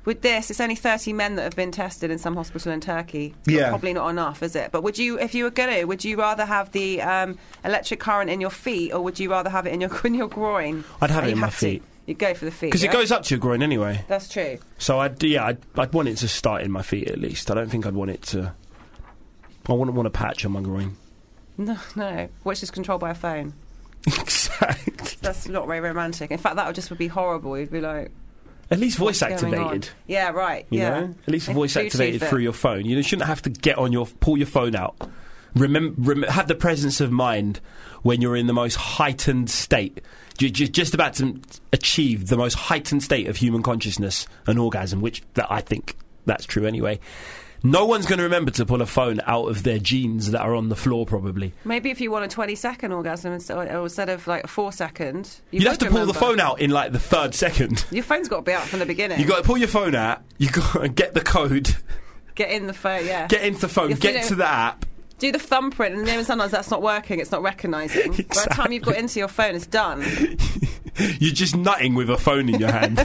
Speaker 5: with this, it's only thirty men that have been tested in some hospital in Turkey. So
Speaker 4: Yeah.
Speaker 5: probably not enough, is it? But would you, if you were going to, would you rather have the um, electric current in your feet, or would you rather have it in your in your groin?
Speaker 4: I'd have
Speaker 5: And
Speaker 4: it
Speaker 5: you
Speaker 4: in my
Speaker 5: have to-
Speaker 4: feet.
Speaker 5: You'd go for the feet
Speaker 4: Because
Speaker 5: yeah?
Speaker 4: it goes up to your groin anyway.
Speaker 5: That's true.
Speaker 4: So I'd yeah I'd, I'd want it to start in my feet at least. I don't think I'd want it to. I wouldn't want a patch on my groin.
Speaker 5: No, no. Which is controlled by a phone.
Speaker 4: Exactly.
Speaker 5: That's not very romantic. In fact, that would just would be horrible. You'd be like
Speaker 4: At least voice
Speaker 5: what's going on?
Speaker 4: activated.
Speaker 5: Yeah. Right.
Speaker 4: You
Speaker 5: yeah.
Speaker 4: know, at least
Speaker 5: Like
Speaker 4: voice
Speaker 5: Bluetooth
Speaker 4: activated
Speaker 5: it.
Speaker 4: through your phone. You shouldn't have to get on your pull your phone out. Remember, have the presence of mind when you're in the most heightened state. You're ju- just about to achieve the most heightened state of human consciousness, an orgasm, which that I think that's true anyway. No one's going to remember to pull a phone out of their jeans that are on the floor, probably.
Speaker 5: Maybe if you want a 20 second orgasm instead, or instead of like a four second,
Speaker 4: You'd
Speaker 5: you would
Speaker 4: have to pull
Speaker 5: remember.
Speaker 4: the phone out in like the third second.
Speaker 5: Your phone's got to be out from the beginning.
Speaker 4: you got to pull your phone out, you got to get the code,
Speaker 5: get in the phone, yeah.
Speaker 4: get into the phone,
Speaker 5: If you
Speaker 4: get
Speaker 5: don't-
Speaker 4: to the app.
Speaker 5: Do the thumbprint, and then sometimes that's not working, it's not recognizing. By the time you've got into your phone, it's done.
Speaker 4: You're just nutting with a phone in your hand.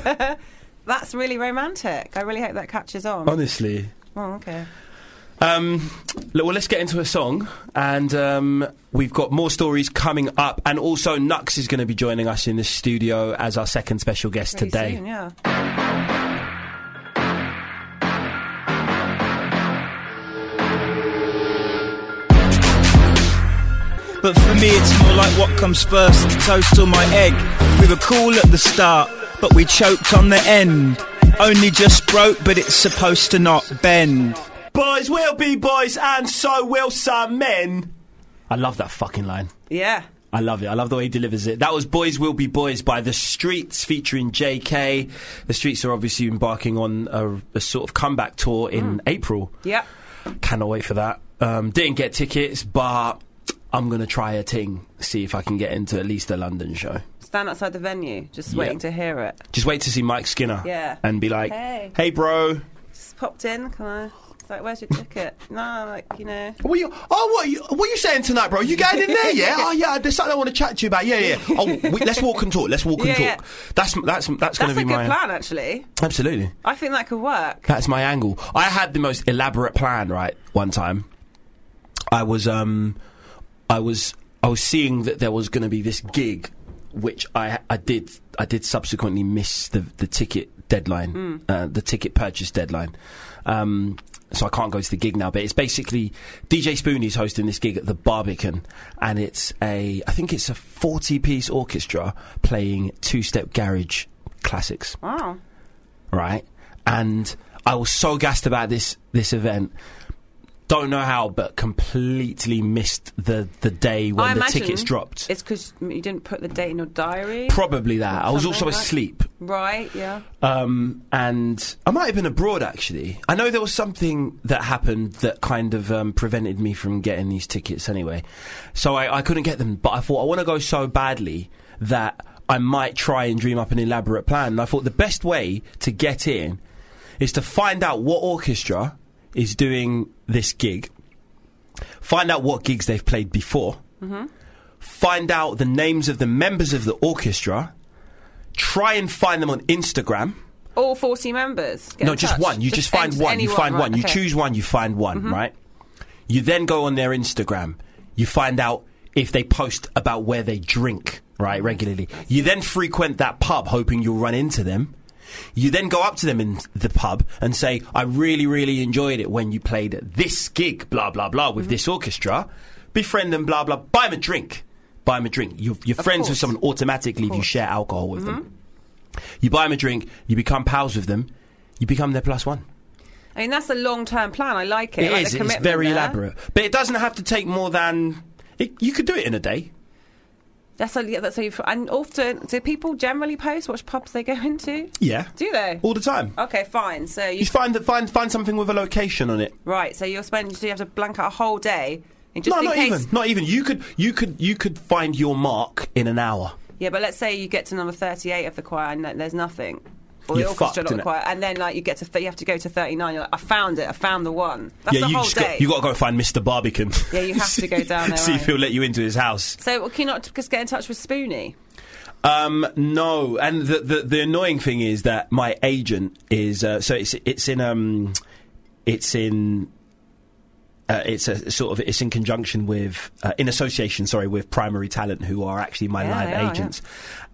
Speaker 5: That's really romantic. I really hope that catches on.
Speaker 4: Honestly.
Speaker 5: Oh, okay.
Speaker 4: Um, look, well, let's get into a song. And um, we've got more stories coming up. And also, Nux is going to be joining us in the studio as our second special guest
Speaker 5: Pretty
Speaker 4: today.
Speaker 5: soon, yeah.
Speaker 10: But for me, it's more like what comes first the toast or my egg. We were cool at the start, but we choked on the end. Only just broke, but it's supposed to not bend.
Speaker 4: Boys will be boys, and so will some men. I love that fucking line.
Speaker 5: Yeah.
Speaker 4: I love it. I love the way he delivers it. That was Boys Will Be Boys by The Streets featuring JK. The Streets are obviously embarking on a, a sort of comeback tour
Speaker 5: Mm.
Speaker 4: in April.
Speaker 5: Yep.
Speaker 4: Cannot wait for that. Um, didn't get tickets, but I'm going to try a ting, see if I can get into at least a London show.
Speaker 5: Stand outside the venue, just waiting to hear it.
Speaker 4: Just wait to see Mike Skinner.
Speaker 5: Yeah.
Speaker 4: And be like, hey,
Speaker 5: Hey.
Speaker 4: bro.
Speaker 5: just popped in. Can I? It's like, where's your ticket? no, like you know.
Speaker 4: What you? Oh, what you? What you saying tonight, bro? You going in there? Yeah. Oh, yeah. There's something I want to chat to you about. Yeah, yeah. Oh, we, let's walk and talk. Let's walk and
Speaker 5: Yeah,
Speaker 4: talk.
Speaker 5: yeah.
Speaker 4: That's that's that's
Speaker 5: That's
Speaker 4: going
Speaker 5: a
Speaker 4: to be
Speaker 5: good
Speaker 4: my
Speaker 5: plan, actually.
Speaker 4: Absolutely.
Speaker 5: I think that could work.
Speaker 4: That's my angle. I had the most elaborate plan, right? One time, I was, um, I was, I was seeing that there was going to be this gig, which I, I did, I did subsequently miss the the ticket deadline,
Speaker 11: Mm.
Speaker 4: uh, the ticket purchase deadline. Um, so I can't go to the gig now, but it's basically DJ Spoonie's hosting this gig at the Barbican, and it's a, I think it's a forty-piece orchestra playing two-step garage classics
Speaker 5: Wow.
Speaker 4: right? And I was so gassed about this this event. Don't know how, but completely missed the the day when
Speaker 5: I
Speaker 4: the
Speaker 5: imagine
Speaker 4: tickets dropped.
Speaker 5: It's because you didn't put the date in your diary.
Speaker 4: Probably that. I was also
Speaker 5: Something like-
Speaker 4: asleep.
Speaker 5: Right. Yeah.
Speaker 4: Um, and I might have been abroad actually. I know there was something that happened that kind of um, prevented me from getting these tickets anyway. So I, I couldn't get them, but I thought I want to go so badly that I might try and dream up an elaborate plan. And I thought the best way to get in is to find out what orchestra is doing this gig, find out what gigs they've played before
Speaker 11: Mm-hmm.
Speaker 4: find out the names of the members of the orchestra, try and find them on Instagram.
Speaker 5: All forty members. Get
Speaker 4: no,
Speaker 5: in
Speaker 4: just
Speaker 5: touch.
Speaker 4: one. You just, find
Speaker 5: any-
Speaker 4: one. you
Speaker 5: anyone,
Speaker 4: find
Speaker 5: right,
Speaker 4: one. You
Speaker 5: okay.
Speaker 4: choose one. You find one.
Speaker 5: Mhm.
Speaker 4: Right. You then go on their Instagram. You find out if they post about where they drink right regularly. You then frequent that pub, hoping you'll run into them. You then go up to them in the pub and say, "I really, really enjoyed it when you played at this gig, blah blah blah,
Speaker 5: Mm-hmm.
Speaker 4: with this orchestra." Befriend them, blah blah. Buy them a drink. Buy them a drink. You're, you're
Speaker 11: Of
Speaker 4: friends with
Speaker 11: course.
Speaker 4: someone automatically if you share alcohol with
Speaker 5: Mm-hmm.
Speaker 4: them. You buy them a drink. You become pals with them. You become their plus one.
Speaker 5: I mean, that's a long-term plan. I like it.
Speaker 4: It
Speaker 5: I like
Speaker 4: is.
Speaker 5: the
Speaker 4: It's
Speaker 5: commitment
Speaker 4: very
Speaker 5: there.
Speaker 4: elaborate, but it doesn't have to take more than. It, you could do it in a day.
Speaker 5: That's how, yeah, that's how you. And often, do people generally post which pubs they go into?
Speaker 4: Yeah,
Speaker 5: Do they?
Speaker 4: all the time.
Speaker 5: Okay, fine. So you,
Speaker 4: You find that find find something with a location on it.
Speaker 5: right. So you're spending. So you have to blank out a whole day. And just
Speaker 4: no,
Speaker 5: in
Speaker 4: not
Speaker 5: case,
Speaker 4: even. Not even. You could you could you could find your mark in an hour.
Speaker 5: Yeah, but let's say you get to number thirty-eight of the choir and th- there's nothing, or the
Speaker 4: You're
Speaker 5: orchestra,
Speaker 4: fucked,
Speaker 5: not
Speaker 4: innit?
Speaker 5: the choir, and then like you get to th- you have to go to thirty-nine. You're like, I found it. I found the one. That's
Speaker 4: yeah,
Speaker 5: the
Speaker 4: you
Speaker 5: whole
Speaker 4: just
Speaker 5: day.
Speaker 4: got you got to go find Mr. Barbican.
Speaker 5: Yeah, you have to go down there.
Speaker 4: See if
Speaker 5: right?
Speaker 4: he'll let you into his house.
Speaker 5: So well, can you not just get in touch with Spoonie?
Speaker 4: Um, no, and the, the the annoying thing is that my agent is uh, so it's it's in um it's in. Uh, it's a sort of it's in conjunction with uh, in association sorry with primary talent who are actually my
Speaker 11: Yeah, they are,
Speaker 4: live
Speaker 11: yeah.
Speaker 4: agents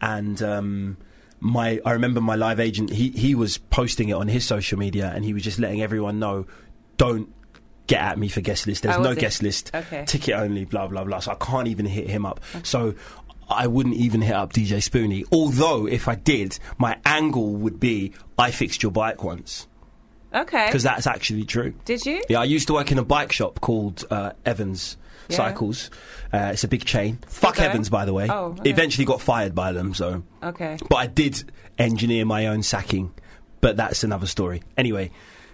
Speaker 4: and um, my I remember my live agent he he was posting it on his social media and he was just letting everyone know don't get at me for guest list there's
Speaker 11: Oh,
Speaker 4: no
Speaker 11: was it?
Speaker 4: guest list
Speaker 11: Okay.
Speaker 4: ticket only blah blah blah so I can't even hit him up so I wouldn't even hit up DJ Spoonie although if I did my angle would be I fixed your bike once
Speaker 5: Okay.
Speaker 4: because that's actually true.
Speaker 5: Did you?
Speaker 4: Yeah, I used to work in a bike shop called uh, Evans
Speaker 5: Yeah.
Speaker 4: Cycles. Uh, it's a big chain. Fuck
Speaker 5: going?
Speaker 4: Evans, by the way.
Speaker 5: Oh, okay.
Speaker 4: Eventually got fired by them. So,
Speaker 5: Okay.
Speaker 4: but I did engineer my own sacking. But that's another story. Anyway,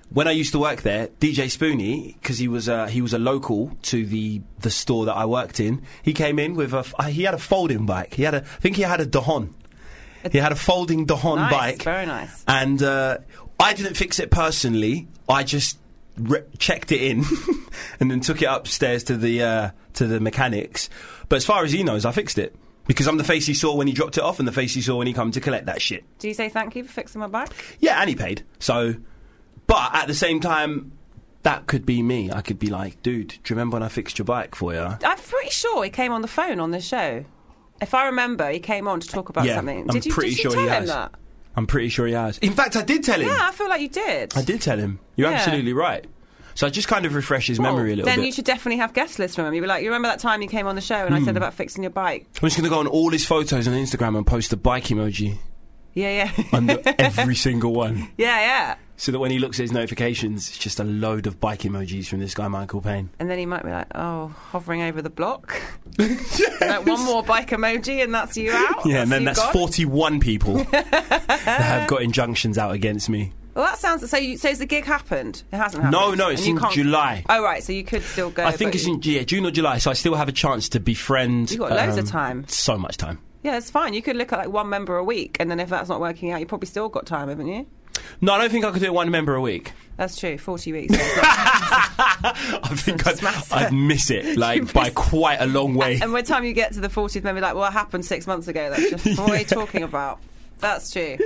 Speaker 4: when I used to work there, DJ Spoonie, because he was uh, he was a local to the the store that I worked in, he came in with a f- uh, he had a folding bike. He had a I think he had a Dahon. He had a folding Dahon
Speaker 5: nice.
Speaker 4: bike.
Speaker 5: Very nice.
Speaker 4: And uh, I didn't fix it personally. I just re- checked it in and then took it upstairs to the uh, to the mechanics. But as far as he knows, I fixed it because I'm the face he saw when he dropped it off and the face he saw when he come to collect that shit.
Speaker 5: Do you say thank you for fixing my bike?
Speaker 4: Yeah, and he paid. So, but at the same time, that could be me. I could be like, dude, do you remember when I fixed your bike for you?
Speaker 5: I'm pretty sure he came on the phone on this show. If I remember, he came on to talk about
Speaker 4: yeah,
Speaker 5: something.
Speaker 4: I'm
Speaker 5: Did you,
Speaker 4: pretty
Speaker 5: did you
Speaker 4: sure
Speaker 5: tell
Speaker 4: he
Speaker 5: him
Speaker 4: has.
Speaker 5: that?
Speaker 4: I'm pretty sure he has. In fact, I did tell him.
Speaker 5: Yeah, I feel like you did.
Speaker 4: I did tell him. You're
Speaker 5: Yeah.
Speaker 4: absolutely right. So I just kind of refresh his memory a little
Speaker 5: then
Speaker 4: bit.
Speaker 5: you should definitely have guest lists from him. You'd be like, you remember that time you came on the show and I said
Speaker 4: Hmm.
Speaker 5: about fixing your bike?
Speaker 4: I'm just going to go on all his photos on Instagram and post a bike emoji
Speaker 5: Yeah, yeah.
Speaker 4: under every single one.
Speaker 5: yeah, yeah.
Speaker 4: So that when he looks at his notifications, it's just a load of bike emojis from this guy, Michael Payne.
Speaker 5: And then he might be like, oh, hovering over the block. Like, one more bike emoji and that's you out.
Speaker 4: yeah, and then
Speaker 5: Oh, you
Speaker 4: that's
Speaker 5: gone.
Speaker 4: 41 people that have got injunctions out against me.
Speaker 5: Well, that sounds. So, you, so has the gig happened? It hasn't happened.
Speaker 4: No, no, it's
Speaker 5: And you
Speaker 4: in
Speaker 5: can't-
Speaker 4: July.
Speaker 5: Oh, right. So you could still go.
Speaker 4: I think
Speaker 5: but
Speaker 4: it's in yeah, June or July, so I still have a chance to befriend. um,
Speaker 5: You've got loads of time.
Speaker 4: So much time.
Speaker 5: Yeah, it's fine. You could look at like one member a week, and then if that's not working out, you probably still got time, haven't you?
Speaker 4: No, I don't think I could do one member a week.
Speaker 5: That's true. Forty weeks.
Speaker 4: I think I'd, I'd miss it like by quite a long way.
Speaker 5: and by the time you get to the 40th member, you're like, well, it happened six months ago. That's just what are you talking about? That's true.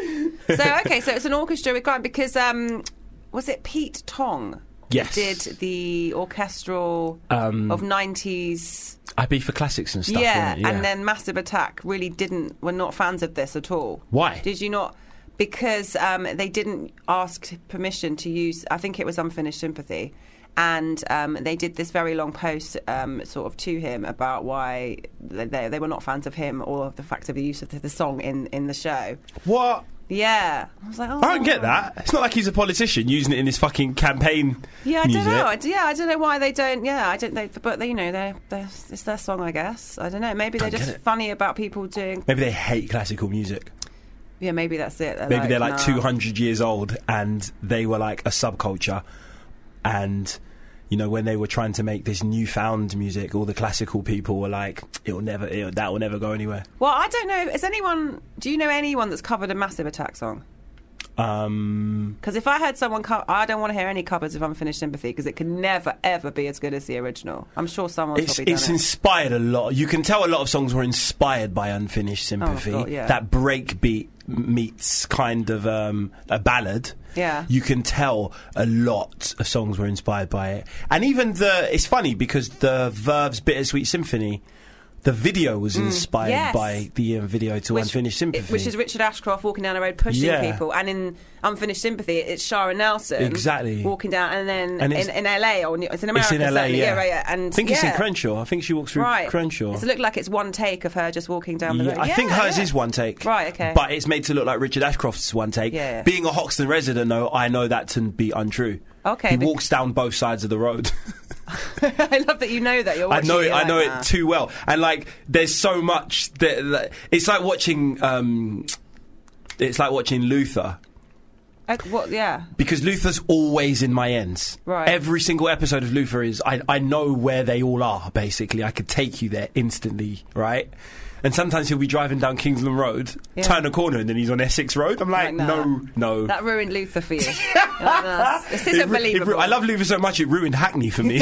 Speaker 5: So okay, so it's an orchestra with Grant because um, was it Pete Tong? who
Speaker 4: Yes.
Speaker 5: Did the orchestral
Speaker 4: Um,
Speaker 5: of 90s.
Speaker 4: I'd be for classics and stuff.
Speaker 5: yeah,
Speaker 4: wouldn't it?
Speaker 5: and then Massive Attack really didn't, were not fans of this at all.
Speaker 4: Why?
Speaker 5: Did you not? Because um, they didn't ask permission to use, I think it was Unfinished Sympathy. And um, they did this very long post, um, sort of, to him about why they- they, they were not fans of him or the fact of the use of the, the song in, in the show.
Speaker 4: What?
Speaker 5: Yeah, I was like, oh,
Speaker 4: I don't get that. It's not like he's a politician using it in his fucking campaign.
Speaker 5: Yeah, I
Speaker 4: music.
Speaker 5: don't know. I d yeah, I don't know why they don't. Yeah, I don't. They, but they, you know, they're, they're, it's their song, I guess. I don't know. Maybe they're
Speaker 4: Don't get
Speaker 5: just
Speaker 4: it.
Speaker 5: funny about people doing.
Speaker 4: Maybe they hate classical music.
Speaker 5: Yeah, maybe that's it.
Speaker 4: Maybe they're like
Speaker 5: nah.
Speaker 4: 200 years old and they were like a subculture. And, you know, when they were trying to make this newfound music, all the classical people were like, it'll never, it'll, that will never go anywhere.
Speaker 5: Well, I don't know. Is anyone? Do you know anyone that's covered a massive attack song?
Speaker 4: Um,
Speaker 5: Because if I heard someone, co- I don't want to hear any covers of Unfinished Sympathy because it can never ever be as good as the original. I'm sure someone's
Speaker 4: it's
Speaker 5: probably
Speaker 4: it's
Speaker 5: done
Speaker 4: inspired a lot. You can tell a lot of songs were inspired by Unfinished Sympathy.
Speaker 5: Oh, God, yeah.
Speaker 4: That break beat meets kind of um, a ballad.
Speaker 5: it. Yeah.
Speaker 4: you can tell a lot of songs were inspired by it. And even the it's funny because the Verve's Bittersweet Symphony, the video was inspired
Speaker 5: Mm. yes.
Speaker 4: by the uh, video to Unfinished Sympathy.
Speaker 5: it- which is Richard Ashcroft walking down the road pushing
Speaker 4: Yeah.
Speaker 5: people, and in Unfinished Sympathy, it's Shara Nelson
Speaker 4: Exactly.
Speaker 5: walking down, and then
Speaker 4: And it's-
Speaker 5: in, in LA or it's in
Speaker 4: It's
Speaker 5: America,
Speaker 4: in LA,
Speaker 5: certainly.
Speaker 4: yeah.
Speaker 5: right, yeah. And
Speaker 4: I think it's in
Speaker 5: yeah.
Speaker 4: Crenshaw. I think she walks through
Speaker 5: right.
Speaker 4: Crenshaw.
Speaker 5: It's looked like it's one take of her just walking down the
Speaker 4: Yeah,
Speaker 5: road.
Speaker 4: I think
Speaker 5: Yeah,
Speaker 4: hers
Speaker 5: yeah.
Speaker 4: is one take.
Speaker 5: Right, okay.
Speaker 4: But it's made to look like Richard Ashcroft's one take.
Speaker 5: Yeah, yeah.
Speaker 4: Being a Hoxton resident, though, I know that to be untrue.
Speaker 5: Okay,
Speaker 4: He
Speaker 5: bec-
Speaker 4: walks down both sides of the road.
Speaker 5: I love that you know that. You're
Speaker 4: I
Speaker 5: watching
Speaker 4: know it.
Speaker 5: you're
Speaker 4: I
Speaker 5: like,
Speaker 4: know
Speaker 5: nah.
Speaker 4: it too well. And like, there's so much that, that it's like watching. Um, it's like watching Luther
Speaker 5: Like, Uh, what? Yeah.
Speaker 4: because Luther's always in my ends.
Speaker 5: Right.
Speaker 4: Every single episode of Luther is I, I know where they all are. Basically, I could take you there instantly. Right. And sometimes he'll be driving down Kingsland Road,
Speaker 5: Yeah.
Speaker 4: turn a corner, and then he's on Essex Road. I'm like,
Speaker 5: Like, nah.
Speaker 4: no, no.
Speaker 5: That ruined Luther for you. Like, nah, this
Speaker 4: It
Speaker 5: isn't
Speaker 4: ru- it ru-
Speaker 5: believable.
Speaker 4: I love Luther so much it ruined Hackney for me.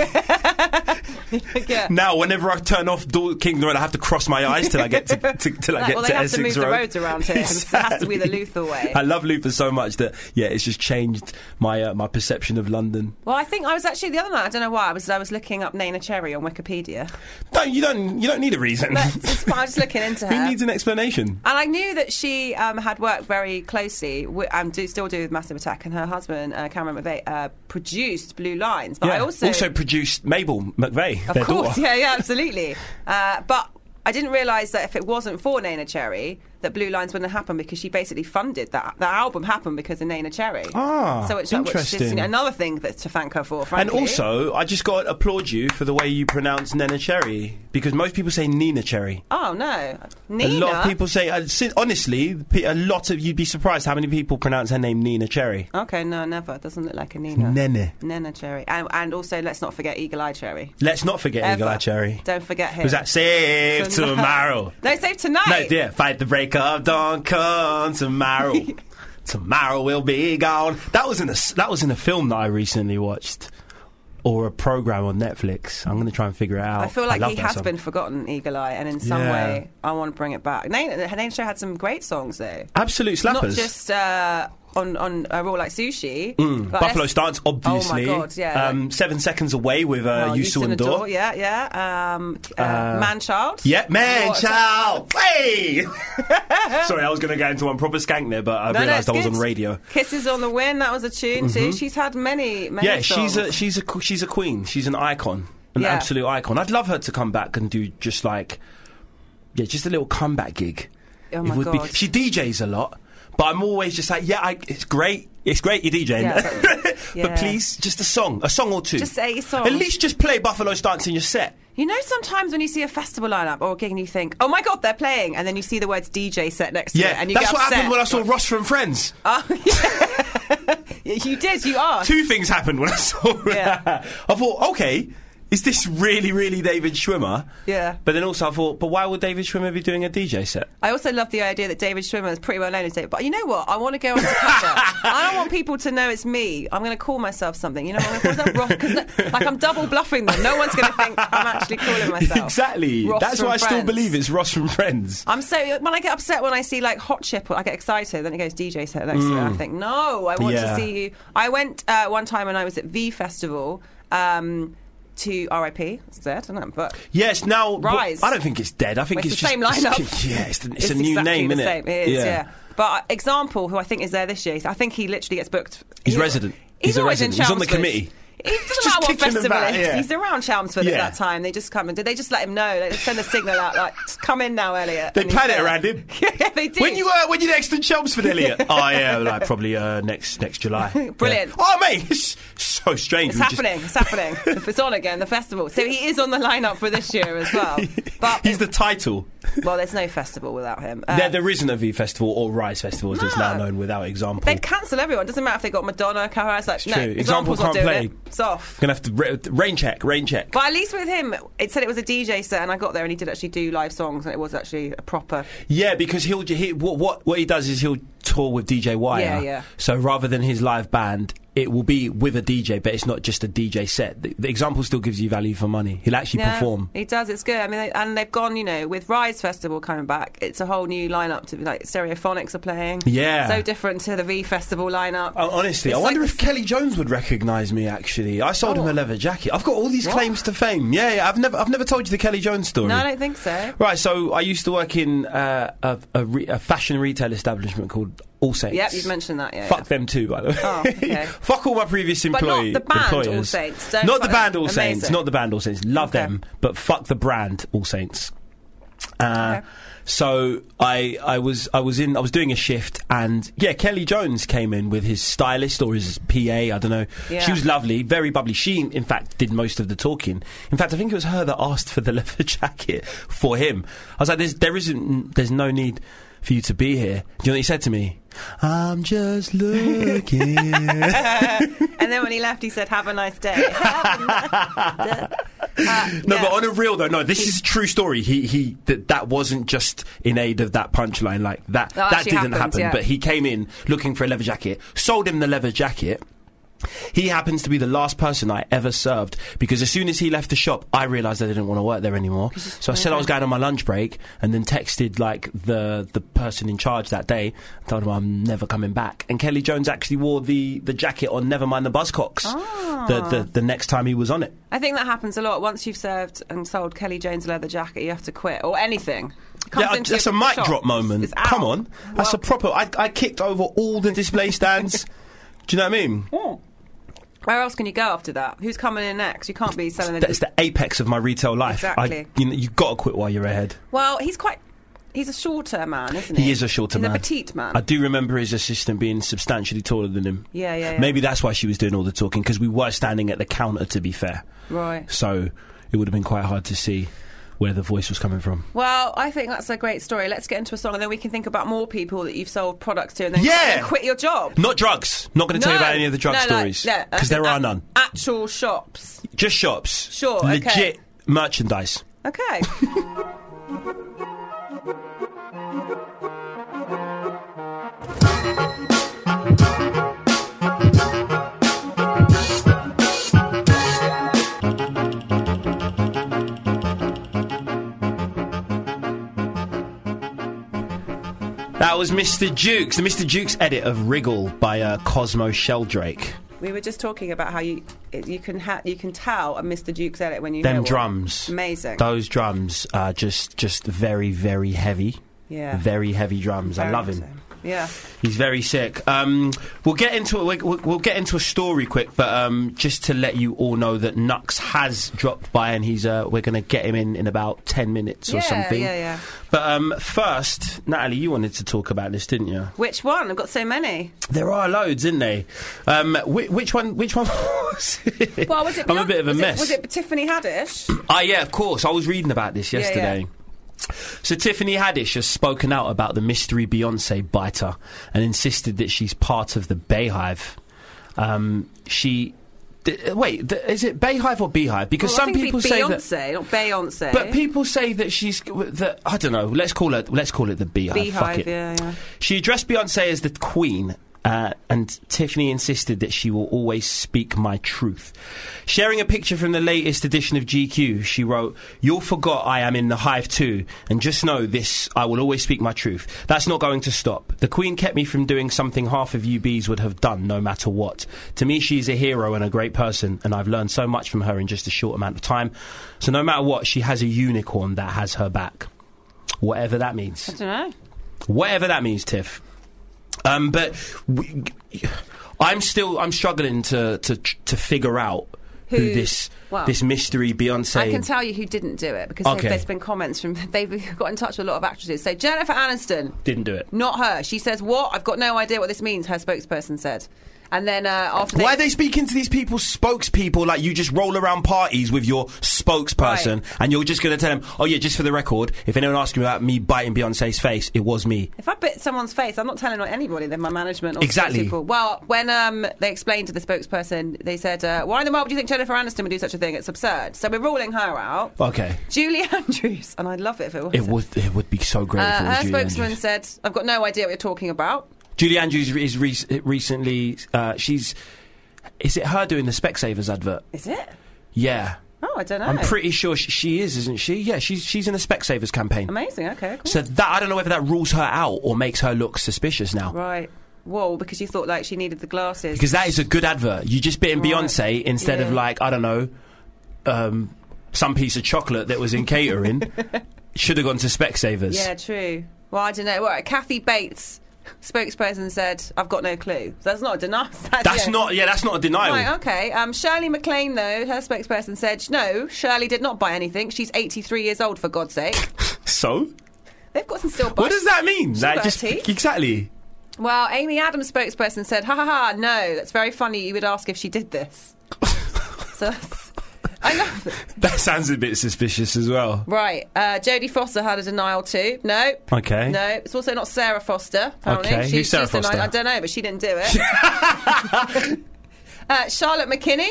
Speaker 5: Yeah.
Speaker 4: now, whenever I turn off Dor- Kingsland Road, I have to cross my eyes till I get to, to, till I
Speaker 5: Like,
Speaker 4: get
Speaker 5: well,
Speaker 4: to
Speaker 5: they have
Speaker 4: Essex
Speaker 5: to move
Speaker 4: Road.
Speaker 5: the roads around here. It has to be the
Speaker 4: Exactly.
Speaker 5: Luther way.
Speaker 4: I love Luther so much that yeah, it's just changed my uh, my perception of London.
Speaker 5: Well, I think I was actually the other night. I don't know why I was. I was looking up Naina Cherry on Wikipedia.
Speaker 4: Don't you don't you don't need a reason.
Speaker 5: But uh, it's fine. I was looking into her.
Speaker 4: Who needs an explanation?
Speaker 5: And I knew that she um, had worked very closely wi and do still do with Massive Attack, and her husband uh, Cameron McVeigh uh, produced Blue Lines. But I
Speaker 4: Yeah.
Speaker 5: also,
Speaker 4: produced Mabel McVeigh,
Speaker 5: of
Speaker 4: their
Speaker 5: course,
Speaker 4: daughter.
Speaker 5: yeah, yeah, absolutely. uh, but I didn't realise that if it wasn't for Naina Cherry, that Blue Lines wouldn't happen because she basically funded that. That album happened because of Naina Cherry.
Speaker 4: Ah,
Speaker 5: so it's like, which is, you know,
Speaker 4: interesting.
Speaker 5: another thing that to thank her for.
Speaker 4: And
Speaker 5: Frankly.
Speaker 4: also, I just got to applaud you for the way you pronounce Nana Cherry because most people say Nina Cherry.
Speaker 5: oh no, Nina.
Speaker 4: A lot of people say, uh, si- honestly, pe- a lot of you'd be surprised how many people pronounce her name Nina Cherry.
Speaker 5: Okay, no, never. It doesn't look like a Nina.
Speaker 4: Nene.
Speaker 5: Nana Cherry, and, and also let's not forget Eagle Eye Cherry.
Speaker 4: Let's not forget
Speaker 5: Ever.
Speaker 4: Eagle Eye Cherry.
Speaker 5: Don't forget him.
Speaker 4: Was that Save
Speaker 5: Tonight.
Speaker 4: Tomorrow?
Speaker 5: No, save tonight.
Speaker 4: No, yeah, fight the break of dawn, come tomorrow. tomorrow will be gone. That was in a s- that was in a film that I recently watched, or a program on Netflix. I'm going to try and figure it out.
Speaker 5: I feel like
Speaker 4: Oh, love
Speaker 5: he
Speaker 4: that
Speaker 5: has
Speaker 4: song.
Speaker 5: been forgotten, Eagle Eye, and in some
Speaker 4: Yeah.
Speaker 5: way, I want to bring it back. uh, Nana, Nana Show had some great songs though,
Speaker 4: absolute slappers.
Speaker 5: not just uh, on on a Raw like Sushi.
Speaker 4: Mm,
Speaker 5: but
Speaker 4: Buffalo
Speaker 5: S-
Speaker 4: Stance, obviously.
Speaker 5: Oh God, yeah,
Speaker 4: Um, seven seconds away with uh,
Speaker 5: oh,
Speaker 4: You
Speaker 5: Youth
Speaker 4: Saw
Speaker 5: in
Speaker 4: and
Speaker 5: the
Speaker 4: Door.
Speaker 5: Yeah, yeah. Um, uh,
Speaker 4: Uh,
Speaker 5: Man Child.
Speaker 4: Yeah, man,
Speaker 5: What-
Speaker 4: child. Hey! Sorry, I was going to go into one proper skank there, but I
Speaker 5: No, no,
Speaker 4: realised
Speaker 5: it's
Speaker 4: I was
Speaker 5: good.
Speaker 4: on radio.
Speaker 5: Kisses on the Wind. That was a tune too.
Speaker 4: Mhm.
Speaker 5: She's had many, many.
Speaker 4: yeah, she's a
Speaker 5: songs.
Speaker 4: she's a qu- she's a queen. She's an icon, an
Speaker 5: Yeah.
Speaker 4: absolute icon. I'd love her to come back and do just like, yeah, just a little comeback gig.
Speaker 5: Oh
Speaker 4: It
Speaker 5: my
Speaker 4: would be-
Speaker 5: God.
Speaker 4: she DJs a lot, but I'm always just like, yeah, I, it's great, it's great you're DJing,
Speaker 5: Yeah,
Speaker 4: but,
Speaker 5: yeah.
Speaker 4: please just a song, a song or two,
Speaker 5: Just a song.
Speaker 4: At least just play Buffalo Stance in your set.
Speaker 5: You know, sometimes when you see a festival lineup or a gig and you think, oh my God, they're playing. And then you see the words DJ set next to it
Speaker 4: Yeah,
Speaker 5: and you
Speaker 4: that's
Speaker 5: get
Speaker 4: what
Speaker 5: upset.
Speaker 4: happened when I saw Ross from Friends.
Speaker 5: you did, you asked.
Speaker 4: Two things happened when I saw that. I thought, okay, is this really, really David Schwimmer?
Speaker 5: Yeah.
Speaker 4: But then also I thought, but why would David Schwimmer be doing a DJ set?
Speaker 5: I also love the idea that David Schwimmer is pretty well known as David. But you know what? I want to go on to cover. I don't want people to know it's me. I'm going to call myself something. You know, I'm going to call myself Ross. Cause, like I'm double bluffing them. No one's going to think I'm actually calling myself.
Speaker 4: Exactly.
Speaker 5: Ross
Speaker 4: That's
Speaker 5: from
Speaker 4: why I still
Speaker 5: Friends.
Speaker 4: believe it's Ross from Friends.
Speaker 5: I'm so when I get upset when I see like hot chip, I get excited. Then it goes DJ set next year. I
Speaker 4: Mm.
Speaker 5: think no, I want
Speaker 4: Yeah.
Speaker 5: to see you. I went uh, one time when I was at V Festival um, to RIP. It's dead, isn't it? But
Speaker 4: Yes, now but
Speaker 5: Rise.
Speaker 4: I don't think it's dead. I think
Speaker 5: It's
Speaker 4: it's,
Speaker 5: the
Speaker 4: just
Speaker 5: same lineup.
Speaker 4: it's- yeah, it's, it's, a new
Speaker 5: exactly
Speaker 4: name,
Speaker 5: the
Speaker 4: isn't
Speaker 5: same. It is, yeah. But uh, example, who I think is there this year, I think he literally gets booked.
Speaker 4: He's resident.
Speaker 5: He's,
Speaker 4: a
Speaker 5: always
Speaker 4: resident.
Speaker 5: in
Speaker 4: He's on the
Speaker 5: Chelmsford.
Speaker 4: committee.
Speaker 5: It doesn't matter what
Speaker 4: kicking
Speaker 5: festival
Speaker 4: about,
Speaker 5: it is.
Speaker 4: yeah.
Speaker 5: He's around Chelmsford
Speaker 4: Yeah.
Speaker 5: at that time. They just come and did they just let him know? Like, they send a signal out like, "Just come in now, Elliot.
Speaker 4: They
Speaker 5: And he's
Speaker 4: plan it
Speaker 5: there.
Speaker 4: around him.
Speaker 5: yeah, they do.
Speaker 4: When you uh, when you next in Chelmsford, Elliot? oh yeah, like probably uh, next next July.
Speaker 5: Brilliant.
Speaker 4: Yeah. Oh mate, it's so strange.
Speaker 5: It's
Speaker 4: We just-
Speaker 5: happening. It's happening. If it's on again, the festival. So he is on the lineup for this year as well. But
Speaker 4: He's the title.
Speaker 5: well, there's no festival without him. Um,
Speaker 4: there, there isn't a V Festival or Rise Festival, as it's now known without example.
Speaker 5: They'd cancel everyone. Doesn't matter if they got Madonna, Cara. It's like no,
Speaker 4: true. Example
Speaker 5: examples not
Speaker 4: can't
Speaker 5: doing
Speaker 4: play.
Speaker 5: it. It's off.
Speaker 4: Gonna have to ra- rain check, rain check.
Speaker 5: But at least with him, it said it was a DJ set, and I got there, and he did actually do live songs, and it was actually a proper.
Speaker 4: Yeah, because he'll he, what, what what he does is he'll tour with DJ Wire.
Speaker 5: Yeah, yeah.
Speaker 4: So rather than his live band, it will be with a DJ, but it's not just a DJ set. The, the example still gives you value for money. He'll actually
Speaker 5: Yeah,
Speaker 4: perform.
Speaker 5: He does. It's good. I mean, they, and they've gone. You know, with Rise Festival coming back, it's a whole new lineup. To be like Stereophonics are playing.
Speaker 4: Yeah.
Speaker 5: So different to the V Festival lineup.
Speaker 4: Uh, Honestly,
Speaker 5: It's
Speaker 4: I wonder
Speaker 5: like Oh.
Speaker 4: if Kelly Jones would recognise me. Actually, I sold him a leather jacket. I've got all these
Speaker 5: What?
Speaker 4: claims to fame. Yeah, yeah, I've never, I've never told you the Kelly Jones story.
Speaker 5: No, I don't think so.
Speaker 4: Right, so I used to work in uh, a, a, re- a fashion retail establishment called All Saints.
Speaker 5: Yep, you've mentioned that. Yeah.
Speaker 4: Fuck them too, by the way.
Speaker 5: Oh, okay.
Speaker 4: Fuck all my previous
Speaker 5: But not
Speaker 4: employee,
Speaker 5: the band All
Speaker 4: employers.
Speaker 5: Saints. Don't
Speaker 4: not the
Speaker 5: fuck
Speaker 4: band
Speaker 5: them.
Speaker 4: All Saints.
Speaker 5: Amazing.
Speaker 4: Not the band All Saints. Love them, but fuck the brand All Saints. Uh, So I I was I was in I was doing a shift and yeah Kelly Jones came in with his stylist or his PA I don't know
Speaker 12: Yeah.
Speaker 4: she was lovely very bubbly she in fact did most of the talking in fact I think it was her that asked for the leather jacket for him I was like there's, there isn't there's no need for you to be here do you know what he said to me I'm just looking
Speaker 5: and then when he left, he said, "Have a nice day."
Speaker 4: No, but on a real though, no, this is a true story. He he that that wasn't just in aid of that punchline, like that
Speaker 12: That
Speaker 4: that,
Speaker 12: actually
Speaker 4: didn't
Speaker 12: happened,
Speaker 4: happen.
Speaker 12: yeah.
Speaker 4: But he came in looking for a leather jacket, sold him the leather jacket. He happens to be the last person I ever served because as soon as he left the shop, I realised I didn't want to work there anymore. So I said I was going on my lunch break, and then texted like the the person in charge that day, told him I'm never coming back. And Kelly Jones actually wore the the jacket on Nevermind the Buzzcocks the, the
Speaker 12: Ah.
Speaker 4: the next time he was on it.
Speaker 5: I think that happens a lot. Once you've served and sold Kelly Jones a leather jacket, you have to quit or anything. Comes
Speaker 4: Yeah,
Speaker 5: into
Speaker 4: that's a
Speaker 5: your
Speaker 4: mic
Speaker 5: shop.
Speaker 4: drop moment.
Speaker 5: It's out.
Speaker 4: Come on, that's a proper. I, I kicked over all the display stands. Do you know what I mean?
Speaker 5: Where else can you go after that? Who's coming in next? You can't be selling.
Speaker 4: That's
Speaker 5: The,
Speaker 4: the apex of my retail life.
Speaker 5: Exactly.
Speaker 4: I, you know, you got to quit while you're ahead.
Speaker 5: well, he's quite. He's a shorter man, isn't he?
Speaker 4: He is a shorter
Speaker 5: He's
Speaker 4: man.
Speaker 5: A petite man.
Speaker 4: I do remember his assistant being substantially taller than him.
Speaker 5: Yeah, yeah, yeah.
Speaker 4: Maybe that's why she was doing all the talking because we were standing at the counter. To be fair,
Speaker 5: Right.
Speaker 4: so it would have been quite hard to see where the voice was coming from.
Speaker 5: Well, I think that's a great story. Let's get into a song, and then we can think about more people that you've sold products to, and then
Speaker 4: Yeah!
Speaker 5: and quit your job.
Speaker 4: Not drugs. Not going to tell you
Speaker 5: No.
Speaker 4: about any of the drug
Speaker 5: No, no,
Speaker 4: stories
Speaker 5: no,
Speaker 4: because
Speaker 5: that's
Speaker 4: there
Speaker 5: an
Speaker 4: are
Speaker 5: a-
Speaker 4: none.
Speaker 5: Actual shops.
Speaker 4: Just shops.
Speaker 5: Sure, okay.
Speaker 4: Legit merchandise.
Speaker 5: Okay.
Speaker 4: That was Mr. Jukes, the Mr. Jukes edit of Wriggle by uh, Cosmo Sheldrake.
Speaker 5: We were just talking about how you you can ha- you can tell a Mr. Duke's edit when you
Speaker 4: Them
Speaker 5: hear one.
Speaker 4: drums.
Speaker 5: amazing.
Speaker 4: Those drums are just, just very, very heavy.
Speaker 5: Yeah.
Speaker 4: Very heavy drums. I
Speaker 5: Very
Speaker 4: love him.
Speaker 5: yeah,
Speaker 4: He's very sick. Um, we'll get into it. We'll, we'll get into a story quick, but um, just to let you all know that Nux has dropped by, and he's uh, we're going to get him in in about ten minutes or
Speaker 5: Yeah,
Speaker 4: something.
Speaker 5: yeah, yeah.
Speaker 4: But um, first, Natalie, you wanted to talk about this, didn't you?
Speaker 5: Which one? I've got so many.
Speaker 4: There are loads, isn't they? Um, which, which one? Which one was it?
Speaker 5: Well, was it?
Speaker 4: I'm a bit of a
Speaker 5: was
Speaker 4: mess.
Speaker 5: It, was it Tiffany Haddish?
Speaker 4: Ah, yeah, of course. I was reading about this
Speaker 5: Yeah, yeah.
Speaker 4: yesterday. So Tiffany Haddish has spoken out about the mystery Beyonce biter and insisted that she's part of the Bayhive. Um, she D- Wait, th- is it Beehive or Beehive? Because
Speaker 5: Well, I
Speaker 4: some
Speaker 5: think
Speaker 4: people
Speaker 5: it'd be
Speaker 4: say that.
Speaker 5: Beyonce, not Beyonce.
Speaker 4: But people say that she's that I don't know. Let's call it. Let's call it the beehive. Fuck
Speaker 5: Beehive,
Speaker 4: it.
Speaker 5: yeah, yeah.
Speaker 4: She addressed Beyonce as the Queen. Uh, and Tiffany insisted that she will always speak my truth. Sharing a picture from the latest edition of GQ, she wrote, You'll forgot I am in the hive too, and just know this, I will always speak my truth. That's not going to stop. The Queen kept me from doing something half of you bees would have done, no matter what. To me, she's a hero and a great person, and I've learned so much from her in just a short amount of time. So no matter what, she has a unicorn that has her back. Whatever that means
Speaker 5: I don't know.
Speaker 4: whatever that means, Tiff. Um, but we, I'm still I'm struggling to to to figure out who,
Speaker 5: Who-
Speaker 4: this
Speaker 5: well,
Speaker 4: this mystery Beyonce.
Speaker 5: I can tell you who didn't do it because
Speaker 4: Okay.
Speaker 5: there's been comments from they've got in touch with a lot of actresses. So Jennifer Aniston,
Speaker 4: didn't do it.
Speaker 5: not her. She says, "What? I've got no idea what this means." Her spokesperson said, and then uh, after
Speaker 4: Why are
Speaker 5: they
Speaker 4: they speaking to these people, spokespeople? Like you just roll around parties with your spokesperson, and you're just going to tell them, "Oh yeah, just for the record, if anyone asks me about me biting Beyonce's face, it was me."
Speaker 5: If I bit someone's face, I'm not telling on anybody. They're my management. Or
Speaker 4: Exactly.
Speaker 5: People. Well, when um, they explained to the spokesperson, they said, uh, "Why in the world would you think Jennifer Aniston would do such a thing? It's absurd." So we're ruling her out.
Speaker 4: Okay,
Speaker 5: Julie Andrews, and I'd love it if it was. uh,
Speaker 4: it would it would be so great. if it was
Speaker 5: her
Speaker 4: Julie
Speaker 5: spokesman
Speaker 4: Andrews.
Speaker 5: said, "I've got no idea what you're talking about."
Speaker 4: Julie Andrews is re- recently. Uh, she's is it her doing the Specsavers advert?
Speaker 5: Is it?
Speaker 4: Yeah.
Speaker 5: Oh, I don't know.
Speaker 4: I'm pretty sure she, she is, isn't she? Yeah, she's she's in the Specsavers campaign.
Speaker 5: amazing. Okay. Cool.
Speaker 4: So that I don't know whether that rules her out or makes her look suspicious now.
Speaker 5: Right. Whoa, because you thought like she needed the glasses.
Speaker 4: Because that is a good advert. You just bit in Beyonce instead of
Speaker 5: Yeah.
Speaker 4: like I don't know, um, some piece of chocolate that was in catering. Should have gone to Specsavers.
Speaker 5: Yeah, true. Well, I don't know. Well, Kathy Bates, spokesperson, said, "I've got no clue." So that's not a denial. That's,
Speaker 4: That's not. Yeah, that's not a denial.
Speaker 5: Right, okay. Um, Shirley MacLaine, though, her spokesperson said, "No, Shirley did not buy anything. She's 83 years old, for God's sake."
Speaker 4: So
Speaker 5: They've got some still.
Speaker 4: what does that mean?
Speaker 5: She's
Speaker 4: Like,
Speaker 5: got her
Speaker 4: just
Speaker 5: teeth.
Speaker 4: exactly.
Speaker 5: Well, Amy Adams' spokesperson said, "Ha ha ha! No, that's very funny. You would ask if she did this." so that's
Speaker 4: That sounds a bit suspicious as well.
Speaker 5: right. Uh, Jodie Foster had a denial too. No.
Speaker 4: Okay.
Speaker 5: No, it's also not Sarah Foster. Apparently,
Speaker 4: Okay,
Speaker 5: She's
Speaker 4: who's Sarah
Speaker 5: just a nice-
Speaker 4: Foster?
Speaker 5: I don't know, but she didn't do it. uh, Charlotte McKinney.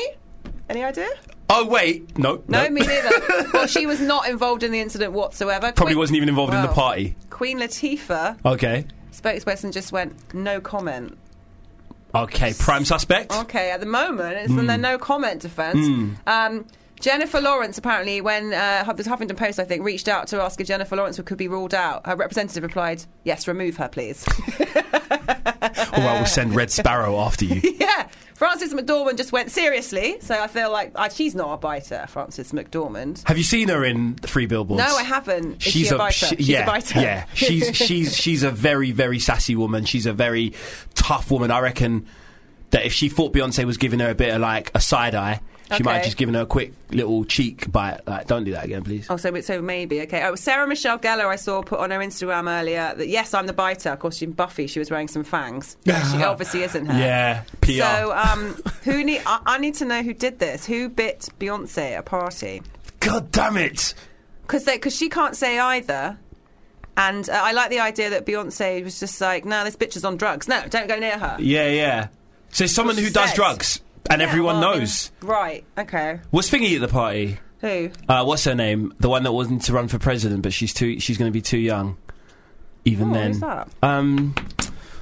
Speaker 5: Any idea?
Speaker 4: Oh wait, no,
Speaker 5: No, me neither. well, she was not involved in the incident whatsoever.
Speaker 4: Probably
Speaker 5: Queen-
Speaker 4: wasn't even involved in the
Speaker 5: Well,
Speaker 4: party.
Speaker 5: Queen Latifah
Speaker 4: Okay.
Speaker 5: spokesperson just went no comment.
Speaker 4: Okay, prime suspect.
Speaker 5: Okay, at the moment it's in
Speaker 4: Mm.
Speaker 5: the no comment defence.
Speaker 4: Mm.
Speaker 5: Um, Jennifer Lawrence apparently, when uh, Huff- the Huffington Post, I think, reached out to ask if Jennifer Lawrence could be ruled out, her representative replied, "Yes, remove her, please."
Speaker 4: Or I will send Red Sparrow after you.
Speaker 5: yeah, Frances McDormand just went seriously. So I feel like uh, she's not a biter, Frances McDormand.
Speaker 4: Have you seen her in the Free Billboards?
Speaker 5: No, I haven't. Is
Speaker 4: she's
Speaker 5: she a biter?
Speaker 4: she-
Speaker 5: she's
Speaker 4: yeah,
Speaker 5: a biter.
Speaker 4: yeah. She's she's she's a very very sassy woman. She's a very tough woman. I reckon that if she thought Beyonce was giving her a bit of like a side eye, she might have
Speaker 5: Okay.
Speaker 4: just given her a quick little cheek bite. Like, don't do that again, please.
Speaker 5: Oh, so, so maybe. Okay. Oh, Sarah Michelle Gellar, I saw put on her Instagram earlier that, yes, I'm the biter. Of course, in Buffy, she was wearing some fangs. Yeah, she obviously isn't her.
Speaker 4: Yeah, PR.
Speaker 5: So, um, who need, I, I need to know who did this. Who bit Beyonce at a party?
Speaker 4: God damn it!
Speaker 5: Because she can't say either. And uh, I like the idea that Beyonce was just like, no, this bitch is on drugs. No, don't go near her.
Speaker 4: Yeah, yeah. So it's someone
Speaker 5: Well,
Speaker 4: who
Speaker 5: she
Speaker 4: does
Speaker 5: said.
Speaker 4: drugs and everyone
Speaker 5: well, I mean-
Speaker 4: knows.
Speaker 5: Right. Okay.
Speaker 4: Was Thingy at the party?
Speaker 5: Who? Oh,
Speaker 4: Uh, what's her name? The one that wanted to run for president, but she's too. She's going to be too young. Even
Speaker 5: Oh,
Speaker 4: then,
Speaker 5: who's that?
Speaker 4: um,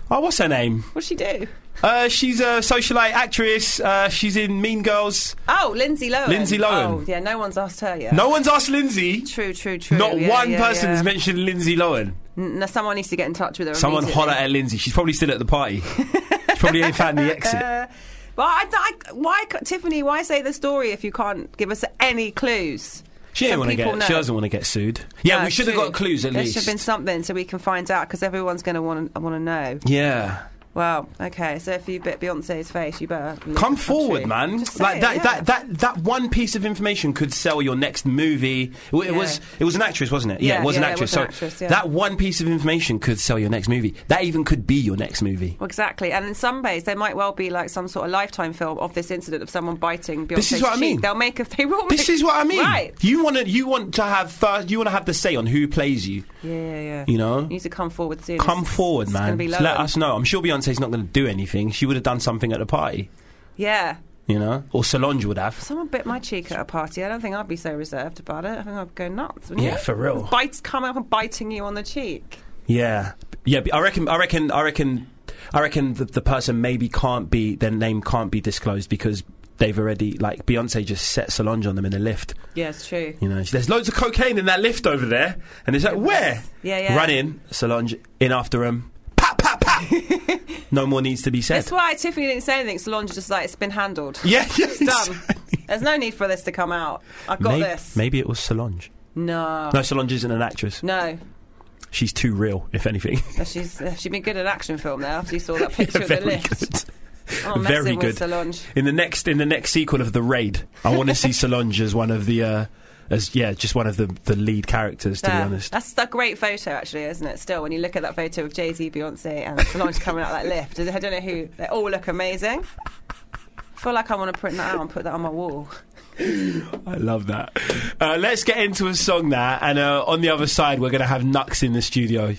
Speaker 4: oh, what's her name?
Speaker 5: What'd she do?
Speaker 4: Uh, she's a socialite actress. Uh, she's in Mean Girls.
Speaker 5: Oh, Lindsay Lohan.
Speaker 4: Lindsay Lohan.
Speaker 5: Oh, yeah, no one's asked her yet.
Speaker 4: No one's asked Lindsay.
Speaker 5: True, true, true.
Speaker 4: Not
Speaker 5: Yeah,
Speaker 4: one
Speaker 5: yeah,
Speaker 4: person's
Speaker 5: yeah.
Speaker 4: mentioned Lindsay Lohan.
Speaker 5: N- no, someone needs to get in touch with her.
Speaker 4: Someone
Speaker 5: immediately.
Speaker 4: holler at Lindsay. She's probably still at the party. she probably ain't found the exit.
Speaker 5: Uh, well, I, I, why, c- Tiffany? Why say the story if you can't give us any clues?
Speaker 4: She ain't
Speaker 5: Some
Speaker 4: want to
Speaker 5: people
Speaker 4: get.
Speaker 5: know.
Speaker 4: She doesn't want to get sued. Yeah,
Speaker 5: No,
Speaker 4: we should have
Speaker 5: true.
Speaker 4: got clues at
Speaker 5: there
Speaker 4: least.
Speaker 5: should have been something so we can find out because everyone's going to want to want to know.
Speaker 4: yeah.
Speaker 5: Wow. Okay. So if you bit Beyonce's face, you better leave
Speaker 4: Come
Speaker 5: the country.
Speaker 4: forward, man!
Speaker 5: say
Speaker 4: Like
Speaker 5: it,
Speaker 4: that,
Speaker 5: yeah.
Speaker 4: that, that, that one piece of information could sell your next movie. It wa- it
Speaker 5: Yeah.
Speaker 4: was, it was an actress, wasn't it? Yeah,
Speaker 5: Yeah,
Speaker 4: it was an
Speaker 5: yeah, it
Speaker 4: actress.
Speaker 5: was an
Speaker 4: so
Speaker 5: actress, yeah.
Speaker 4: that one piece of information could sell your next movie. That even could be your next movie.
Speaker 5: Well, exactly. And in some ways, there might well be like some sort of lifetime film of this incident of someone biting Beyonce's
Speaker 4: This is what I
Speaker 5: cheek.
Speaker 4: mean.
Speaker 5: They'll make a. They will.
Speaker 4: This
Speaker 5: make-
Speaker 4: is what I mean.
Speaker 5: Right.
Speaker 4: You want to, you want to have first, you want to have the say on who plays you.
Speaker 5: Yeah, yeah, yeah.
Speaker 4: You know?
Speaker 5: You need to come forward soon.
Speaker 4: Come
Speaker 5: It's-
Speaker 4: forward,
Speaker 5: it's gonna
Speaker 4: man!
Speaker 5: be
Speaker 4: Just
Speaker 5: low
Speaker 4: Let
Speaker 5: end.
Speaker 4: us know. I'm sure Beyonce's not going to do anything. She would have done something at the party.
Speaker 5: Yeah.
Speaker 4: you know, or Solange would have.
Speaker 5: Someone bit my cheek at a party. I don't think I'd be so reserved about it. I think I'd go nuts. Wouldn't
Speaker 4: Yeah,
Speaker 5: you?
Speaker 4: for real.
Speaker 5: Bites come up and biting you on the cheek.
Speaker 4: Yeah, yeah. but I reckon. I reckon. I reckon. I reckon that the person maybe can't be their name can't be disclosed because they've already like Beyonce just set Solange on them in the lift.
Speaker 5: Yeah, it's true.
Speaker 4: You know, there's loads of cocaine in that lift over there, and it's like where?
Speaker 5: Yeah, yeah.
Speaker 4: Run in, Solange in after him. Pop, pop, pop. no more needs to be said.
Speaker 5: That's why Tiffany didn't say anything. Solange just like it's been handled.
Speaker 4: Yeah, yeah,
Speaker 5: it's done. There's no need for this to come out. I got
Speaker 4: May-
Speaker 5: this.
Speaker 4: Maybe it was Solange.
Speaker 5: No.
Speaker 4: No, Solange isn't an actress.
Speaker 5: No.
Speaker 4: She's too real, if anything.
Speaker 5: She's she's been good at action film there after you saw that picture of the
Speaker 4: very
Speaker 5: lift. Oh, messing
Speaker 4: Very
Speaker 5: with
Speaker 4: good.
Speaker 5: Solange.
Speaker 4: In the next in the next sequel of The Raid, I want to see Solange as one of the uh, as yeah, just one of the, the lead characters to
Speaker 5: Yeah.
Speaker 4: be honest.
Speaker 5: That's a great photo, actually, isn't it? Still, when you look at that photo of Jay Z, Beyonce, and Solange coming out that lift, I don't know who. They all look amazing. I feel like I want to print that out and put that on my wall.
Speaker 4: I love that. Uh, let's get into a song now and uh, on the other side we're going to have Nux in the studio.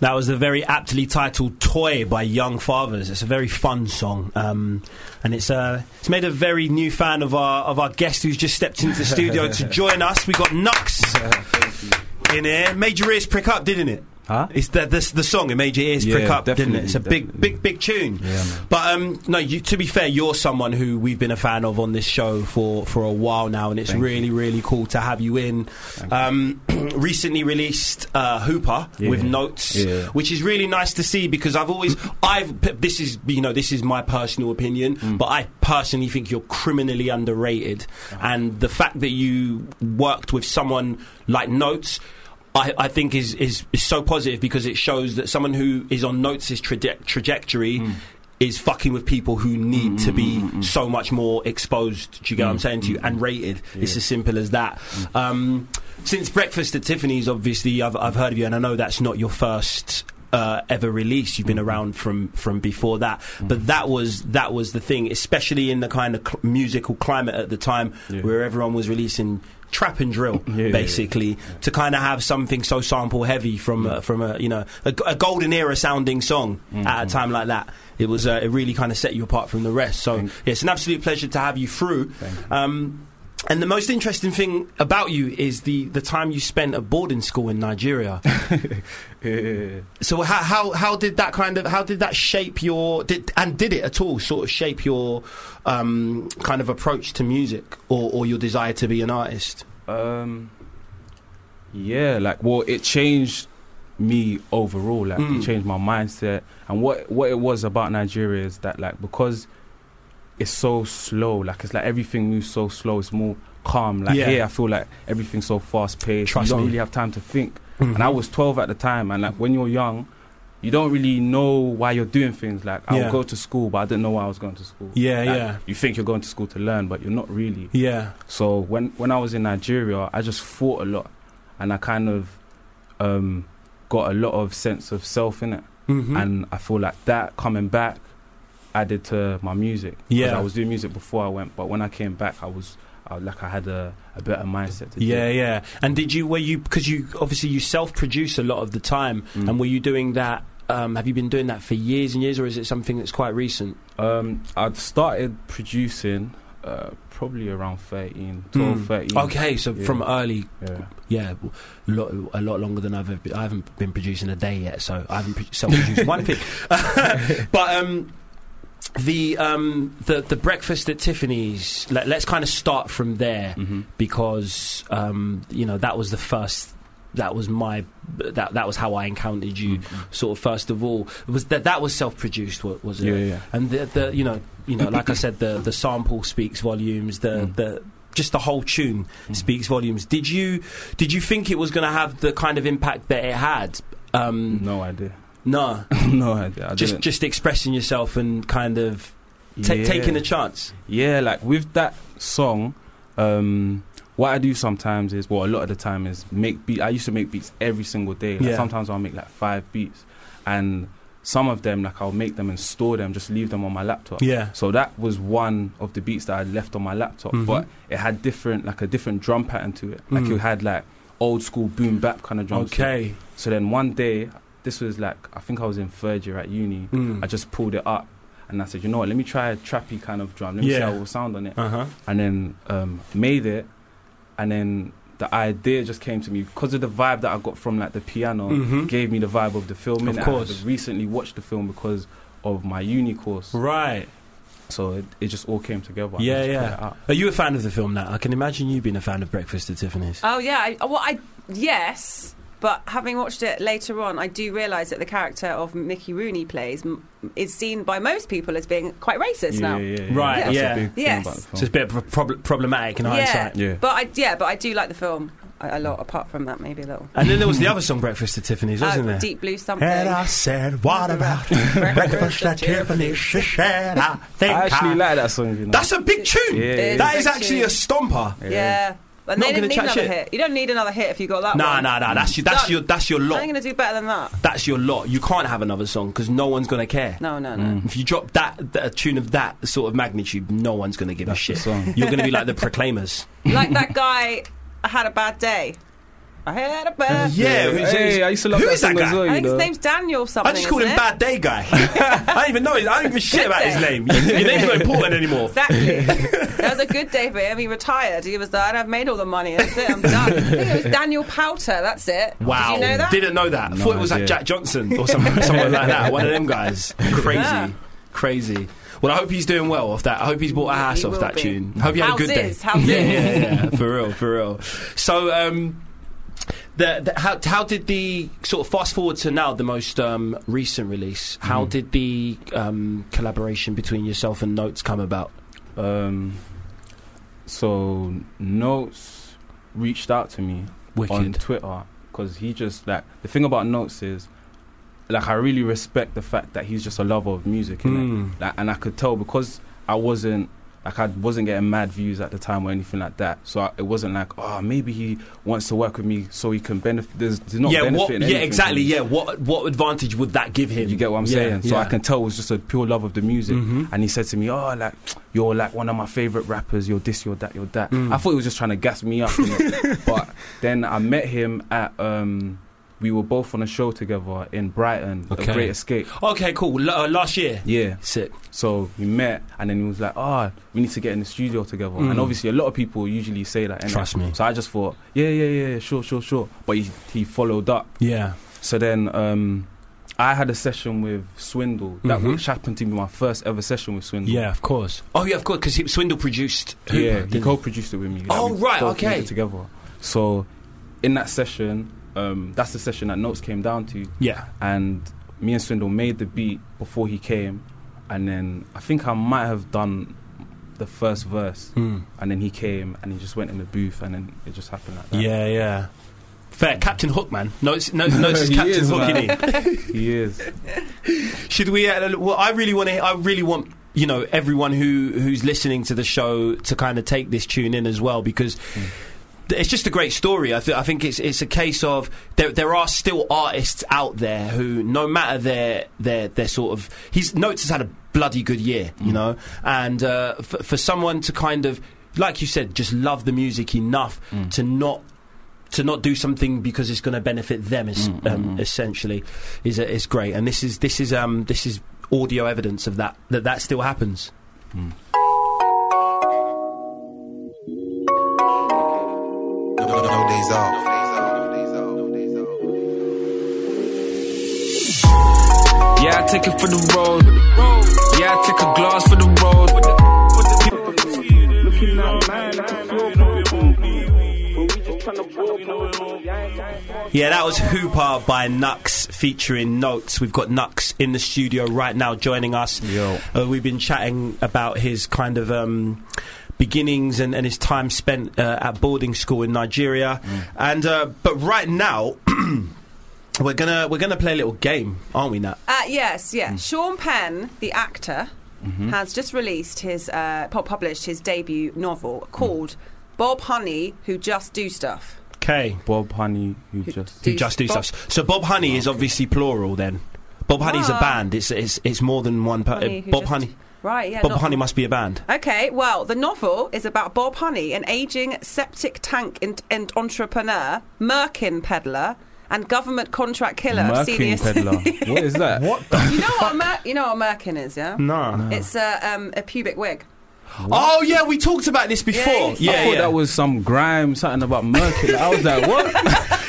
Speaker 4: That was a very aptly titled "Toy" by Young Fathers. It's a very fun song, um, and it's uh, it's made a very new fan of our of our guest who's just stepped into the studio to join us. We got Nux in here. Made your ears prick up, didn't it? Huh? It's the, this, the song. It made your ears
Speaker 13: Yeah,
Speaker 4: prick up, didn't it?
Speaker 13: definitely,
Speaker 4: It's a big, big, big tune.
Speaker 13: Yeah, man.
Speaker 4: But um, no, you, to be fair, you're someone who we've been a fan of on this show for, for a while now, and it's
Speaker 13: Thank
Speaker 4: really, really cool to have you in. Um, recently released uh, Hooper with
Speaker 13: Yeah.
Speaker 4: notes,
Speaker 13: Yeah.
Speaker 4: which is really nice to see because I've always, I've p- this is you know this is my personal opinion,
Speaker 13: Mm.
Speaker 4: but I personally think you're criminally underrated, and the fact that you worked with someone like Notes. I, I think is, is, is so positive because it shows that someone who is on Notes' traje- trajectory is fucking with people who need to be so much more exposed. Do you get what I'm saying to you? And rated. It's as simple as that. Um, since Breakfast at Tiffany's, obviously, I've, I've heard of you, and I know that's not your first. Uh, ever release you've been around from from before that but that was that was the thing especially in the kind of cl- musical climate at the time where everyone was releasing trap and drill basically to kind of have something so sample heavy from a, from a you know a, g- a golden era sounding song at a time like that it was uh, it really kind of set you apart from the rest so yeah, it's an absolute pleasure to have you through um, and the most interesting thing about you is the, the time you spent at boarding school in Nigeria. so how, how how did that kind of how did that shape your did, and did it at all sort of shape your um, kind of approach to music or, or your desire to be an artist?
Speaker 13: Um, yeah, like well, it changed me overall. Like
Speaker 4: Mm.
Speaker 13: it changed my mindset. And what what it was about Nigeria is that like because it's so slow, like it's like everything moves so slow. It's more calm. Like
Speaker 4: Yeah.
Speaker 13: here, I feel like everything's so fast paced. You
Speaker 4: Trust
Speaker 13: don't
Speaker 4: me.
Speaker 13: really have time to think.
Speaker 7: Mm-hmm.
Speaker 4: Mhm.
Speaker 13: And I was 12 at the time, and like when you're young. You don't really know why you're doing things. Like I
Speaker 4: Yeah.
Speaker 13: would go to school, but I didn't know why I was going to school.
Speaker 4: Yeah,
Speaker 13: Like,
Speaker 4: yeah.
Speaker 13: You think you're going to school to learn, but you're not really.
Speaker 4: Yeah.
Speaker 13: So when when I was in Nigeria, I just thought a lot, and I kind of um, got a lot of sense of self in it,
Speaker 4: Mhm.
Speaker 13: and I feel like that coming back added to my music. 'Cause
Speaker 4: Yeah.
Speaker 13: I was doing music before I went, but when I came back, I was I, like I had a, a better mindset. To do
Speaker 4: Yeah,
Speaker 13: it.
Speaker 4: yeah. And did you were you because you obviously you self produce a lot of the time, and were you doing that? Um, have you been doing that for years and years, or is it something that's quite recent?
Speaker 13: Um, I'd started producing uh, probably around 13, 12,
Speaker 4: Mm.
Speaker 13: 13.
Speaker 4: Okay, so
Speaker 13: Yeah.
Speaker 4: from early,
Speaker 13: Yeah.
Speaker 4: yeah, w- lot, a lot longer than I've ever. Been, I haven't been producing a day yet, so I haven't pro- self-produced one thing. but um, the um, the the breakfast at Tiffany's. Let, let's kind of start from there because um, you know that was the first. That was my that that was how I encountered you. Sort of first of all was that that was self-produced. wa- Was it?
Speaker 13: Yeah, yeah.
Speaker 4: and the, the you know you know like I said the the sample speaks volumes the
Speaker 6: Mm.
Speaker 4: the just the whole tune speaks volumes did you did you think it was going to have the kind of impact that it had
Speaker 6: Mm.
Speaker 4: um
Speaker 13: No idea.
Speaker 4: no
Speaker 13: no idea. I
Speaker 4: just
Speaker 13: didn't.
Speaker 4: just expressing yourself and kind of ta-
Speaker 13: Yeah.
Speaker 4: taking a chance
Speaker 13: Yeah, like with that song, um, what I do sometimes is, well, a lot of the time is make beat. I used to make beats every single day. Like
Speaker 4: Yeah.
Speaker 13: Sometimes I'll make like five beats, and some of them like I'll make them and store them, just leave them on my laptop.
Speaker 4: Yeah.
Speaker 13: So that was one of the beats that I left on my laptop,
Speaker 4: Mhm.
Speaker 13: but it had different like a different drum pattern to it. Like
Speaker 4: Mm.
Speaker 13: you had like old school boom bap kind of drum. set.
Speaker 4: Okay.
Speaker 13: So then one day, this was like I think I was in third year at uni.
Speaker 4: Mm.
Speaker 13: I just pulled it up. And I said, you know what? Let me try a trappy kind of drum. Let me see
Speaker 4: Yeah.
Speaker 13: how it will sound on it
Speaker 4: Uh-huh.
Speaker 13: and then um, made it, and then the idea just came to me because of the vibe that I got from like the piano
Speaker 4: Mhm.
Speaker 13: gave me the vibe of the film.
Speaker 4: Of
Speaker 13: and I
Speaker 4: course.
Speaker 13: had recently watched the film because of my uni course.
Speaker 4: Right.
Speaker 13: So it, it just all came together. I
Speaker 4: Yeah,
Speaker 13: just put it
Speaker 4: yeah.
Speaker 13: out.
Speaker 4: Are you a fan of the film now? I can imagine you being a fan of Breakfast at Tiffany's.
Speaker 5: Oh yeah. I, well, I yes, but having watched it later on, I do realise that the character of Mickey Rooney plays m- is seen by most people as being quite racist now.
Speaker 4: Right,
Speaker 13: That's a
Speaker 4: yeah.
Speaker 13: big thing
Speaker 5: Yes.
Speaker 13: about the film.
Speaker 4: So it's a bit of a prob- problematic in hindsight.
Speaker 13: Yeah.
Speaker 5: But I, yeah, but I do like the film a, a lot. Apart from that, maybe a little.
Speaker 4: And then there was the other song, Breakfast at Tiffany's, wasn't
Speaker 5: Oh,
Speaker 4: there?
Speaker 5: Deep Blue something.
Speaker 4: And I said, what about Breakfast at Tiffany's? She said, I think
Speaker 13: I actually
Speaker 4: I-
Speaker 13: like that song. You know?
Speaker 4: That's a big tune.
Speaker 13: Yeah, yeah,
Speaker 4: That
Speaker 5: yeah.
Speaker 4: is actually a stomper.
Speaker 5: Yeah. But
Speaker 4: Not
Speaker 5: they
Speaker 4: gonna
Speaker 5: didn't need
Speaker 4: chat
Speaker 5: another
Speaker 4: shit.
Speaker 5: hit. You don't need another hit if you got that
Speaker 4: Nah,
Speaker 5: one.
Speaker 4: nah, nah. That's your, that's
Speaker 5: Done.
Speaker 4: your, that's your
Speaker 5: I'm
Speaker 4: lot.
Speaker 5: going to do better than that.
Speaker 4: That's your lot. You can't have another song because no one's gonna care.
Speaker 5: No, no, no.
Speaker 4: If you drop that, that a tune of that sort of magnitude, no one's gonna give a shit.
Speaker 13: song.
Speaker 4: You're gonna be like the Proclaimers.
Speaker 5: Like that guy, I had a bad day. I had a bad
Speaker 4: Yeah, who's-
Speaker 13: Hey, I used to love
Speaker 4: who
Speaker 13: that
Speaker 4: is that
Speaker 13: song as
Speaker 4: guy?
Speaker 13: well.
Speaker 5: I
Speaker 13: You
Speaker 5: think his
Speaker 13: know?
Speaker 5: name's Daniel something.
Speaker 4: I just call
Speaker 5: isn't
Speaker 4: him
Speaker 5: it?
Speaker 4: Bad Day Guy. I don't even know. His, I don't even shit about his name. Your, your name's not important anymore.
Speaker 5: Exactly. that was a good day for him. He retired. He was like, I've made all the money. That's it. I'm done. I think it was Daniel Powter. That's it.
Speaker 4: Wow,
Speaker 5: Did you know that?
Speaker 4: didn't know that. I
Speaker 13: No
Speaker 4: thought it was like
Speaker 13: idea.
Speaker 4: Jack Johnson or some, someone like that. One of them guys. Crazy,
Speaker 5: Yeah.
Speaker 4: crazy. Well, I hope he's doing well off that. I hope he's bought a house
Speaker 5: He
Speaker 4: off
Speaker 5: will
Speaker 4: that
Speaker 5: be.
Speaker 4: tune. I hope he had a good day.
Speaker 5: Houses, houses.
Speaker 4: Yeah, yeah, yeah, for real, for real. So, um, the, the how how did the sort of fast forward to now the most um, recent release?
Speaker 13: Hmm.
Speaker 4: How did the um, collaboration between yourself and Notes come about?
Speaker 13: Um, so Notes reached out to me on
Speaker 4: Wicked.
Speaker 13: Twitter because he just like the thing about Notes is like I really respect the fact that he's just a lover of music, innit?
Speaker 4: Mm.
Speaker 13: like, and I could tell because I wasn't like I wasn't getting mad views at the time or anything like that. So I, it wasn't like oh maybe he wants to work with me so he can benefit. There's, there's not
Speaker 4: yeah, what,
Speaker 13: benefiting
Speaker 4: yeah,
Speaker 13: anything from
Speaker 4: exactly.
Speaker 13: this.
Speaker 4: Yeah, what what advantage would that give him?
Speaker 13: You get what I'm
Speaker 4: Yeah,
Speaker 13: saying? So
Speaker 4: yeah.
Speaker 13: I can tell it was just a pure love of the music.
Speaker 4: Mhm.
Speaker 13: And he said to me, Oh, like, you're like one of my favorite rappers, you're this, you're that, you're that.
Speaker 4: Mm.
Speaker 13: I thought he was just trying to gas me up. innit? but then I met him at, um, we were both on a show together in Brighton, The
Speaker 4: Okay.
Speaker 13: Great Escape.
Speaker 4: Okay, cool. L- uh, last year,
Speaker 13: Yeah.
Speaker 4: sick.
Speaker 13: So we met, and then he was like, "Ah, we need to get in the studio together."
Speaker 4: Mm.
Speaker 13: And obviously, a lot of people usually say that. innit?
Speaker 4: Trust me.
Speaker 13: So I just thought, "Yeah, yeah, yeah, yeah, sure, sure, sure." But he, he followed up,
Speaker 4: Yeah.
Speaker 13: so then um, I had a session with Swindle, that
Speaker 4: Mhm.
Speaker 13: which happened to be my first ever session with Swindle.
Speaker 4: of course. Oh, yeah, of course, because Swindle produced. Hooper,
Speaker 13: yeah, he
Speaker 4: didn't
Speaker 13: co-produced it with me. like,
Speaker 4: Oh,
Speaker 13: we
Speaker 4: right,
Speaker 13: both made
Speaker 4: okay.
Speaker 13: it together. So in that session, um, that's the session that Notes came down to,
Speaker 4: Yeah.
Speaker 13: and me and Swindle made the beat before he came, and then I think I might have done the first verse,
Speaker 4: Hmm.
Speaker 13: and then he came and he just went in the booth, and then it just happened like that.
Speaker 4: Yeah, yeah. Fair, Captain Hook, man. No, it's, no, no, it's
Speaker 13: He
Speaker 4: Captain
Speaker 13: is,
Speaker 4: Hook,
Speaker 13: man.
Speaker 4: innit?
Speaker 13: he is.
Speaker 4: Should we? Uh, well, I really want to. I really want you know everyone who who's listening to the show to kind of take this tune in as well because.
Speaker 13: Mm.
Speaker 4: th- It's just a great story. I, th- I think it's it's a case of there there are still artists out there who, no matter their their their sort of, he's notes has had a bloody good year,
Speaker 13: Mm.
Speaker 4: you know, and uh, f- for someone to kind of, like you said, just love the music enough
Speaker 13: Mm.
Speaker 4: to not to not do something because it's going to benefit them is,
Speaker 13: Mm, mm,
Speaker 4: um,
Speaker 13: mm.
Speaker 4: essentially is uh, is great and this is this is um this is audio evidence of that that that still happens
Speaker 14: No, no, no, no days off.
Speaker 6: Yeah, I take it for the road. Yeah, I take a glass for the road.
Speaker 4: yeah that was hooper by nux featuring notes we've got nux in the studio right now joining us
Speaker 13: Yo.
Speaker 4: Uh, we've been chatting about his kind of um, beginnings and, and his time spent uh, at boarding school in Nigeria.
Speaker 13: Mm.
Speaker 4: And uh, but right now, we're gonna we're gonna play a little game, aren't we, Nat?
Speaker 5: Uh, yes,
Speaker 4: Mm.
Speaker 5: yeah. Sean Penn, the actor,
Speaker 4: Mm-hmm.
Speaker 5: has just released his, uh, pu- published his debut novel called
Speaker 4: Mm.
Speaker 5: Bob Honey, Who Just Do Stuff.
Speaker 4: Okay,
Speaker 13: Bob Honey, who just
Speaker 4: who just do
Speaker 5: Bob-
Speaker 4: stuff. So Bob Honey is obviously plural then. Bob Honey's a
Speaker 5: What?
Speaker 4: band. It's it's it's more than one. Per-
Speaker 5: Honey, who
Speaker 4: uh, Bob
Speaker 5: just-
Speaker 4: Honey.
Speaker 5: Right, yeah.
Speaker 4: Bob
Speaker 5: not-
Speaker 4: Honey must be a band.
Speaker 5: Okay, well, the novel is about Bob Honey, an aging septic tank and, and entrepreneur, merkin peddler, and government contract killer. of senior-
Speaker 13: Merkin peddler. What is that? What?
Speaker 5: you know what a mer- you know what a merkin is, yeah?
Speaker 13: No. No.
Speaker 5: It's a um, a pubic wig.
Speaker 4: Oh yeah, we talked about this before.
Speaker 13: I
Speaker 4: Yeah,
Speaker 13: thought
Speaker 4: yeah.
Speaker 13: that was some grime, something about mercury. I was like, what?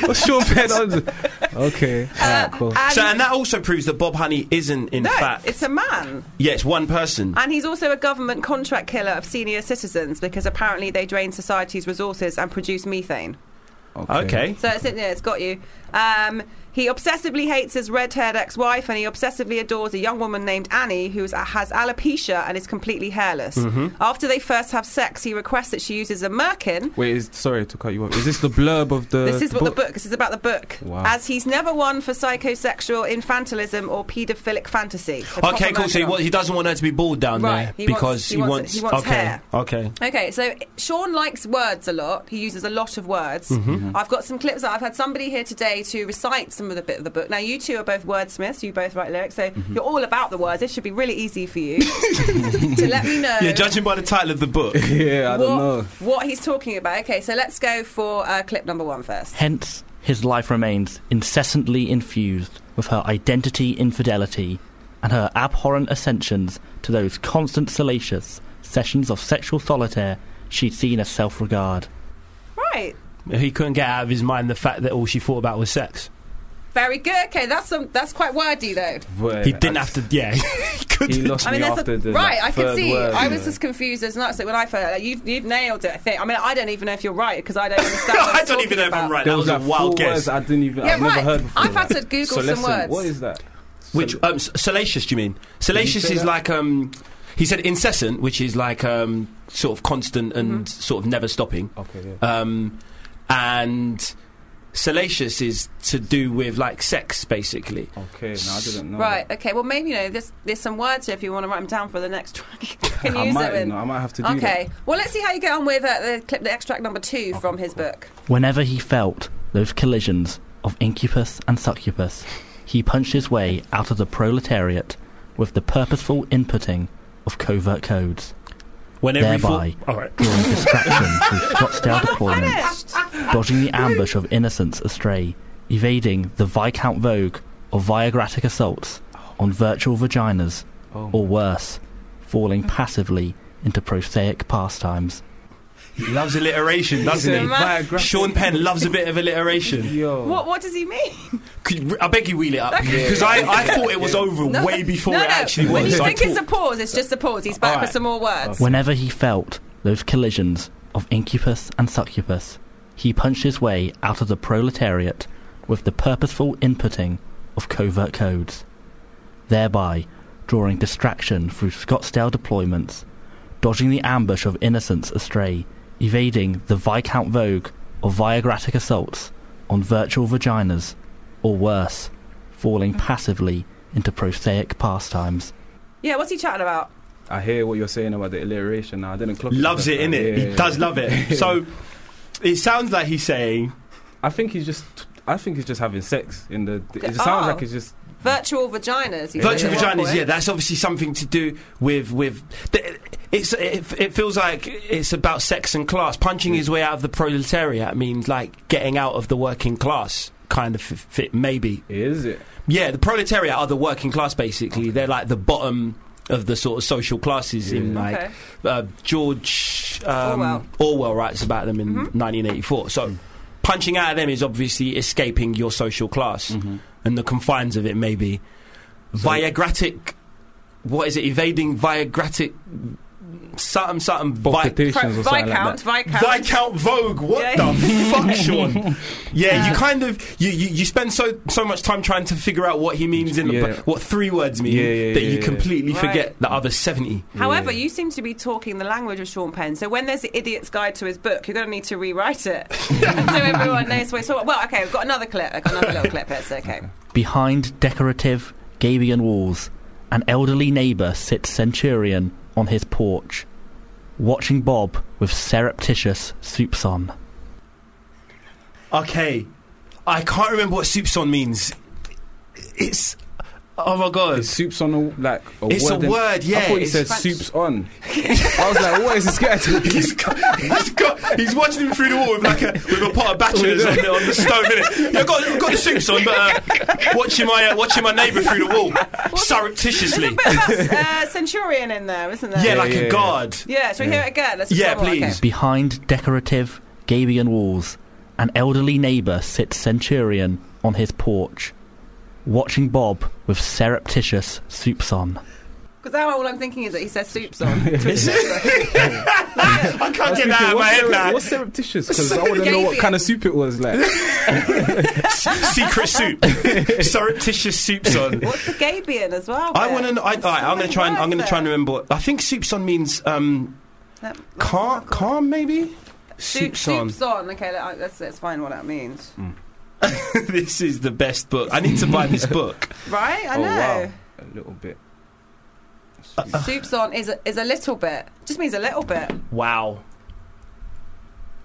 Speaker 13: What's your bed? I was like, okay, alright, cool.
Speaker 4: so and that also proves that Bob Honey isn't in
Speaker 5: no,
Speaker 4: fact.
Speaker 5: it's a man.
Speaker 4: Yeah, it's one person.
Speaker 5: And he's also a government contract killer of senior citizens because apparently they drain society's resources and produce methane.
Speaker 4: Okay.
Speaker 5: So it's, yeah, it's got you. Um, he obsessively hates his red haired ex wife and he obsessively adores a young woman named Annie who has alopecia and is completely hairless.
Speaker 4: Mm-hmm.
Speaker 13: Mhm.
Speaker 5: After they first have sex, he requests that she uses a merkin
Speaker 13: Wait, is, sorry to cut you off. Is this the blurb of the?
Speaker 5: this is what the book. This is about the book.
Speaker 13: Wow.
Speaker 5: As he's never one for psychosexual infantilism or paedophilic fantasy. The
Speaker 4: okay,
Speaker 5: proper
Speaker 4: cool. So he,
Speaker 5: man
Speaker 4: wa- he doesn't want her to be bald down
Speaker 5: Right,
Speaker 4: there
Speaker 5: he wants-
Speaker 4: because
Speaker 5: he wants- he wants
Speaker 4: okay,
Speaker 5: hair.
Speaker 4: okay.
Speaker 5: Okay, so Sean likes words a lot. He uses a lot of words.
Speaker 4: Mhm. Mhm.
Speaker 5: I've got some clips that I've had somebody here today to recite some of the bit of the book. Now, you two are both wordsmiths. You both write lyrics, so
Speaker 4: Mhm.
Speaker 5: you're all about the words. It should be really easy for you to let me know
Speaker 4: Yeah, judging by the title of the book.
Speaker 13: yeah,
Speaker 5: what, what he's talking about. Okay, so let's go for uh, clip number one first.
Speaker 15: Hence, his life remains incessantly infused with her identity infidelity and her abhorrent ascensions to those constant salacious sessions of sexual solitaire she'd seen as self regard.
Speaker 5: Right.
Speaker 4: He couldn't get out of his mind the fact that all she thought about was sex.
Speaker 5: Very good. Okay, that's some, that's quite wordy though.
Speaker 4: he didn't have to. Yeah,
Speaker 13: he lost
Speaker 5: I mean,
Speaker 13: me
Speaker 5: that's
Speaker 13: after
Speaker 5: a,
Speaker 13: the
Speaker 5: right.
Speaker 13: like,
Speaker 5: I can
Speaker 13: third
Speaker 5: see.
Speaker 13: word,
Speaker 5: I
Speaker 13: you
Speaker 5: was
Speaker 13: know.
Speaker 5: as confirst as nuts when I first. Like, you've, you've nailed it. I think. I mean, I don't even know if you're right because I don't understand. what
Speaker 4: I
Speaker 5: it's
Speaker 4: don't
Speaker 5: talking
Speaker 4: even know if I'm
Speaker 5: about.
Speaker 4: right.
Speaker 13: There
Speaker 4: That was,
Speaker 13: was
Speaker 4: a
Speaker 13: like
Speaker 4: wild
Speaker 13: four
Speaker 4: guess.
Speaker 13: words I didn't even.
Speaker 5: Yeah,
Speaker 13: I've never
Speaker 5: right.
Speaker 13: heard before.
Speaker 5: I've had to Google some words.
Speaker 13: What is that?
Speaker 4: Which um, s- salacious? Do you mean
Speaker 13: Did
Speaker 4: salacious
Speaker 13: he say
Speaker 4: is
Speaker 13: that?
Speaker 4: like um, he said incessant, which is like um, sort of constant and sort of never stopping.
Speaker 13: Okay,
Speaker 15: uh,
Speaker 4: Um, and salacious is to do with like sex, basically.
Speaker 13: Okay, no, I didn't know.
Speaker 5: Right. Okay. Well, maybe you know. There's there's some words here if you want to write them down for the next track. You Can
Speaker 13: I
Speaker 5: use
Speaker 13: might,
Speaker 5: them.
Speaker 13: you know, I might have to do
Speaker 5: okay. Well, let's see how you get on with uh, the clip, the extract number two from his book.
Speaker 15: Whenever he felt those collisions of incubus and succubus, he punched his way out of the proletariat with the purposeful inputting of covert codes.
Speaker 4: Whenever he
Speaker 15: thereby
Speaker 4: thought- All right.
Speaker 15: drawing distraction from Scottsdale deployments, dodging the ambush of innocents astray, evading the Viscount Vogue or Viagratic assaults on virtual vaginas,
Speaker 13: Oh.
Speaker 15: or worse, falling passively into prosaic pastimes.
Speaker 4: He loves alliteration,
Speaker 13: said
Speaker 4: doesn't he?
Speaker 13: Viagra.
Speaker 4: Sean Penn loves a bit of alliteration.
Speaker 13: Yo.
Speaker 5: What What does he mean?
Speaker 4: Could, I beg you, wheel it up
Speaker 5: Okay.
Speaker 4: because I, I thought it was over
Speaker 5: No,
Speaker 4: way before
Speaker 5: no,
Speaker 4: it
Speaker 5: no.
Speaker 4: actually
Speaker 5: When
Speaker 4: was.
Speaker 5: you
Speaker 4: so I
Speaker 5: think it's a
Speaker 4: thought-
Speaker 5: pause, it's just a pause. He's back
Speaker 4: Alright.
Speaker 5: with some more words.
Speaker 15: Whenever he felt those collisions of incubus and succubus, he punched his way out of the proletariat with the purposeful inputting of covert codes, thereby drawing distraction through Scottsdale deployments, dodging the ambush of innocents astray, evading the Viscount Vogue or Viagratic assaults on virtual vaginas, or worse, falling passively into prosaic pastimes.
Speaker 5: Yeah. What's he chatting about?
Speaker 13: I hear what you're saying about the alliteration. Now I didn't clock.
Speaker 4: Loves it,
Speaker 13: in
Speaker 4: innit? He does love it. So, it sounds like he's saying.
Speaker 13: I think he's just. I think he's just having sex in the. It just
Speaker 5: Oh.
Speaker 13: sounds like he's just.
Speaker 5: Virtual vaginas. he
Speaker 4: Virtual
Speaker 5: said at one
Speaker 4: vaginas,
Speaker 5: point.
Speaker 4: yeah, that's obviously something to do with with. th- It's it, it feels like it's about sex and class. Punching his way out of the proletariat means like getting out of the working class kind of f- fit, maybe.
Speaker 13: Is it?
Speaker 4: Yeah, the proletariat are the working class basically. They're like the bottom of the sort of social classes in
Speaker 13: Yeah.
Speaker 4: like
Speaker 13: Okay.
Speaker 4: uh, George um,
Speaker 13: Orwell. Mm-hmm.
Speaker 4: Orwell. writes about them in 1984. So punching out of them is obviously escaping your social class
Speaker 13: Mm-hmm.
Speaker 4: and the confines of it, maybe. Viagratic, what is it? Evading Viagratic. Something, something, vi-
Speaker 13: Palpitations or something like
Speaker 5: Viscount,
Speaker 13: that.
Speaker 5: Viscount.
Speaker 4: Viscount Vogue. What
Speaker 5: Yeah.
Speaker 4: the fuck, Sean? Yeah, you kind of you, you, you spend so so much time trying to figure out what he means in the
Speaker 13: Yeah.
Speaker 4: bu- what three words mean
Speaker 13: Yeah, yeah,
Speaker 4: that
Speaker 13: yeah,
Speaker 4: you
Speaker 13: yeah.
Speaker 4: completely
Speaker 5: Right.
Speaker 4: forget the other seventy.
Speaker 5: However, you seem to be talking the language of Sean Penn. So when there's the idiot's guide to his book, you're going to need to rewrite it so everyone knows where. So well, okay, we've got another clip. I've got another little clip. It's okay.
Speaker 15: Behind decorative Gabian walls, an elderly neighbour sits centurion on his porch, watching Bob with surreptitious soupçon.
Speaker 4: Okay, I can't remember what soupçon means. It's Oh my god!
Speaker 13: Is soups on a like a
Speaker 4: It's a
Speaker 13: word? in-
Speaker 4: word, yeah,
Speaker 13: I thought you
Speaker 4: it's
Speaker 13: said
Speaker 4: French.
Speaker 13: soups on. I was like, what is this guy talking?
Speaker 4: He's got, he's got, he's watching him through the wall with like a with a pot of bachelors on the, on the stove. Innit? Yeah, I've got, I've got the soups on, but uh, watching my uh, watching my neighbour through the wall surreptitiously.
Speaker 5: uh, centurion in there, isn't there?
Speaker 4: Yeah, like a guard.
Speaker 5: Yeah, so we hear it again. Let's one more, okay.
Speaker 15: Behind decorative Gabian walls, an elderly neighbour sits centurion on his porch, watching Bob with surreptitious soups on.
Speaker 5: Because now all I'm thinking is that he says soups on.
Speaker 13: Is
Speaker 4: I can't get that out of my head now.
Speaker 13: What's surreptitious? Because I want to know what kind of soup it was like.
Speaker 4: Secret soup, surreptitious soups on.
Speaker 5: What's the Gabian as well?
Speaker 4: I
Speaker 5: then?
Speaker 4: want to. know I, all right, I'm going to try and I'm going to try and remember. what- I think soups on means um,
Speaker 5: That-
Speaker 4: calm, calm maybe.
Speaker 5: Soup,
Speaker 4: Soups on.
Speaker 5: soups on. Okay, let- let's, let's find what that means.
Speaker 4: this is the best book. I need to buy this book.
Speaker 5: Right? I
Speaker 4: Oh,
Speaker 5: know.
Speaker 13: A little bit.
Speaker 5: Soups on is a, is a little bit. Just means a little bit.
Speaker 4: Wow.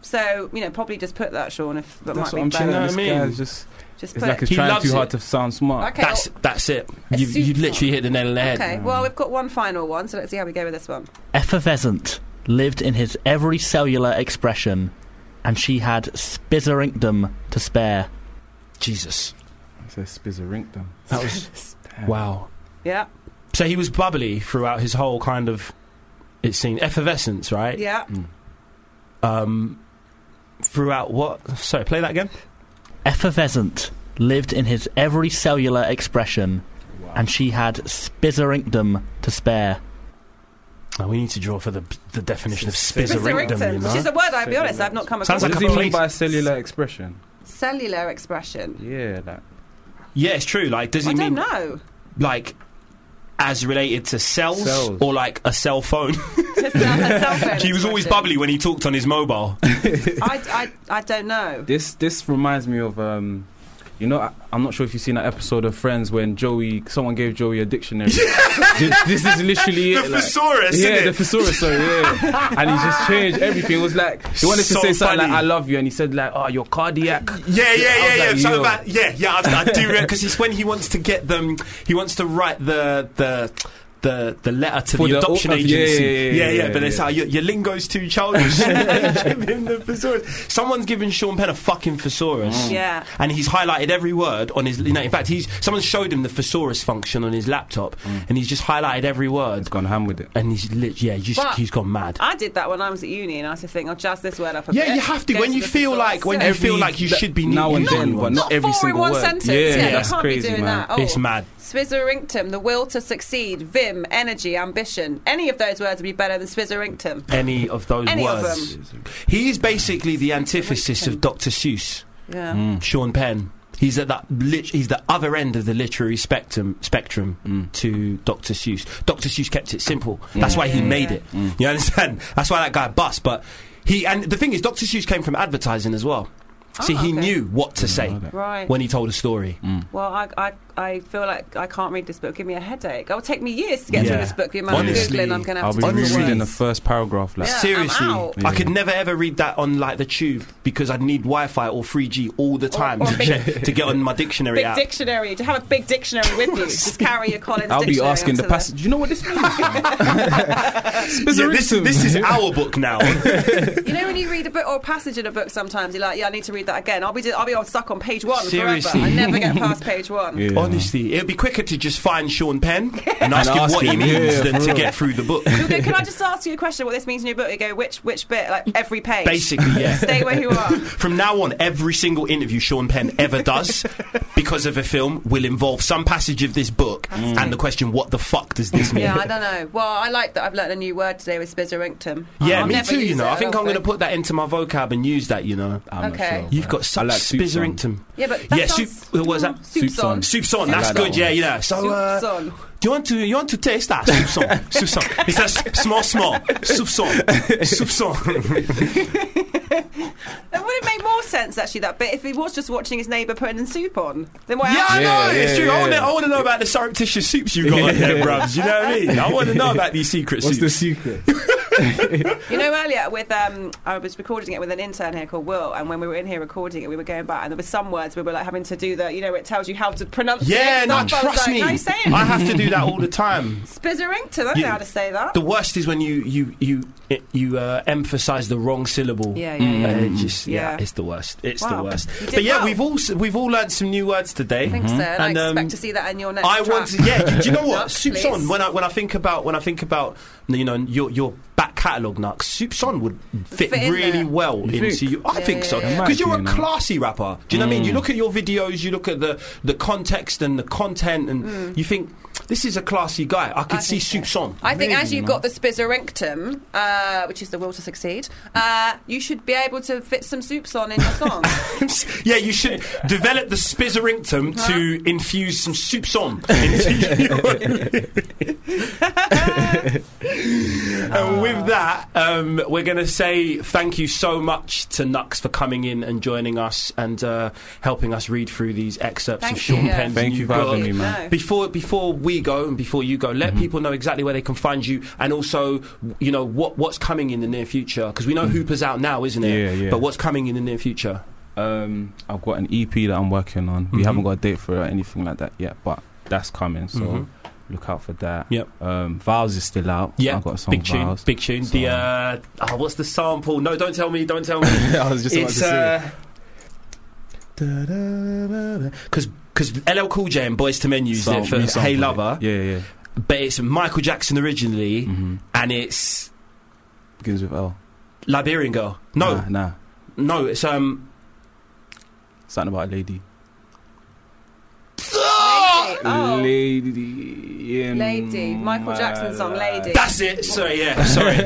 Speaker 5: So, you know, probably just put that, Sean, if that
Speaker 13: That's
Speaker 5: might
Speaker 13: what
Speaker 5: be
Speaker 13: I'm
Speaker 5: better.
Speaker 13: telling this guy. It's just,
Speaker 5: Just
Speaker 13: it's
Speaker 5: put-
Speaker 13: like he's
Speaker 5: He
Speaker 13: trying
Speaker 5: loves
Speaker 13: too hard
Speaker 5: it.
Speaker 13: to sound smart.
Speaker 5: Okay, That's-
Speaker 4: that's it.
Speaker 5: A You've- you've soup
Speaker 4: literally hit the nail on the
Speaker 5: Okay, well, we've got one final one, so let's see how we go with this one.
Speaker 15: Effervescent lived in his every cellular expression, and she had spizzerinkdom to spare.
Speaker 4: Jesus.
Speaker 13: It's a spizzerinkdom.
Speaker 4: That was
Speaker 13: Damn.
Speaker 4: wow.
Speaker 5: Yeah.
Speaker 4: So he was bubbly throughout his whole kind of it seemed effervescence, right?
Speaker 5: Yeah.
Speaker 4: Um, throughout what? Sorry, play that again.
Speaker 15: Effervescent lived in his every cellular expression, and she had spizzerinkdom to spare.
Speaker 4: Oh, we need to draw for the the definition of spizzerinkdom. You
Speaker 5: Spizzerinkdom,
Speaker 4: know?
Speaker 5: which is a word, I'll be honest, I've not come across.
Speaker 4: Sounds
Speaker 13: What
Speaker 4: like
Speaker 13: does
Speaker 4: a
Speaker 13: he mean
Speaker 4: police-
Speaker 13: by cellular expression?
Speaker 5: Cellular expression.
Speaker 13: Yeah, that.
Speaker 4: Yeah, it's true. Like, does
Speaker 5: I
Speaker 4: he
Speaker 5: don't
Speaker 4: mean
Speaker 5: know.
Speaker 4: like as related to cells,
Speaker 13: Cells.
Speaker 4: or like a cell phone? he was always bubbly when he talked on his mobile.
Speaker 5: I, I, I don't know.
Speaker 13: This this reminds me of um, you know I, I'm not sure if you've seen that episode of Friends when Joey someone gave Joey a dictionary. this, this is literally
Speaker 4: The
Speaker 13: it, like-
Speaker 4: thesaurus,
Speaker 13: Yeah,
Speaker 4: innit?
Speaker 13: the thesaurus. Sorry, yeah. and he just changed everything. It was like he wanted to
Speaker 4: So
Speaker 13: say something
Speaker 4: funny.
Speaker 13: like "I love you," and he said like "Oh, you're cardiac."
Speaker 4: Yeah, yeah,
Speaker 13: I was
Speaker 4: yeah, yeah.
Speaker 13: like,
Speaker 4: so
Speaker 13: yo.
Speaker 4: bad. Yeah, yeah. I, I do because it's when he wants to get them. um, He wants to write the the. The, the letter to
Speaker 13: For
Speaker 4: the
Speaker 13: the
Speaker 4: adoption
Speaker 13: au- of- yeah,
Speaker 4: agency.
Speaker 13: yeah, yeah, yeah,
Speaker 4: but
Speaker 13: yeah,
Speaker 4: it's
Speaker 13: yeah.
Speaker 4: like your, your lingo's too childish. Give him the thesaurus. Someone's given Sean Penn a fucking thesaurus.
Speaker 5: Mm. Yeah.
Speaker 4: And he's highlighted every word on his. You know, in fact, he's someone showed him the thesaurus function on his laptop,
Speaker 13: Mm.
Speaker 4: and he's just highlighted every word. He's
Speaker 13: gone ham with it.
Speaker 4: And he's lit. Yeah, he's,
Speaker 5: But-
Speaker 4: he's gone mad.
Speaker 5: I did that when I was at uni, and I used to think, I'll jazz this word up a
Speaker 4: Yeah,
Speaker 5: bit.
Speaker 4: you have to
Speaker 5: Go
Speaker 4: when you
Speaker 5: the
Speaker 4: feel
Speaker 5: thesaurus.
Speaker 4: like when
Speaker 5: Yeah.
Speaker 4: you feel like you
Speaker 13: that-
Speaker 4: should be
Speaker 13: now and
Speaker 4: needing
Speaker 13: then,
Speaker 4: new
Speaker 13: but
Speaker 4: ones.
Speaker 13: not every
Speaker 5: four in
Speaker 13: single
Speaker 5: one
Speaker 13: word.
Speaker 5: sentence.
Speaker 13: Yeah,
Speaker 5: Yeah, you
Speaker 13: that's
Speaker 5: can't
Speaker 13: crazy,
Speaker 5: be doing that.
Speaker 13: man.
Speaker 5: Oh.
Speaker 4: It's mad.
Speaker 5: Spizzerinctum, the will to succeed, vim, energy, ambition. Any of those words would be better than spizzerinctum.
Speaker 4: any of those
Speaker 5: Any of
Speaker 4: words. He is basically the antithesis of Dr. Seuss,
Speaker 5: Yeah.
Speaker 13: Hmm. Mm.
Speaker 4: Sean Penn. He's at that. Lit- he's the other end of the literary spectrum. Spectrum to Dr. Seuss. Dr. Seuss kept it simple. That's why he
Speaker 13: Mm. Yeah. Mm.
Speaker 4: made it. You understand? That's why that guy bust. But he and the thing is, Dr. Seuss came from advertising as well. See, he knew what
Speaker 13: Mm,
Speaker 4: to say
Speaker 5: Oh, Right.
Speaker 4: when he told a story.
Speaker 5: Well, I, I, I feel like I can't read this book. Give me a headache. It will take me years to get
Speaker 4: Yeah.
Speaker 5: through this book. The amount
Speaker 4: Honestly,
Speaker 5: of googling I'm going to
Speaker 13: I'll
Speaker 5: have to
Speaker 13: be
Speaker 5: do.
Speaker 13: rereading the first paragraph. Like,
Speaker 4: Seriously,
Speaker 5: out.
Speaker 4: I could never ever read that on like the tube because I'd need Wi-Fi or 3G all the time
Speaker 5: or
Speaker 4: to,
Speaker 5: big-
Speaker 4: check, to get on my dictionary
Speaker 5: Big
Speaker 4: app.
Speaker 5: dictionary. To have a big dictionary with you. Just carry your Collins
Speaker 13: I'll be
Speaker 5: dictionary
Speaker 13: asking the
Speaker 5: onto
Speaker 13: passenger. Do you know what this means?
Speaker 4: Yeah, this, this is our book now.
Speaker 5: You know when you read a book or a passage in a book, sometimes you're like, "Yeah, I need to read that again." I'll be, I'll be on stuck on page one
Speaker 4: Seriously.
Speaker 5: forever. I never get past page one.
Speaker 4: Honestly, it'd be quicker to just find Sean Penn and ask him
Speaker 13: ask
Speaker 4: what he
Speaker 13: him,
Speaker 4: means
Speaker 13: yeah,
Speaker 4: than
Speaker 13: for
Speaker 4: to
Speaker 13: real.
Speaker 4: get through the book.
Speaker 5: You'll go, Can I just ask you a question? What this means in your book? You go, which which bit? Like every page.
Speaker 4: Basically, yeah.
Speaker 5: Stay where you are.
Speaker 4: From now on, every single interview Sean Penn ever does because of a film will involve some passage of this book and the question, "What the fuck does this mean?"
Speaker 5: Yeah, I don't know. Well, I like that I've learned a new word today with spizzerinctum.
Speaker 4: Yeah,
Speaker 5: I'll
Speaker 4: me
Speaker 5: never
Speaker 4: too.
Speaker 5: use
Speaker 4: You know,
Speaker 5: it,
Speaker 4: I think I'm going to
Speaker 5: don't
Speaker 4: put that into my vocab and use that. You know,
Speaker 5: not Okay. sure,
Speaker 4: You've got such
Speaker 13: like soup
Speaker 4: spizzerington.
Speaker 5: Yeah, but that
Speaker 4: yeah, soup.
Speaker 5: sounds-
Speaker 4: What was that?
Speaker 5: Soup's Soup's on. on.
Speaker 4: Soup's on.
Speaker 5: Soup's
Speaker 4: That's
Speaker 5: on.
Speaker 4: good. Yeah, you know. So, uh,
Speaker 5: Soup's on.
Speaker 4: do you want to you want to taste that Oh, soup's on? soup's on. It's a s- small, small soup's on. Soup's on.
Speaker 5: Then would it make more sense actually that bit if he was just watching his neighbour putting soup on? Then why?
Speaker 4: Yeah, I know.
Speaker 13: Yeah,
Speaker 4: it's
Speaker 13: yeah,
Speaker 4: true. I want to.
Speaker 13: yeah.
Speaker 4: I want to know about the surreptitious soups you got on there,
Speaker 13: Yeah.
Speaker 4: bruvs. You know what I mean? I want to know about these secret
Speaker 13: What's the
Speaker 4: soups.
Speaker 13: secret?
Speaker 5: you know, earlier with um, I was recording it with an intern here called Will, and when we were in here recording it, we were going back, and there were some words we were like having to do the, you know, it tells you how to pronounce it.
Speaker 4: Yeah,
Speaker 5: and
Speaker 4: no,
Speaker 5: stuff. I was
Speaker 4: trust
Speaker 5: like,
Speaker 4: me.
Speaker 5: "How you saying it?"
Speaker 4: I have to do that all the time.
Speaker 5: Spizzerington, I don't
Speaker 4: You-
Speaker 5: know how to say that.
Speaker 4: The worst is when you you you you uh, emphasize the wrong syllable.
Speaker 5: Yeah, yeah, yeah.
Speaker 4: And it just- yeah,
Speaker 5: Yeah.
Speaker 4: it's the worst. It's
Speaker 5: Wow.
Speaker 4: the worst.
Speaker 5: You did
Speaker 4: But yeah,
Speaker 5: well.
Speaker 4: we've all s- we've all learned some new words today.
Speaker 5: I think so, and, I expect
Speaker 4: um,
Speaker 5: to see that in your next.
Speaker 4: I
Speaker 5: track.
Speaker 4: want. To, yeah, do you know what?
Speaker 5: Nux,
Speaker 4: Soup's
Speaker 5: please.
Speaker 4: on. When I when I think about when I think about you know your your back catalogue, Nux, Soup's on would fit,
Speaker 16: Fit in
Speaker 4: really
Speaker 16: there.
Speaker 4: well
Speaker 16: You
Speaker 4: into
Speaker 16: think?
Speaker 4: you. I
Speaker 16: Yeah,
Speaker 4: think so
Speaker 16: yeah, yeah.
Speaker 4: because you're
Speaker 16: Might
Speaker 4: a
Speaker 16: be, you know.
Speaker 4: classy rapper. Do you know what I mean?
Speaker 16: Mm.
Speaker 4: You look at your videos, you look at the the context and the content, and
Speaker 5: Mm.
Speaker 4: you think this is a classy guy. I could see Soup's on.
Speaker 5: I think as you've got the Spizzerington, uh, which is the will to succeed, uh, you should be able to fit some soups on in your song.
Speaker 4: Oh! Yeah, you should develop the spizzeringtum to infuse some soups on into you.
Speaker 13: Ah.
Speaker 4: and with that, um, we're going to say thank you so much to Nux for coming in and joining us and uh, helping us read through these excerpts
Speaker 13: Thank
Speaker 4: of Sean
Speaker 13: you.
Speaker 4: Penn's
Speaker 13: Thank
Speaker 4: new
Speaker 13: you for having
Speaker 4: book.
Speaker 13: me, man. Mm-hmm. No.
Speaker 4: Before before we go and before you go, let people know exactly where they can find you and also you know what what's coming in the near future because we know
Speaker 13: Mm.
Speaker 4: Hooper's out now, isn't it?
Speaker 13: Yeah, yeah.
Speaker 4: But what's coming in the near future?
Speaker 13: Um, I've got an EP that I'm working on. We
Speaker 4: Mhm.
Speaker 13: haven't got a date for it or anything like that yet, but that's coming. So
Speaker 4: Mhm.
Speaker 13: look out for that.
Speaker 4: Yep.
Speaker 13: Um, Vows is still out.
Speaker 4: Yeah,
Speaker 13: I've got a song
Speaker 4: big tune,
Speaker 13: Vows.
Speaker 4: big tune. The uh, oh, what's the sample? No, don't tell me, don't tell me.
Speaker 13: I was just about to say.
Speaker 5: uh,
Speaker 4: Because because LL Cool J and Boys to Men used
Speaker 13: Sam-
Speaker 4: it for
Speaker 13: we
Speaker 4: Hey
Speaker 13: sampled it.
Speaker 4: Lover,
Speaker 13: Yeah, yeah. Mm-hmm.
Speaker 4: but it's Michael Jackson originally, and it's
Speaker 13: Begins with L.
Speaker 4: Liberian Girl. No,
Speaker 13: Nah, nah.
Speaker 4: no, it's um.
Speaker 13: Something about a lady.
Speaker 5: Oh.
Speaker 13: Lady. in
Speaker 5: Lady, Michael
Speaker 13: my
Speaker 5: Jackson's song
Speaker 13: life.
Speaker 5: Lady.
Speaker 4: That's it. Sorry, yeah, sorry.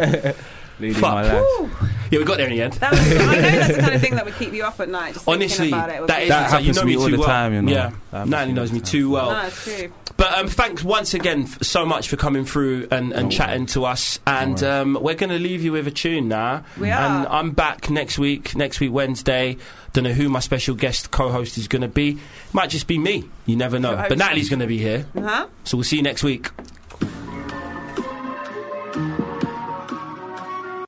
Speaker 13: Lady in
Speaker 4: Fuck.
Speaker 13: my life.
Speaker 4: yeah, we got there in the end.
Speaker 5: That was, I know that's the kind of thing that would keep you up at night. Just thinking
Speaker 4: Honestly,
Speaker 5: about it. would
Speaker 4: that
Speaker 5: be-
Speaker 4: is
Speaker 13: That
Speaker 4: it's like, you
Speaker 13: happens
Speaker 4: know
Speaker 13: to me all
Speaker 4: too
Speaker 13: the
Speaker 4: well.
Speaker 13: time, you know. That
Speaker 4: Yeah,
Speaker 13: happens
Speaker 4: Natalie knows me too well.
Speaker 5: No, it's true.
Speaker 4: But um, thanks once again f- so much for coming through and, and chatting to us. And um, we're going to leave you with a tune now.
Speaker 5: We
Speaker 4: And
Speaker 5: are.
Speaker 4: I'm back next week, next week Wednesday. Don't know who my special guest co-host is going to be. Might just be me. You never know.
Speaker 5: Co-host.
Speaker 4: But Natalie's going to be here.
Speaker 5: Huh?
Speaker 4: So we'll see you next week.